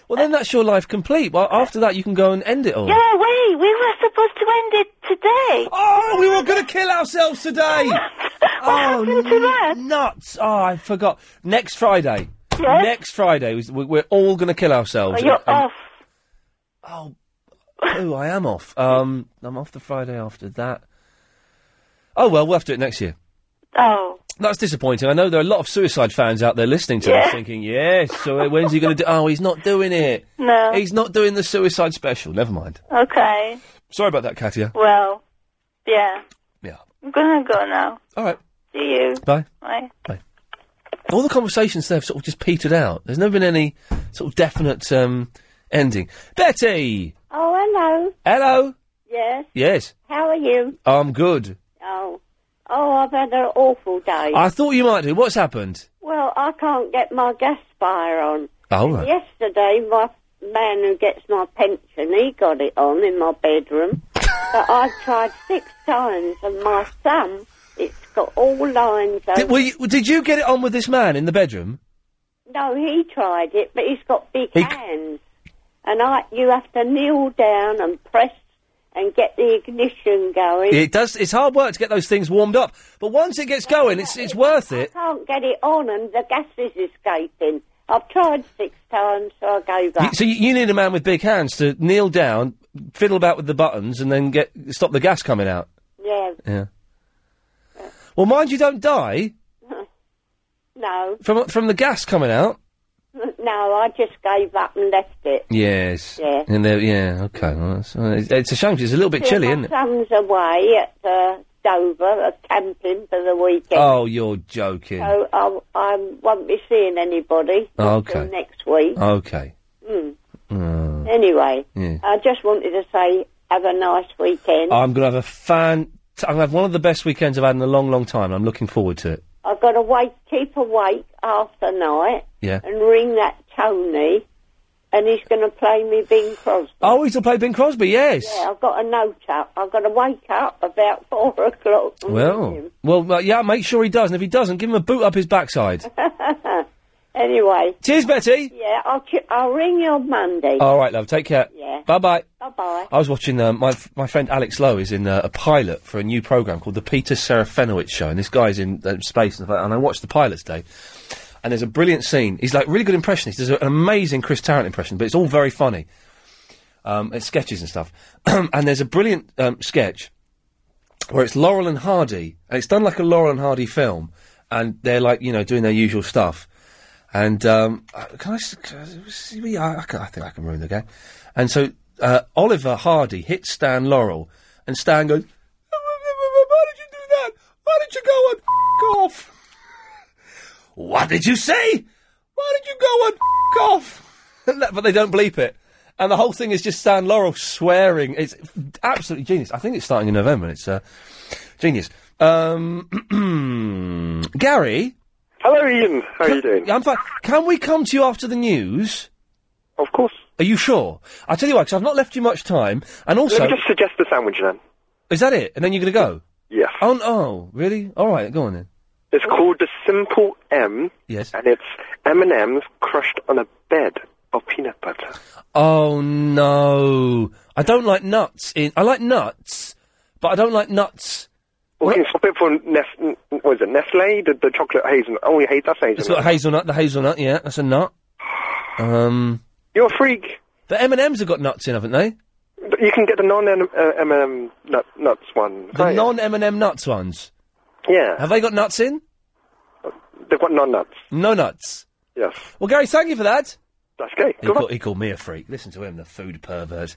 Speaker 1: Well, then that's your life complete. Well, after that, you can go and end it all.
Speaker 11: Yeah, wait, we were supposed to end it today.
Speaker 1: Oh, we were going to kill ourselves today. oh, nuts! Oh, I forgot. Next Friday.
Speaker 11: Yes?
Speaker 1: Next Friday, we- we- we're all going to kill
Speaker 11: Oh,
Speaker 1: ourselves.
Speaker 11: you're
Speaker 1: And-
Speaker 11: off.
Speaker 1: Oh, I am off. Um, I'm off the Friday after that. Oh well, we'll have to do it next year.
Speaker 11: Oh,
Speaker 1: That's disappointing. I know there are a lot of suicide fans out there listening to
Speaker 11: Yeah.
Speaker 1: this, thinking, "Yes, so when's he going to do?" Oh, he's not doing it.
Speaker 11: No.
Speaker 1: he's not doing the suicide special. Never mind.
Speaker 11: okay.
Speaker 1: Sorry about that, Katia.
Speaker 11: Well, yeah.
Speaker 1: Yeah.
Speaker 11: I'm gonna go now.
Speaker 1: All right.
Speaker 11: See you.
Speaker 1: Bye.
Speaker 11: Bye.
Speaker 1: All the conversations there have sort of just petered out. There's never been any sort of definite um, ending. Betty,
Speaker 40: Oh, hello.
Speaker 1: hello.
Speaker 40: Yes.
Speaker 1: Yes,
Speaker 40: How are you?
Speaker 1: I'm good.
Speaker 40: Oh, oh, I've had an awful day.
Speaker 1: I thought you might do. What's happened?
Speaker 40: Well, I can't get my gas fire on.
Speaker 1: Oh, right.
Speaker 40: Yesterday, my man who gets my pension, he got it on in my bedroom. but I've tried six times, and my thumb, it's got all lines. Over.
Speaker 1: Did, were you, did you get it on with this man in the bedroom?
Speaker 40: No, he tried it, but he's got big
Speaker 1: He c-
Speaker 40: hands, and I, you have to kneel down and press and get the ignition going.
Speaker 1: It does. It's hard work to get those things warmed up, but once it gets going, it's it's worth it.
Speaker 40: can't get it on and the gas is escaping. I've tried six times, so I gave
Speaker 1: You-
Speaker 40: up.
Speaker 1: so you, you need a man with big hands to kneel down, fiddle about with the buttons, and then get stop the gas coming out.
Speaker 40: yeah,
Speaker 1: Yeah. Well, mind you, don't die
Speaker 40: no,
Speaker 1: from from the gas coming out.
Speaker 40: no, I just gave up and left it.
Speaker 1: Yes.
Speaker 40: Yeah.
Speaker 1: And there, yeah. Okay. Well, that's, well, it's, it's a shame. 'cause It's a little bit
Speaker 40: Two of
Speaker 1: chilly,
Speaker 40: my
Speaker 1: isn't it?
Speaker 40: son's away at uh, Dover, uh, camping for the weekend.
Speaker 1: Oh, you're joking. Oh,
Speaker 40: So I, I won't be seeing anybody
Speaker 1: Okay.
Speaker 40: until next week.
Speaker 1: Okay.
Speaker 40: Mm.
Speaker 1: Mm.
Speaker 40: Anyway,
Speaker 1: Yeah.
Speaker 40: I just wanted to say have a nice weekend.
Speaker 1: I'm going to have a fan. I'm going to have one of the best weekends I've had in a long, long time. I'm looking forward to it.
Speaker 40: I've got to wake, keep awake after night.
Speaker 1: Yeah.
Speaker 40: and ring that Tony, and he's going to play me Bing Crosby.
Speaker 1: Oh, he's going to play Bing Crosby, yes.
Speaker 40: Yeah, I've got a note up. I've got to wake up about four o'clock. and ring
Speaker 1: Well,
Speaker 40: him.
Speaker 1: well, uh, yeah, make sure he does. And if he doesn't, give him a boot up his backside.
Speaker 40: anyway.
Speaker 1: Cheers, Betty.
Speaker 40: Yeah, I'll ch- I'll ring you on Monday.
Speaker 1: All right, love. Take care.
Speaker 40: Yeah.
Speaker 1: Bye bye.
Speaker 40: Bye bye.
Speaker 1: I was watching um, my f- my friend Alex Lowe is in uh, a pilot for a new program called the Peter Serafinowicz Show, and this guy's in uh, space, and, stuff like that, and I watched the pilot today. And there's a brilliant scene. He's like really good impressionist. There's an amazing Chris Tarrant impression, but it's all very funny. Um, it's sketches and stuff. and there's a brilliant um, sketch where it's Laurel and Hardy, and it's done like a Laurel and Hardy film, and they're like you know doing their usual stuff. And um, uh, can I, s- can I see we- I, I can- I think I can ruin the game. And so uh, Oliver Hardy hits Stan Laurel, and Stan goes, Why did you do that? Why did you go and f- off? "What did you say? Why did you go and f- off?" but they don't bleep it. And the whole thing is just Stan Laurel swearing. It's absolutely genius. I think it's starting in November. and It's uh, genius. Um, Gary.
Speaker 14: Hello, Ian. How are you doing?
Speaker 1: I'm fine. Can we come to you after the news?
Speaker 14: Of course.
Speaker 1: Are you sure? I tell you why, because I've not left you much time, and also
Speaker 14: Let me just suggest a sandwich then.
Speaker 1: is that it? And then you're going to go?
Speaker 14: Yes.
Speaker 1: Oh, n- oh, really? All right, go on then.
Speaker 14: It's called the Simple M.
Speaker 1: Yes.
Speaker 14: And it's M and M's crushed on a bed of peanut butter.
Speaker 1: Oh no, I don't like nuts. In I like nuts, but I don't like nuts.
Speaker 14: Well, you can swap it for Nest. What is it? Nestle, the, the chocolate hazelnut. Oh, you hate that hazelnut.
Speaker 1: It's got hazelnut. The hazelnut, yeah, that's a nut. Um,
Speaker 14: You're a freak.
Speaker 1: the M and M's have got nuts in, haven't they?
Speaker 14: But You can get the non M M nut, nuts one.
Speaker 1: The non M and M nuts ones.
Speaker 14: Oh, Yeah,
Speaker 1: Have they got nuts in?
Speaker 14: they've got non nuts.
Speaker 1: No nuts.
Speaker 14: Yes.
Speaker 1: Well, Gary, thank you for that.
Speaker 14: That's great.
Speaker 1: He, call, he called me a freak. Listen to him, the food pervert.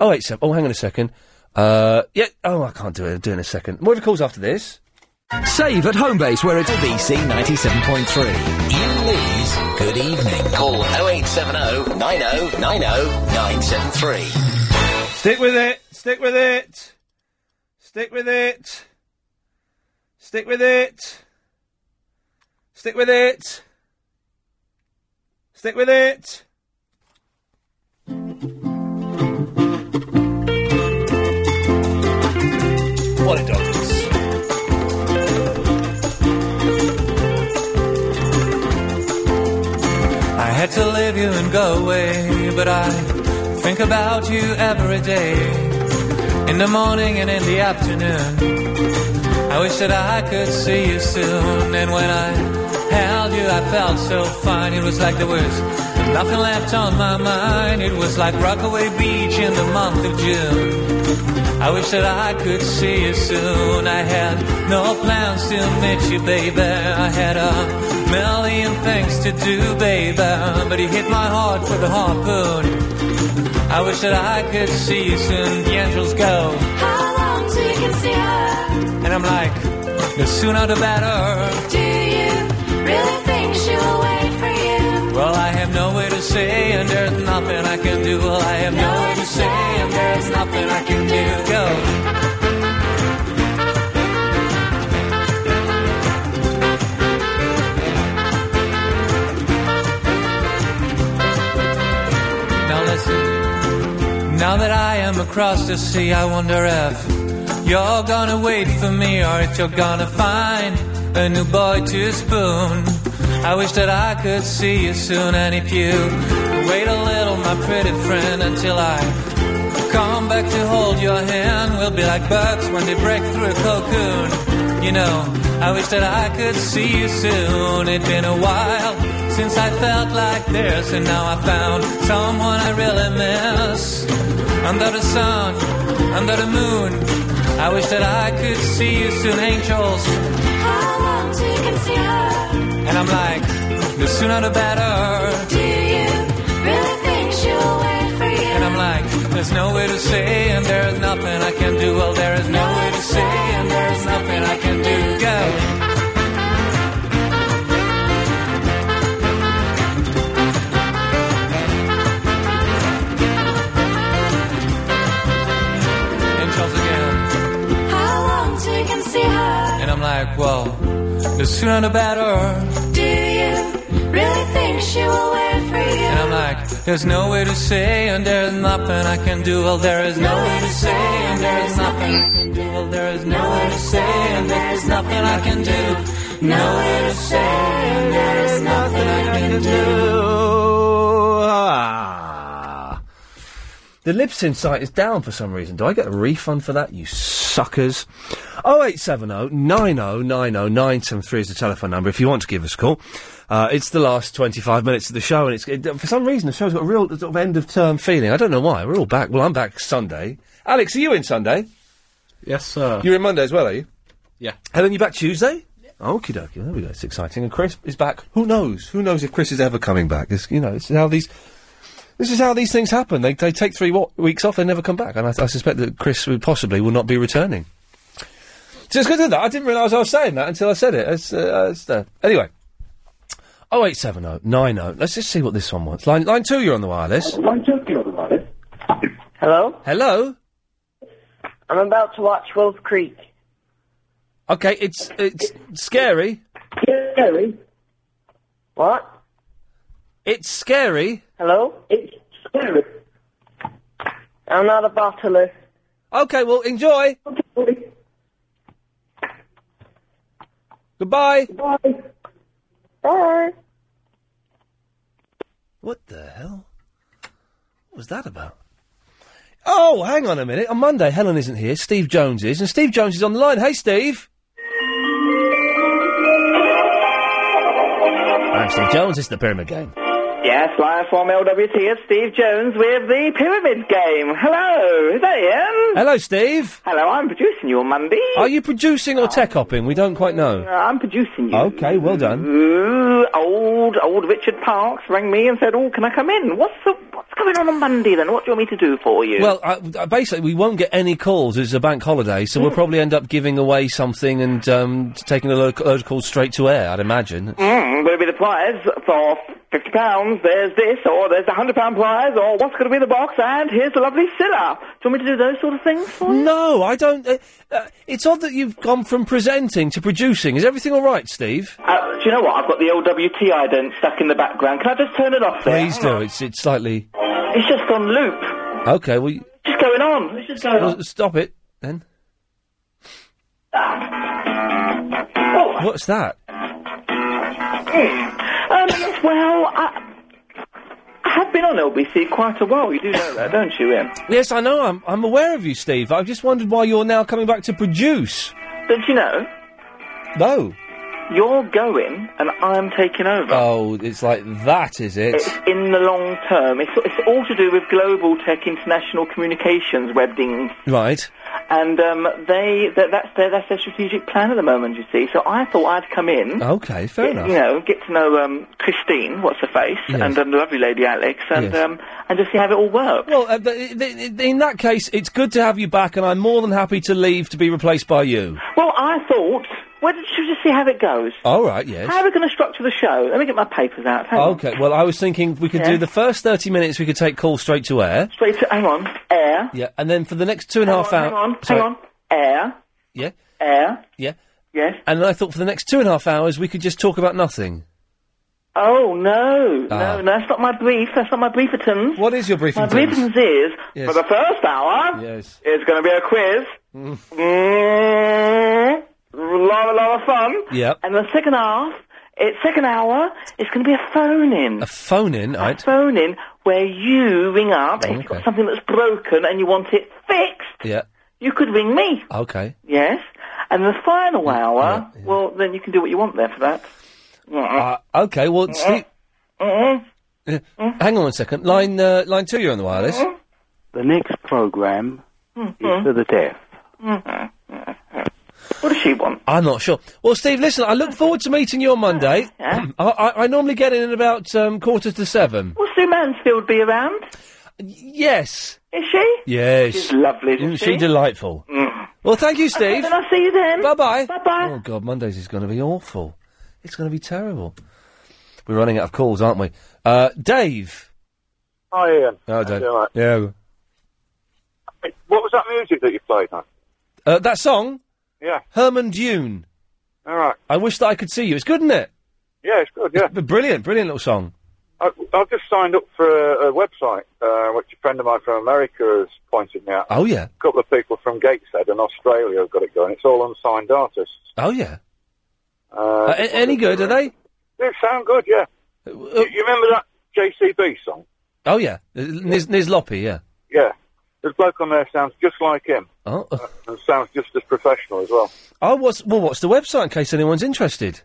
Speaker 1: Oh wait, so, oh hang on a second. Uh, yeah. Oh, I can't do it. I'll do it in a second. More of your calls after this.
Speaker 23: Save at home base where it's ABC 97.3. Ian Lee's Good Evening. Call 0870 90 90 973.
Speaker 1: Stick with it. Stick with it. Stick with it. Stick with it. Stick with it. Stick with it. What a dog.
Speaker 35: I had to leave you and go away, but I think about you every day. In the morning and in the afternoon, I wish that I could see you soon. And when I held you, I felt so fine. It was like there was nothing left on my mind. It was like Rockaway Beach in the month of June. I wish that I could see you soon. I had no plans to meet you, baby. I had a million things to do, baby. But you hit my heart with a harpoon. I wish that I could see you soon. The angels go.
Speaker 9: How long till you can see her?
Speaker 35: And I'm like, the sooner the better.
Speaker 9: Do you really think she will wait for you?
Speaker 35: Well, I have nowhere to say, and there's nothing I can do. Well, I have nowhere to say, and there's nothing I can do. Go. Now listen. Now that I am across the sea, I wonder if you're gonna wait for me or if you're gonna find a new boy to spoon. I wish that I could see you soon, and if you wait a little, my pretty friend, until I come back to hold your hand, we'll be like bugs when they break through a cocoon. You know, I wish that I could see you soon. It's been a while since I felt like this, and now I found someone I really miss. Under the sun, under the moon, I wish that I could see you soon, angels.
Speaker 9: How long till you can see her?
Speaker 35: And I'm like, the sooner the better.
Speaker 9: Do you really think she will wait for you?
Speaker 35: And I'm like, there's no way to say, and there's nothing I can do. Well, there is no way to say, and there's nothing I can do. Go. And Charles again.
Speaker 9: How long till you can see her?
Speaker 35: And I'm like, well, the sooner the better.
Speaker 9: Do you really think she will wait for you?
Speaker 35: And I'm like, there's no way to say, and there's nothing I can do. Well, there is no way to say, and there is nothing I can do. Well, there is no way to say, and there is nothing I can do. No way to say, and there is nothing I can do.
Speaker 1: Ah. The Libsyn site is down for some reason. Do I get a refund for that, you suckers? 0870 90 90 973 is the telephone number if you want to give us a call. Uh, it's the last 25 minutes of the show, and it's it, for some reason the show's got a real sort of end of term feeling. I don't know why. We're all back. Well, I'm back Sunday. Alex, are you in Sunday?
Speaker 34: Yes, sir.
Speaker 1: You're in Monday as well, are you?
Speaker 34: Yeah.
Speaker 1: Helen, you back Tuesday? Okie dokie, there we go. It's exciting. And Chris is back. Who knows? Who knows if Chris is ever coming back? This, you know, it's how these. This is how these things happen. They, they take three wa- weeks off, they never come back, and I, I suspect that Chris would possibly will not be returning. So it's good to know that. I didn't realise I was saying that until I said it. It's, uh, it's, uh, anyway, 0870 90. oh. Let's just see what this one wants. Line, line two, you're on the wireless.
Speaker 8: Hello?
Speaker 1: Hello?
Speaker 8: I'm about to watch Wolf Creek.
Speaker 1: Okay, it's it's scary.
Speaker 8: Scary? What?
Speaker 1: It's scary.
Speaker 8: Hello? It's scary. I'm not a bottler.
Speaker 1: Okay, well, enjoy. Goodbye.
Speaker 8: Bye. Bye.
Speaker 1: What the hell? What was that about? Oh, hang on a minute. On Monday, Helen isn't here. Steve Jones is, and Steve Jones is on the line. Hey, Steve. I'm Steve Jones. It's the Pyramid Game.
Speaker 9: Yes, live from LWT, it's Steve Jones with the Pyramid Game. Hello, is that Ian?
Speaker 1: Hello, Steve.
Speaker 9: Hello, I'm producing you on Monday.
Speaker 1: Are you producing or tech hopping? We don't quite know.
Speaker 9: Uh, I'm producing you.
Speaker 1: Okay, well done.
Speaker 9: Ooh, old, old Richard Parks rang me and said, oh, can I come in? What's the, what's going on on Monday then? What do you want me to do for you?
Speaker 1: Well, I, I- basically, we won't get any calls. It's a bank holiday, so we'll probably end up giving away something and um, t- taking a load, load of calls straight to air, I'd imagine.
Speaker 9: Mm, will it be the prize for fifty pounds? There's this, or there's the hundred pound prize, or what's going to be in the box? And here's the lovely Silla. Do you want me to do those sort of things for you?
Speaker 1: No, I don't. Uh, uh, it's odd that you've gone from presenting to producing. Is everything all right, Steve?
Speaker 9: Uh, do you know what? I've got the old WTI dent stuck in the background. Can I just turn it off? There?
Speaker 1: Please do. It's it's slightly
Speaker 9: It's just on loop.
Speaker 1: okay. Well, you-
Speaker 9: It's just going on. It's just going
Speaker 1: well,
Speaker 9: on.
Speaker 1: stop it then.
Speaker 9: Ah. Oh.
Speaker 1: What's that?
Speaker 9: Um, well, I, I have been on LBC quite a while. Oh, You do know that, don't you, Ian?
Speaker 1: Yes, I know. I'm I'm aware of you, Steve. I've just wondered why you're now coming back to produce.
Speaker 9: Don't you know?
Speaker 1: No.
Speaker 9: You're going, and I'm taking over.
Speaker 1: Oh, it's like that, is it?
Speaker 9: It's Uh, in the long term. It's, it's all to do with Global Tech International Communications weddings,
Speaker 1: Right.
Speaker 9: and um, they that, that's their that's their strategic plan at the moment. You see, so I thought I'd come in.
Speaker 1: Okay. Fair
Speaker 9: get-
Speaker 1: enough.
Speaker 9: You know, get to know um, Christine, what's her face,
Speaker 1: Yes.
Speaker 9: and um, the lovely lady Alex, and
Speaker 1: Yes.
Speaker 9: um, and just see how it all works.
Speaker 1: Well, uh, th- th- th- in that case, it's good to have you back, and I'm more than happy to leave to be replaced by you.
Speaker 9: Well, I thought, why don't you just see how it goes?
Speaker 1: All right, yes.
Speaker 9: How are we going to structure the show? Let me get my papers out. Hang on.
Speaker 1: Okay, well, I was thinking we could
Speaker 9: Yeah.
Speaker 1: do the first 30 minutes, we could take calls straight to air.
Speaker 9: Straight to, hang on, air.
Speaker 1: Yeah, and then for the next two and a half
Speaker 9: Hang
Speaker 1: hours.
Speaker 9: on, hang on, air,
Speaker 1: Yeah,
Speaker 9: air.
Speaker 1: yeah.
Speaker 9: Yes.
Speaker 1: And then I thought for the next two and a half hours, we could just talk about nothing.
Speaker 9: Oh no,
Speaker 1: Ah.
Speaker 9: no, no! That's not my brief. That's not my briefertons.
Speaker 1: What is your
Speaker 9: My
Speaker 1: briefing? James?
Speaker 9: briefertons is
Speaker 1: Yes.
Speaker 9: for the first hour.
Speaker 1: Yes.
Speaker 9: It's going to be a quiz. Mm, lot, of- lot of fun.
Speaker 1: Yep.
Speaker 9: And the second half, it's second hour. It's going to be a phone in.
Speaker 1: A phone in, right?
Speaker 9: phone in where you ring up if you've got
Speaker 1: Okay.
Speaker 9: something that's broken and you want it fixed.
Speaker 1: Yeah,
Speaker 9: You could ring me.
Speaker 1: okay.
Speaker 9: Yes. And the final hour, well, then you can do what you want there for that. Uh-uh.
Speaker 1: Uh, okay, well, sleep. Yeah. Hang on a second. Line, uh, line two, you're on the wireless.
Speaker 9: Uh-uh.
Speaker 41: The next program
Speaker 9: Mm-hmm.
Speaker 41: is for the deaf.
Speaker 9: Mm. What does she want?
Speaker 1: I'm not sure. Well, Steve, listen, I look forward to meeting you on Monday. I, I, I normally get in at about um, quarter to seven.
Speaker 9: Will Sue Mansfield be around?
Speaker 1: Yes.
Speaker 9: Is she?
Speaker 1: Yes.
Speaker 9: She's lovely, isn't
Speaker 1: Mm,
Speaker 9: she?
Speaker 1: She's delightful.
Speaker 9: Mm.
Speaker 1: Well, thank you,
Speaker 9: Okay,
Speaker 1: Steve.
Speaker 9: then I'll see you then. Bye
Speaker 1: bye.
Speaker 9: Bye bye.
Speaker 1: Oh, God, Mondays is going to be awful. It's going to be terrible. We're running out of calls, aren't we? Uh, Dave.
Speaker 42: Hi, Ian.
Speaker 1: Oh, Dave.
Speaker 42: You all right?
Speaker 1: Yeah.
Speaker 42: What was that music that you played, man?
Speaker 1: Uh, that song,
Speaker 42: Yeah.
Speaker 1: Herman Dune.
Speaker 42: All right.
Speaker 1: I wish that I could see you. It's good, isn't it?
Speaker 42: Yeah, it's good. Yeah.
Speaker 1: B- Brilliant, brilliant little song.
Speaker 42: I, I've just signed up for a, a website, uh, which a friend of mine from America has pointed me out.
Speaker 1: Oh, yeah.
Speaker 42: A couple of people from Gateshead and Australia have got it going. It's all unsigned artists.
Speaker 1: Oh, yeah.
Speaker 42: Uh,
Speaker 1: Uh, a- any good, are they?
Speaker 42: They sound good, yeah. you, you remember that JCB song?
Speaker 1: Oh, yeah. Niz, Niz Loppy, yeah.
Speaker 42: Yeah. There's a bloke on there sounds just like him
Speaker 1: Oh.
Speaker 42: and sounds just as professional as well.
Speaker 1: Oh, what's, well, what's the website in case anyone's interested?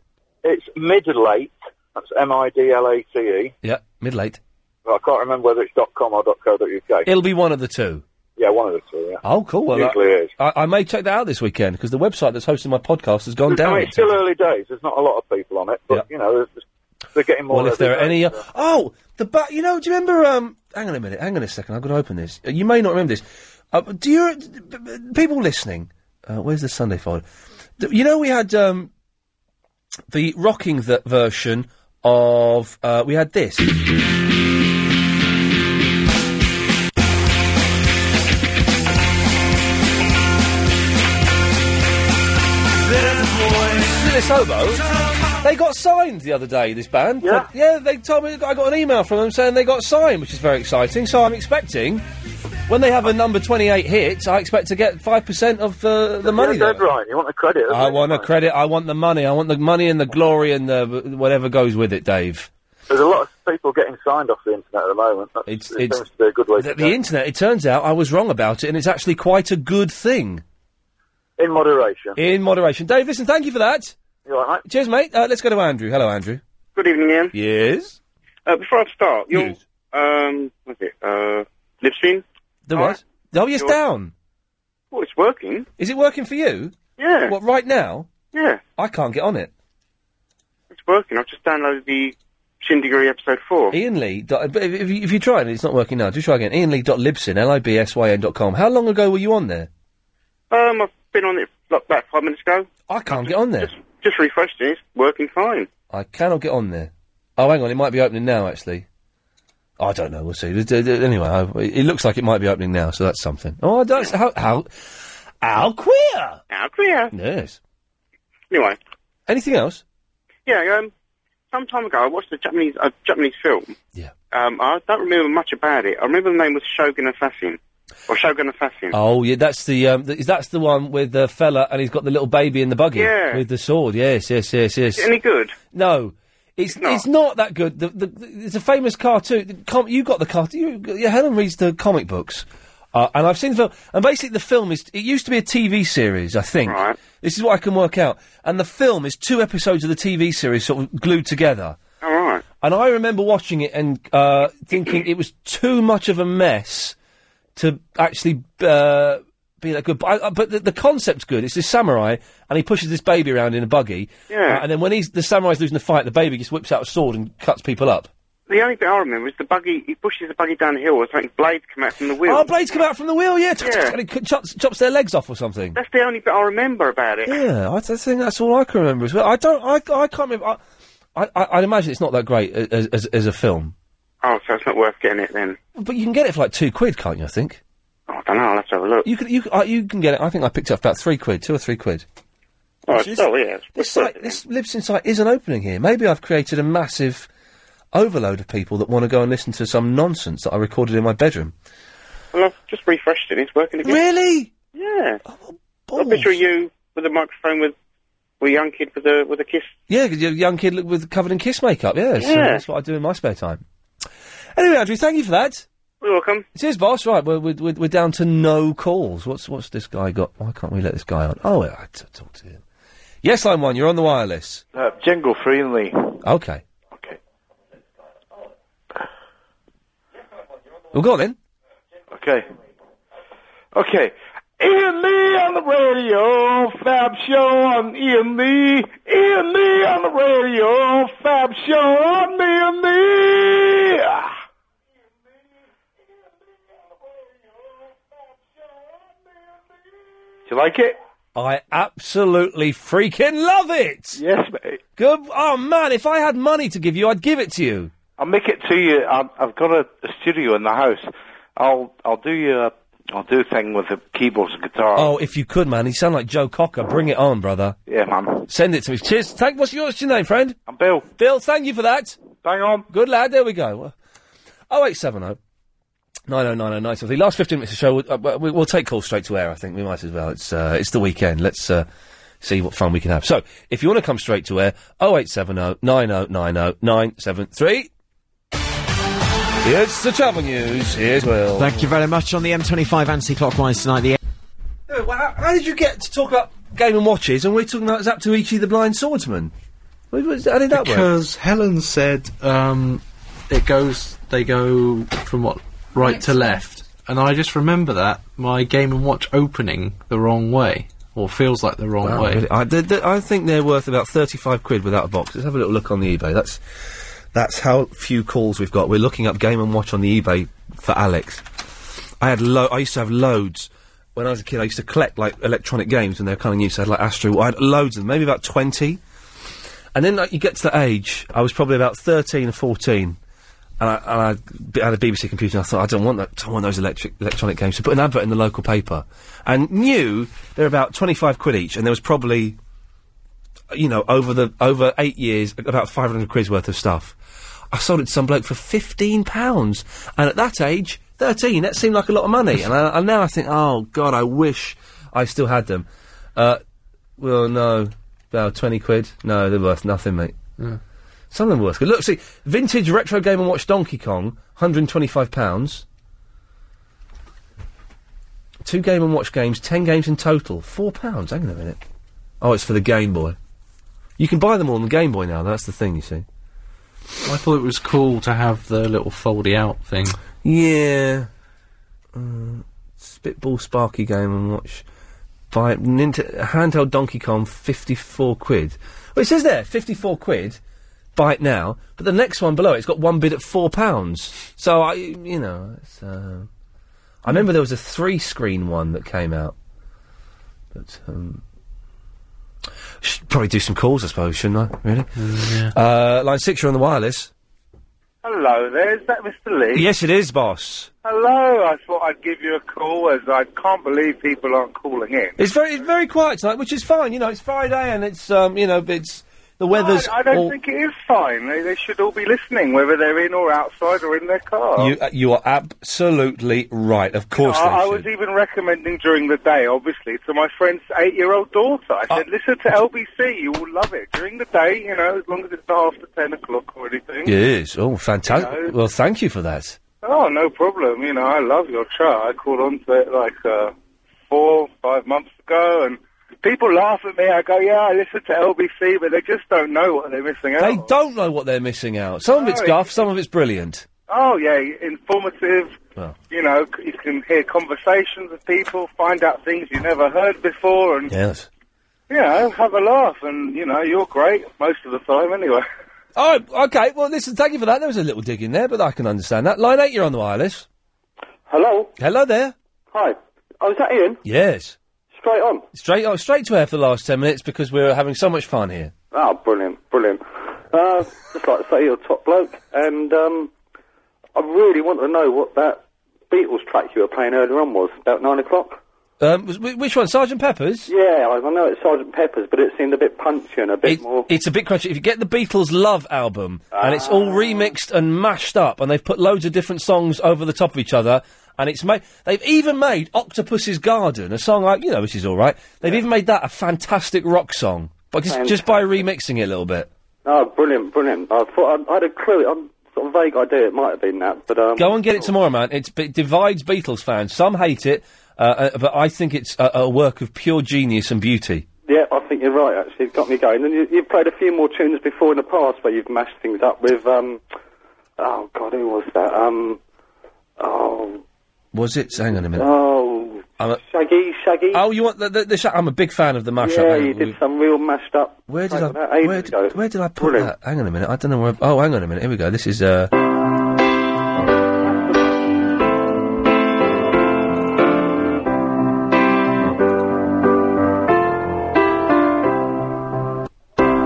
Speaker 42: It's Midlate. That's M-I-D-L-A-T-E.
Speaker 1: Yeah, mid late.
Speaker 42: E. Well, I can't remember whether it's .com or .co.uk.
Speaker 1: It'll be one of the two.
Speaker 42: Yeah, one of the two, yeah.
Speaker 1: Oh, cool. Well,
Speaker 42: Usually
Speaker 1: I,
Speaker 42: is.
Speaker 1: I, I may check that out this weekend because the website that's hosting my podcast has gone
Speaker 42: I
Speaker 1: down.
Speaker 42: mean, it's still early days. There's not a lot of people on it, but, you know, there's- they're getting more
Speaker 1: well, if
Speaker 42: every
Speaker 1: there are
Speaker 42: day.
Speaker 1: any. Uh, oh, the back. You know, do you remember? Um, hang on a minute. Hang on a second. I've got to open this. Uh, You may not remember this. Uh, but do you? d- b- b- People listening. Uh, where's the Sunday folder? D- You know, we had um, the rocking the version of uh, we had this. Phyllis Oboe, they got signed the other day. This band, yeah, They told me I got an email from them saying they got signed, which is very exciting. So I'm expecting when they have a number 28 hit, I expect to get five percent of uh, the the money.
Speaker 42: You're
Speaker 1: that-
Speaker 42: dead right. You want the credit. haven't
Speaker 1: I
Speaker 42: you?
Speaker 1: want a credit. I want the money. I want the money and the glory and the whatever goes with it, Dave.
Speaker 42: There's a lot of people getting signed off the internet at the moment. That's, it's, it
Speaker 1: it's-
Speaker 42: seems to be a good way
Speaker 1: The,
Speaker 42: to go.
Speaker 1: the internet. It turns out I was wrong about it, and it's actually quite a good thing.
Speaker 42: In moderation.
Speaker 1: In moderation, Dave. Listen, thank you for that.
Speaker 42: You all right,
Speaker 1: mate? Cheers, mate. Uh, let's go to Andrew. Hello, Andrew.
Speaker 7: Good evening, Ian.
Speaker 1: Yes.
Speaker 7: Uh, before I start, your um, what's it? Uh, Lipstream.
Speaker 1: The what? Oh, yes, down.
Speaker 7: Oh, it's working.
Speaker 1: Is it working for you?
Speaker 7: Yeah.
Speaker 1: What right now?
Speaker 7: Yeah.
Speaker 1: I can't get on it.
Speaker 7: It's working. I've just downloaded the Shindigary episode four.
Speaker 1: Ian Lee. Dot, but if, if you- if you try and it's not working now, just try again. Ian Lee. dot Libsyn. L i b s y n. dot com. How long ago were you on there?
Speaker 7: Um, I've been on it like about five minutes ago.
Speaker 1: I can't get on there.
Speaker 7: Just refreshed it. It's working fine.
Speaker 1: I cannot get on there. Oh, hang on, it might be opening now, actually. I don't know, we'll see. D- d- d- Anyway, I, it looks like it might be opening now, so that's something. Oh, that's how, how, how queer!
Speaker 7: How queer!
Speaker 1: Yes.
Speaker 7: Anyway.
Speaker 1: Anything else?
Speaker 7: Yeah. Um, some time ago, I watched a Japanese a Japanese film.
Speaker 1: Yeah.
Speaker 7: Um, I don't remember much about it. I remember the name was Shogun Assassin or Shogun Assassin.
Speaker 1: Oh, yeah, that's the, um, th- that's the one with the fella and he's got the little baby in the buggy.
Speaker 7: Yeah.
Speaker 1: With the sword, yes, yes, yes, yes.
Speaker 7: Is it any good?
Speaker 1: No. It's, it's, not. that good. The, the, the- it's a famous cartoon. The com- you got the cartoon. You, yeah, Helen reads the comic books. Uh, and I've seen the film. And basically, the film is. It used to be a TV series, I think. Right. This is what I can work out. And the film is two episodes of the TV series sort of glued together.
Speaker 7: All right.
Speaker 1: And I remember watching it and uh, thinking it was too much of a mess to actually uh, be that good. But, I, uh, but the, the concept's good. It's this samurai, and he pushes this baby around in a buggy.
Speaker 7: Yeah.
Speaker 1: Uh, and then when he's the samurai's losing the fight, the baby just whips out a sword and cuts people up.
Speaker 7: The only bit I remember is the buggy. He pushes the buggy down the hill, or something. Blades come out from the wheel.
Speaker 1: Oh, blades come out from the wheel, yeah.
Speaker 7: Yeah.
Speaker 1: And it cu- chops, chops their legs off or something.
Speaker 7: That's the only bit I remember about it.
Speaker 1: Yeah, I, th- I think that's all I can remember as well. I don't, I, I can't remember. I, I, I- I'd imagine it's not that great a- as, as, as a film.
Speaker 7: Oh, so it's not worth getting it then.
Speaker 1: But you can get it for like two quid, can't you, I think?
Speaker 7: Oh, I don't know, I'll have to have a look.
Speaker 1: You can, you, can- uh, you can get it, I think I picked it up for about three quid, two or three quid.
Speaker 7: Oh,
Speaker 1: Which
Speaker 7: it's-
Speaker 1: is-
Speaker 7: oh, yeah, it's
Speaker 1: This
Speaker 7: worth
Speaker 1: site, this Libsyn site isn't opening here. Maybe I've created a massive overload of people that want to go and listen to some nonsense that I recorded in my bedroom.
Speaker 7: Well, I've just refreshed it. It's working again.
Speaker 1: Really?
Speaker 7: Yeah. Oh, a picture of you with a microphone with, with a young kid with a with a kiss.
Speaker 1: Yeah, 'cause you're a young kid look with covered in kiss makeup. Yeah, so
Speaker 7: Yeah.
Speaker 1: that's what I do in my spare time. Anyway, Andrew, thank you for that.
Speaker 7: You're welcome.
Speaker 1: Cheers, boss. Right, we're, we're, we're we're down to no calls. What's what's this guy got? Why can't we let this guy on? Oh, I t- talk to him. Yes, line one. You're on the wireless.
Speaker 8: Uh, Jingle Freenley.
Speaker 1: Okay. Well, go on then.
Speaker 8: Okay. Okay. Ian Lee on the radio, Fab Show on Ian Lee. Ian Lee on the radio, Fab Show on Ian Lee. Do you like it?
Speaker 1: I absolutely freaking love it.
Speaker 8: Yes, mate.
Speaker 1: Good. Oh man, if I had money to give you, I'd give it to you.
Speaker 8: I'll make it to you. I've, I've got a, a studio in the house. I'll I'll do you. A, I'll do a thing with the keyboards and guitar.
Speaker 1: Oh, if you could, man. You sound like Joe Cocker. Bring it on, brother.
Speaker 8: Yeah, man.
Speaker 1: Send it to me. Cheers. Thank. What's your, what's your name, friend?
Speaker 8: I'm Bill.
Speaker 1: Bill, thank you for that.
Speaker 8: Bang on.
Speaker 1: Good lad. There we go. Oh eight seven oh. 9090973. oh, Last 15 minutes of the show. We'll, uh, well, we- we'll take calls straight to air, I think. We might as well. It's uh, it's the weekend. Let's uh, see what fun we can have. So, if you want to come straight to air, oh, 0870 oh, 9090973. It's the travel news. Here's Will.
Speaker 14: Thank you very much on the M25 anti-clockwise tonight. The
Speaker 1: No, well, how, how did you get to talk about Game and Watches and we're talking about Zaptuichi the Blind Swordsman? What- what- How did that work?
Speaker 2: because Helen said um, it goes. They go from what right to left, and I just remember that my Game and Watch opening the wrong way, or feels like the wrong
Speaker 1: Wow,
Speaker 2: way.
Speaker 1: really? I, th- th- I think they're worth about 35 quid without a box. Let's have a little look on the eBay. That's that's how few calls we've got. We're looking up Game and Watch on the eBay for Alex. I had lo- I used to have loads when I was a kid. I used to collect like electronic games when they were kind of new. So I had like Astro. I had loads of them, maybe about 20. And then like, you get to that age, I was probably about 13 or 14, and I, and I b- had a BBC computer, and I thought, I don't want that. I want those electric, electronic games. So I put an advert in the local paper, and knew they're about 25 quid each, and there was probably, you know, over the over eight years, about 500 quid's worth of stuff. I sold it to some bloke for 15 pounds, and at that age, 13, that seemed like a lot of money. and, I, and now I think, oh God, I wish I still had them. Uh, well, no, about 20 quid. No, they're worth nothing, mate.
Speaker 34: Yeah.
Speaker 1: Some of them are worth. Look, see, vintage retro game and watch Donkey Kong, 125 pounds. Two game and watch games, 10 games in total, four pounds. Hang on a minute. Oh, it's for the Game Boy. You can buy them all on the Game Boy now. That's the thing, you see.
Speaker 34: I thought it was cool to have the little foldy out thing.
Speaker 1: Yeah. Uh, Spitball Sparky game and watch. Buy Nint- handheld Donkey Kong, 54 quid. Well, it says there, 54 quid. Buy it now. But the next one below it, it's got one bid at £4. pounds. So, I, you know, it's, uh, I remember there was a three screen one that came out. But, um. Should probably do some calls, I suppose, shouldn't I? Really? uh, line 6, you're on the wireless.
Speaker 43: Hello there, is that Mr. Lee?
Speaker 1: Yes, it is, boss.
Speaker 43: Hello, I thought I'd give you a call as I can't believe people aren't calling in.
Speaker 1: It's very it's very quiet tonight, which is fine. You know, it's Friday and it's um, you know, it's the weather's.
Speaker 43: I, I don't
Speaker 1: all-
Speaker 43: think it is fine. They, they should all be listening, whether they're in or outside or in their car.
Speaker 1: you uh, you are absolutely right. Of course,
Speaker 43: I, I
Speaker 1: they
Speaker 43: was even recommending during the day, obviously, to my friend's eight-year-old daughter. I
Speaker 1: Ah.
Speaker 43: said, "Listen to LBC; you will love it during the day. You know, as long as it's not after ten o'clock or anything."
Speaker 1: should. Yes. Oh, fantastic.
Speaker 43: You know.
Speaker 1: Well, thank you for that.
Speaker 43: Oh, no problem. You know, I love your show. I called on to it like uh, four, five months ago, and people laugh at me. I go, yeah, I listen to LBC, but they just don't know what they're missing out.
Speaker 1: They don't know what they're missing out. Some of it's
Speaker 43: No,
Speaker 1: guff, some of it's brilliant.
Speaker 43: Oh, yeah, informative.
Speaker 1: Well.
Speaker 43: You know, c- you can hear conversations of people, find out things you never heard before, and,
Speaker 1: Yes.
Speaker 43: you know, have a laugh. And, you know, you're great most of the time anyway.
Speaker 1: Oh, okay. Well, listen. Thank you for that. There was a little dig in there, but I can understand that. Line eight, you're on the wireless.
Speaker 7: Hello.
Speaker 1: Hello there.
Speaker 7: Hi. Oh, is that Ian?
Speaker 1: Yes.
Speaker 7: Straight on.
Speaker 1: Straight oh, straight to air for the last ten minutes because we're having so much fun here.
Speaker 7: Oh, brilliant, brilliant. Uh, just like to say, you're a top bloke, and um, I really want to know what that Beatles track you were playing earlier on was, about nine o'clock.
Speaker 1: Um, was- wh- which one, Sergeant Pepper's?
Speaker 7: Yeah, I, I know it's Sergeant Pepper's, but it seemed a bit punchy and a bit more.
Speaker 1: It's a bit crunchy. If you get the Beatles Love album, and it's all remixed and mashed up, and they've put loads of different songs over the top of each other, and it's made. They've even made Octopus's Garden, a song like you know, which is all right. They've even made that a fantastic rock song, but just, just by remixing it a little bit.
Speaker 7: Oh, brilliant, brilliant. I thought I, I had a clue. I'm sort of vague idea it might have been that, but um,
Speaker 1: Go and get it tomorrow, man. It's, it divides Beatles fans. Some hate it, uh, uh, but I think it's a, a work of pure genius and beauty.
Speaker 7: yeah, I think you're right. Actually, you've got me going. And you, you've played a few more tunes before in the past where you've mashed things up with. Um, oh God, who was that? Um, oh,
Speaker 1: Was it? Hang on a minute.
Speaker 7: oh,
Speaker 1: I'm a-
Speaker 7: Shaggy, Shaggy.
Speaker 1: oh, you want the, the, the sh- I'm a big fan of the mashup.
Speaker 7: yeah,
Speaker 1: Hang on,
Speaker 7: you
Speaker 1: we-
Speaker 7: did some real mashed up.
Speaker 1: Where did
Speaker 7: like
Speaker 1: I-
Speaker 7: that ages
Speaker 1: where
Speaker 7: ago.
Speaker 1: Where did I put that? Hang on a minute. I don't know where. Oh, hang on a minute. Here we go. This is. Uh...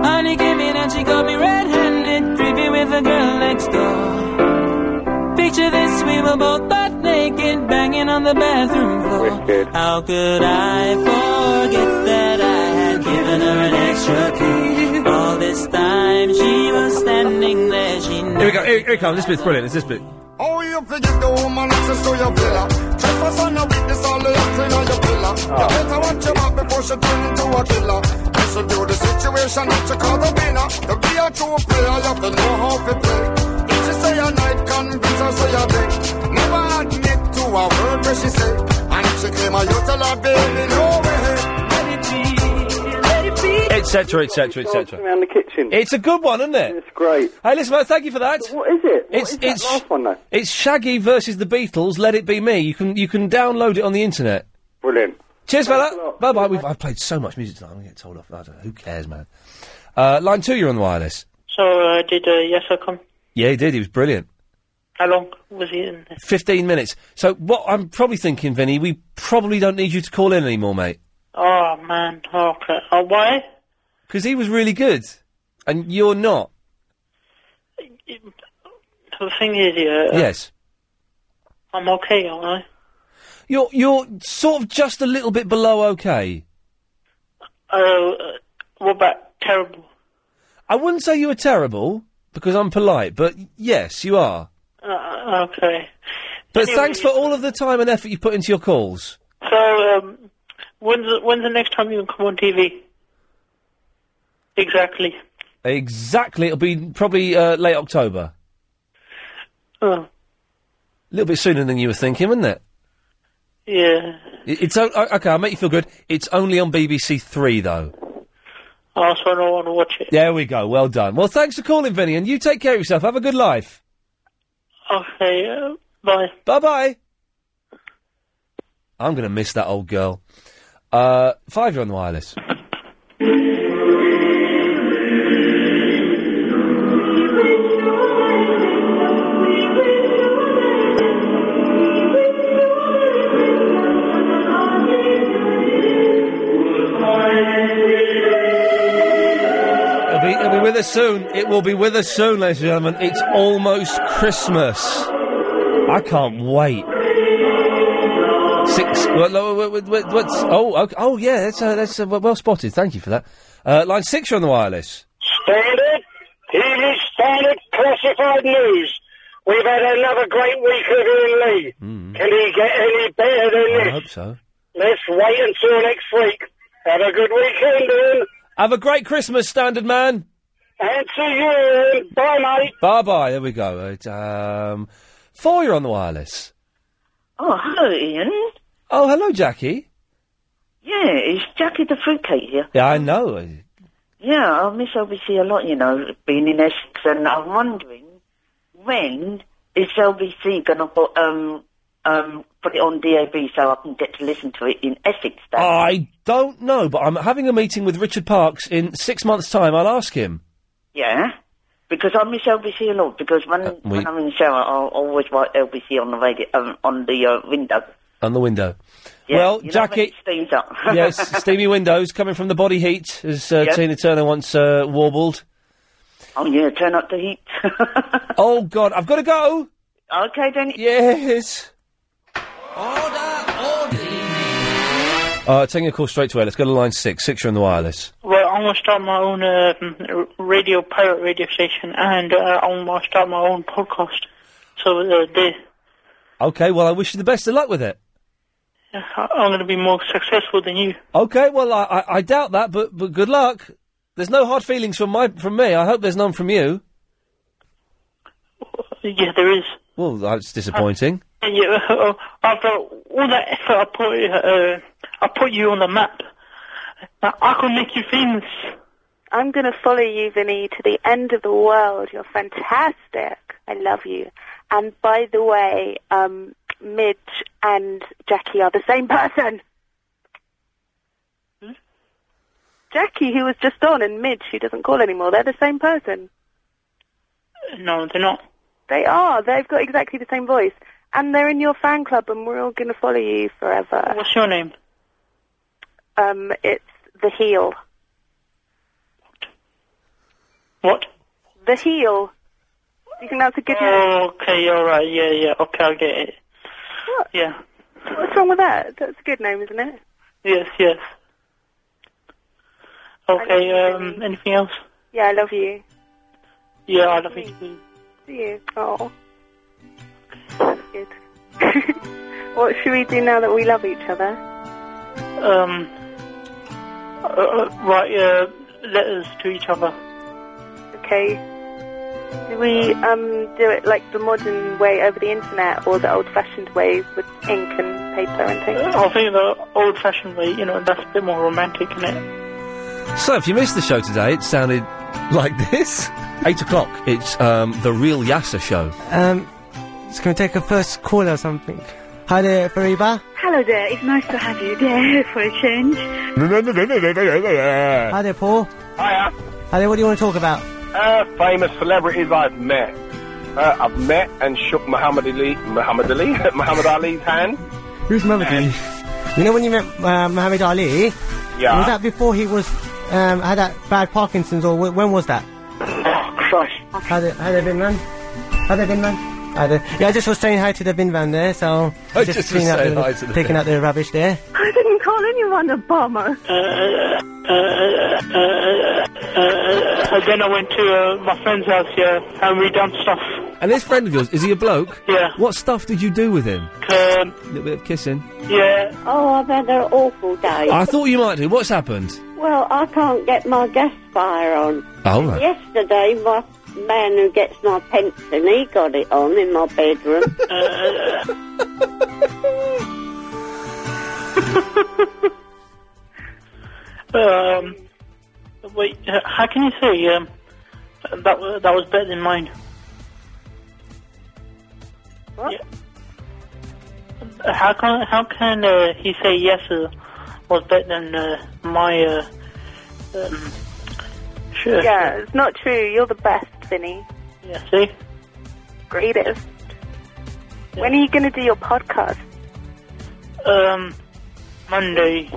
Speaker 9: Honey came in and she got me red-handed, creepy with the girl next door. Picture this, we were both butt naked, banging on the bathroom floor. How could I forget that I had given her an extra key? All this time she was standing there, she
Speaker 1: Here we go. Here, here we come. This bit's brilliant. It's this bit.
Speaker 9: Oh, you forget the woman access to your villa. Trespass on your weakness, all the doctrine on your pillar. You better watch your mouth before she turn into a killer. This will do the situation that you call the winner. To be a true player, you have to know how to play. If she say a night, convince her say a day. Never admit to a word where she say. And if she claim a you tell her, baby, no way. Let it be, let it be.
Speaker 1: Etc. Etc. Etc.
Speaker 7: Around the kitchen.
Speaker 1: It's a good one, isn't it? It's
Speaker 7: great.
Speaker 1: Hey, listen, man. Thank you for that.
Speaker 7: What is it? What
Speaker 1: It's
Speaker 7: is that
Speaker 1: it's
Speaker 7: last one though?
Speaker 1: it's Shaggy versus the Beatles. Let it be me. You can you can download it on the internet.
Speaker 7: Brilliant.
Speaker 1: Cheers, fella. Bye bye. We've I've played so much music tonight. I'm gonna get told off. I don't know. Who cares, man? Uh, line two, you're on the wireless.
Speaker 8: So uh, did uh, Yes I Come?
Speaker 1: Yeah, he did. He was brilliant.
Speaker 8: How long was he in there?
Speaker 1: 15 minutes. So what I'm probably thinking, Vinny, we probably don't need you to call in anymore, mate.
Speaker 8: Oh man, okay. Oh why?
Speaker 1: Because he was really good. And you're not.
Speaker 8: The thing is, yeah.
Speaker 1: Yes.
Speaker 8: I'm okay, aren't
Speaker 1: You're you're sort of just a little bit below okay.
Speaker 8: I? Oh, uh, what about terrible?
Speaker 1: I wouldn't say you were terrible because I'm polite, but yes, you are.
Speaker 8: Uh, okay.
Speaker 1: But
Speaker 8: Anyway,
Speaker 1: thanks for all of the time and effort you put into your calls.
Speaker 8: So, um, when's the, when's the next time you can come on TV? Exactly.
Speaker 1: Exactly, it'll be probably uh, late October.
Speaker 8: Oh,
Speaker 1: A little bit sooner than you were thinking, wasn't it?
Speaker 8: yeah.
Speaker 1: It- It's o- o- okay. I'll make you feel good. It's only on BBC Three though.
Speaker 8: Oh, I also don't want to watch it.
Speaker 1: There we go. Well done. Well, thanks for calling, Vinny, and you take care of yourself. Have a good life.
Speaker 8: Okay, uh, bye.
Speaker 1: Bye bye. I'm going to miss that old girl. Uh, five, you're on the wireless. It'll be, it'll be with us soon. It will be with us soon, ladies and gentlemen. It's almost Christmas. I can't wait. Six. What, what, what, what- what's? Oh, okay, oh yeah. That's uh, that's uh, well well spotted. Thank you for that. Uh, line six, you're on the wireless.
Speaker 44: Standard, TV standard classified news. We've had another great week of Ian Lee. Can he get any better than
Speaker 1: I
Speaker 44: this?
Speaker 1: hope so.
Speaker 44: Let's wait until next week. Have a good weekend, Ian.
Speaker 1: Have a great Christmas, Standard Man.
Speaker 44: And to you, Ian. Bye, mate.
Speaker 1: Bye bye. There we go. It's, um, four, you're on the wireless.
Speaker 45: Oh, hello, Ian.
Speaker 1: Oh, hello, Jackie.
Speaker 45: Yeah, it's Jackie the Fruitcake here.
Speaker 1: Yeah, I know.
Speaker 45: Yeah, I miss LBC a lot, you know, being in Essex, and I'm wondering when is LBC going to put, um, um, put it on DAB so I can get to listen to it in Essex?
Speaker 1: I don't know, but I'm having a meeting with Richard Parks in six months' time. I'll ask him.
Speaker 45: Yeah. Because I miss LBC a lot. Because when
Speaker 1: Uh, we-
Speaker 45: when I'm in the shower, I'll always write LBC on the radio um, on the uh, window.
Speaker 1: On the window.
Speaker 45: Yeah,
Speaker 1: well,
Speaker 45: you know when
Speaker 1: Jackie.
Speaker 45: it steams up.
Speaker 1: yes, steamy windows coming from the body heat, as uh,
Speaker 45: Yep.
Speaker 1: Tina Turner once uh, warbled.
Speaker 45: Oh yeah, turn up the heat.
Speaker 1: oh God, I've got to go.
Speaker 45: Okay then.
Speaker 1: Yes. Uh, taking a call straight away. Let's go to line six. Six, you're on the wireless.
Speaker 8: Well, I'm gonna start my own um, r- radio pirate radio station, and uh, I'm gonna start my own podcast. So uh, they,
Speaker 1: Okay. Well, I wish you the best of luck with it.
Speaker 8: I- Uh, I'm gonna be more successful than you.
Speaker 1: Okay. Well, I, I, I doubt that, but but good luck. There's no hard feelings from my from me. I hope there's none from you.
Speaker 8: Yeah, there is.
Speaker 1: Well, that's disappointing.
Speaker 8: And you, uh, after all that effort I put, uh, I put you on the map. I, I can make you famous.
Speaker 13: I'm going to follow you, Vinny, to the end of the world. You're fantastic. I love you. And by the way, um, Midge and Jackie are the same person. Jackie, who was just on, and Midge, who doesn't call anymore, they're the same person.
Speaker 8: No, they're not.
Speaker 13: They are. They've got exactly the same voice. And they're in your fan club, and we're all going to follow you forever.
Speaker 8: What's your name?
Speaker 13: Um, it's The Heel.
Speaker 8: What?
Speaker 13: The Heel. Do you think that's a good name?
Speaker 8: Oh, okay, all right, yeah, yeah, okay, I get it.
Speaker 13: What?
Speaker 8: Yeah,
Speaker 13: What's wrong with that? That's a good name, isn't it?
Speaker 8: yes, yes. Okay, um, anything else?
Speaker 13: Yeah, I love you.
Speaker 8: Yeah, I love you. too.
Speaker 13: See you. Oh. That's good. what should we do now that we love each other?
Speaker 8: Um, uh, uh, write uh, letters to each other.
Speaker 13: Okay. Do we um, do it like the modern way over the internet or the old fashioned way with ink and paper and things?
Speaker 8: I think the Uh, old-fashioned way, you know, that's a bit more romantic, isn't it?
Speaker 1: So, if you missed the show today, it sounded like this. Eight o'clock. It's um, the real Yasser show.
Speaker 28: Um, it's going to take a first call or something. Hi there, Fariba.
Speaker 46: Hello there, it's nice to have you there for a change.
Speaker 28: Hi there, Paul.
Speaker 46: Hiya.
Speaker 28: Hi there, what do you want to talk about?
Speaker 46: Uh, famous celebrities I've met.
Speaker 33: Uh, I've met and shook Muhammad Ali, Muhammad Ali, Muhammad Ali's hand.
Speaker 28: Who's Muhammad Ali? You know when you met uh, Muhammad Ali?
Speaker 33: Yeah.
Speaker 28: Was that before he was um, had that bad Parkinson's, or wh- when was that?
Speaker 47: Christ.
Speaker 28: Hi there, hi there, bin man. Hi there, bin man. Hi there. Yeah, I just was saying hi to the bin man there, so
Speaker 1: I Oh, just was
Speaker 28: cleaning out
Speaker 1: saying
Speaker 28: the,
Speaker 1: hi to the
Speaker 28: taking
Speaker 1: bin.
Speaker 28: out the rubbish there.
Speaker 40: I didn't call anyone a bomber.
Speaker 8: Uh, and then I went to uh, my friend's house, yeah, and we done stuff.
Speaker 1: And this friend of yours, is he a bloke?
Speaker 8: Yeah.
Speaker 1: What stuff did you do with him?
Speaker 8: Um,
Speaker 1: A little bit of kissing.
Speaker 8: yeah.
Speaker 40: Oh, I've had an awful day.
Speaker 1: I thought you might do. What's happened?
Speaker 40: Well, I can't get my gas fire on.
Speaker 1: Oh, right.
Speaker 40: Yesterday, my man who gets my pension, he got it on in my bedroom.
Speaker 8: Uh, Um, wait, uh, how can you say um, that wa- uh, that was better than mine?
Speaker 40: What?
Speaker 8: Uh, How can how can uh, he say yes uh, was better than uh, my? Uh, um, sure.
Speaker 40: Yeah, it's not true. You're the best, Vinny.
Speaker 8: Yeah, see?
Speaker 40: Greatest. When are you going to do your podcast?
Speaker 8: Um, Monday.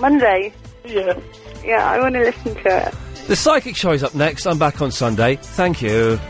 Speaker 40: Monday?
Speaker 8: Yeah.
Speaker 40: Yeah, I want to listen to it.
Speaker 1: The psychic show is up next. I'm back on Sunday. Thank you.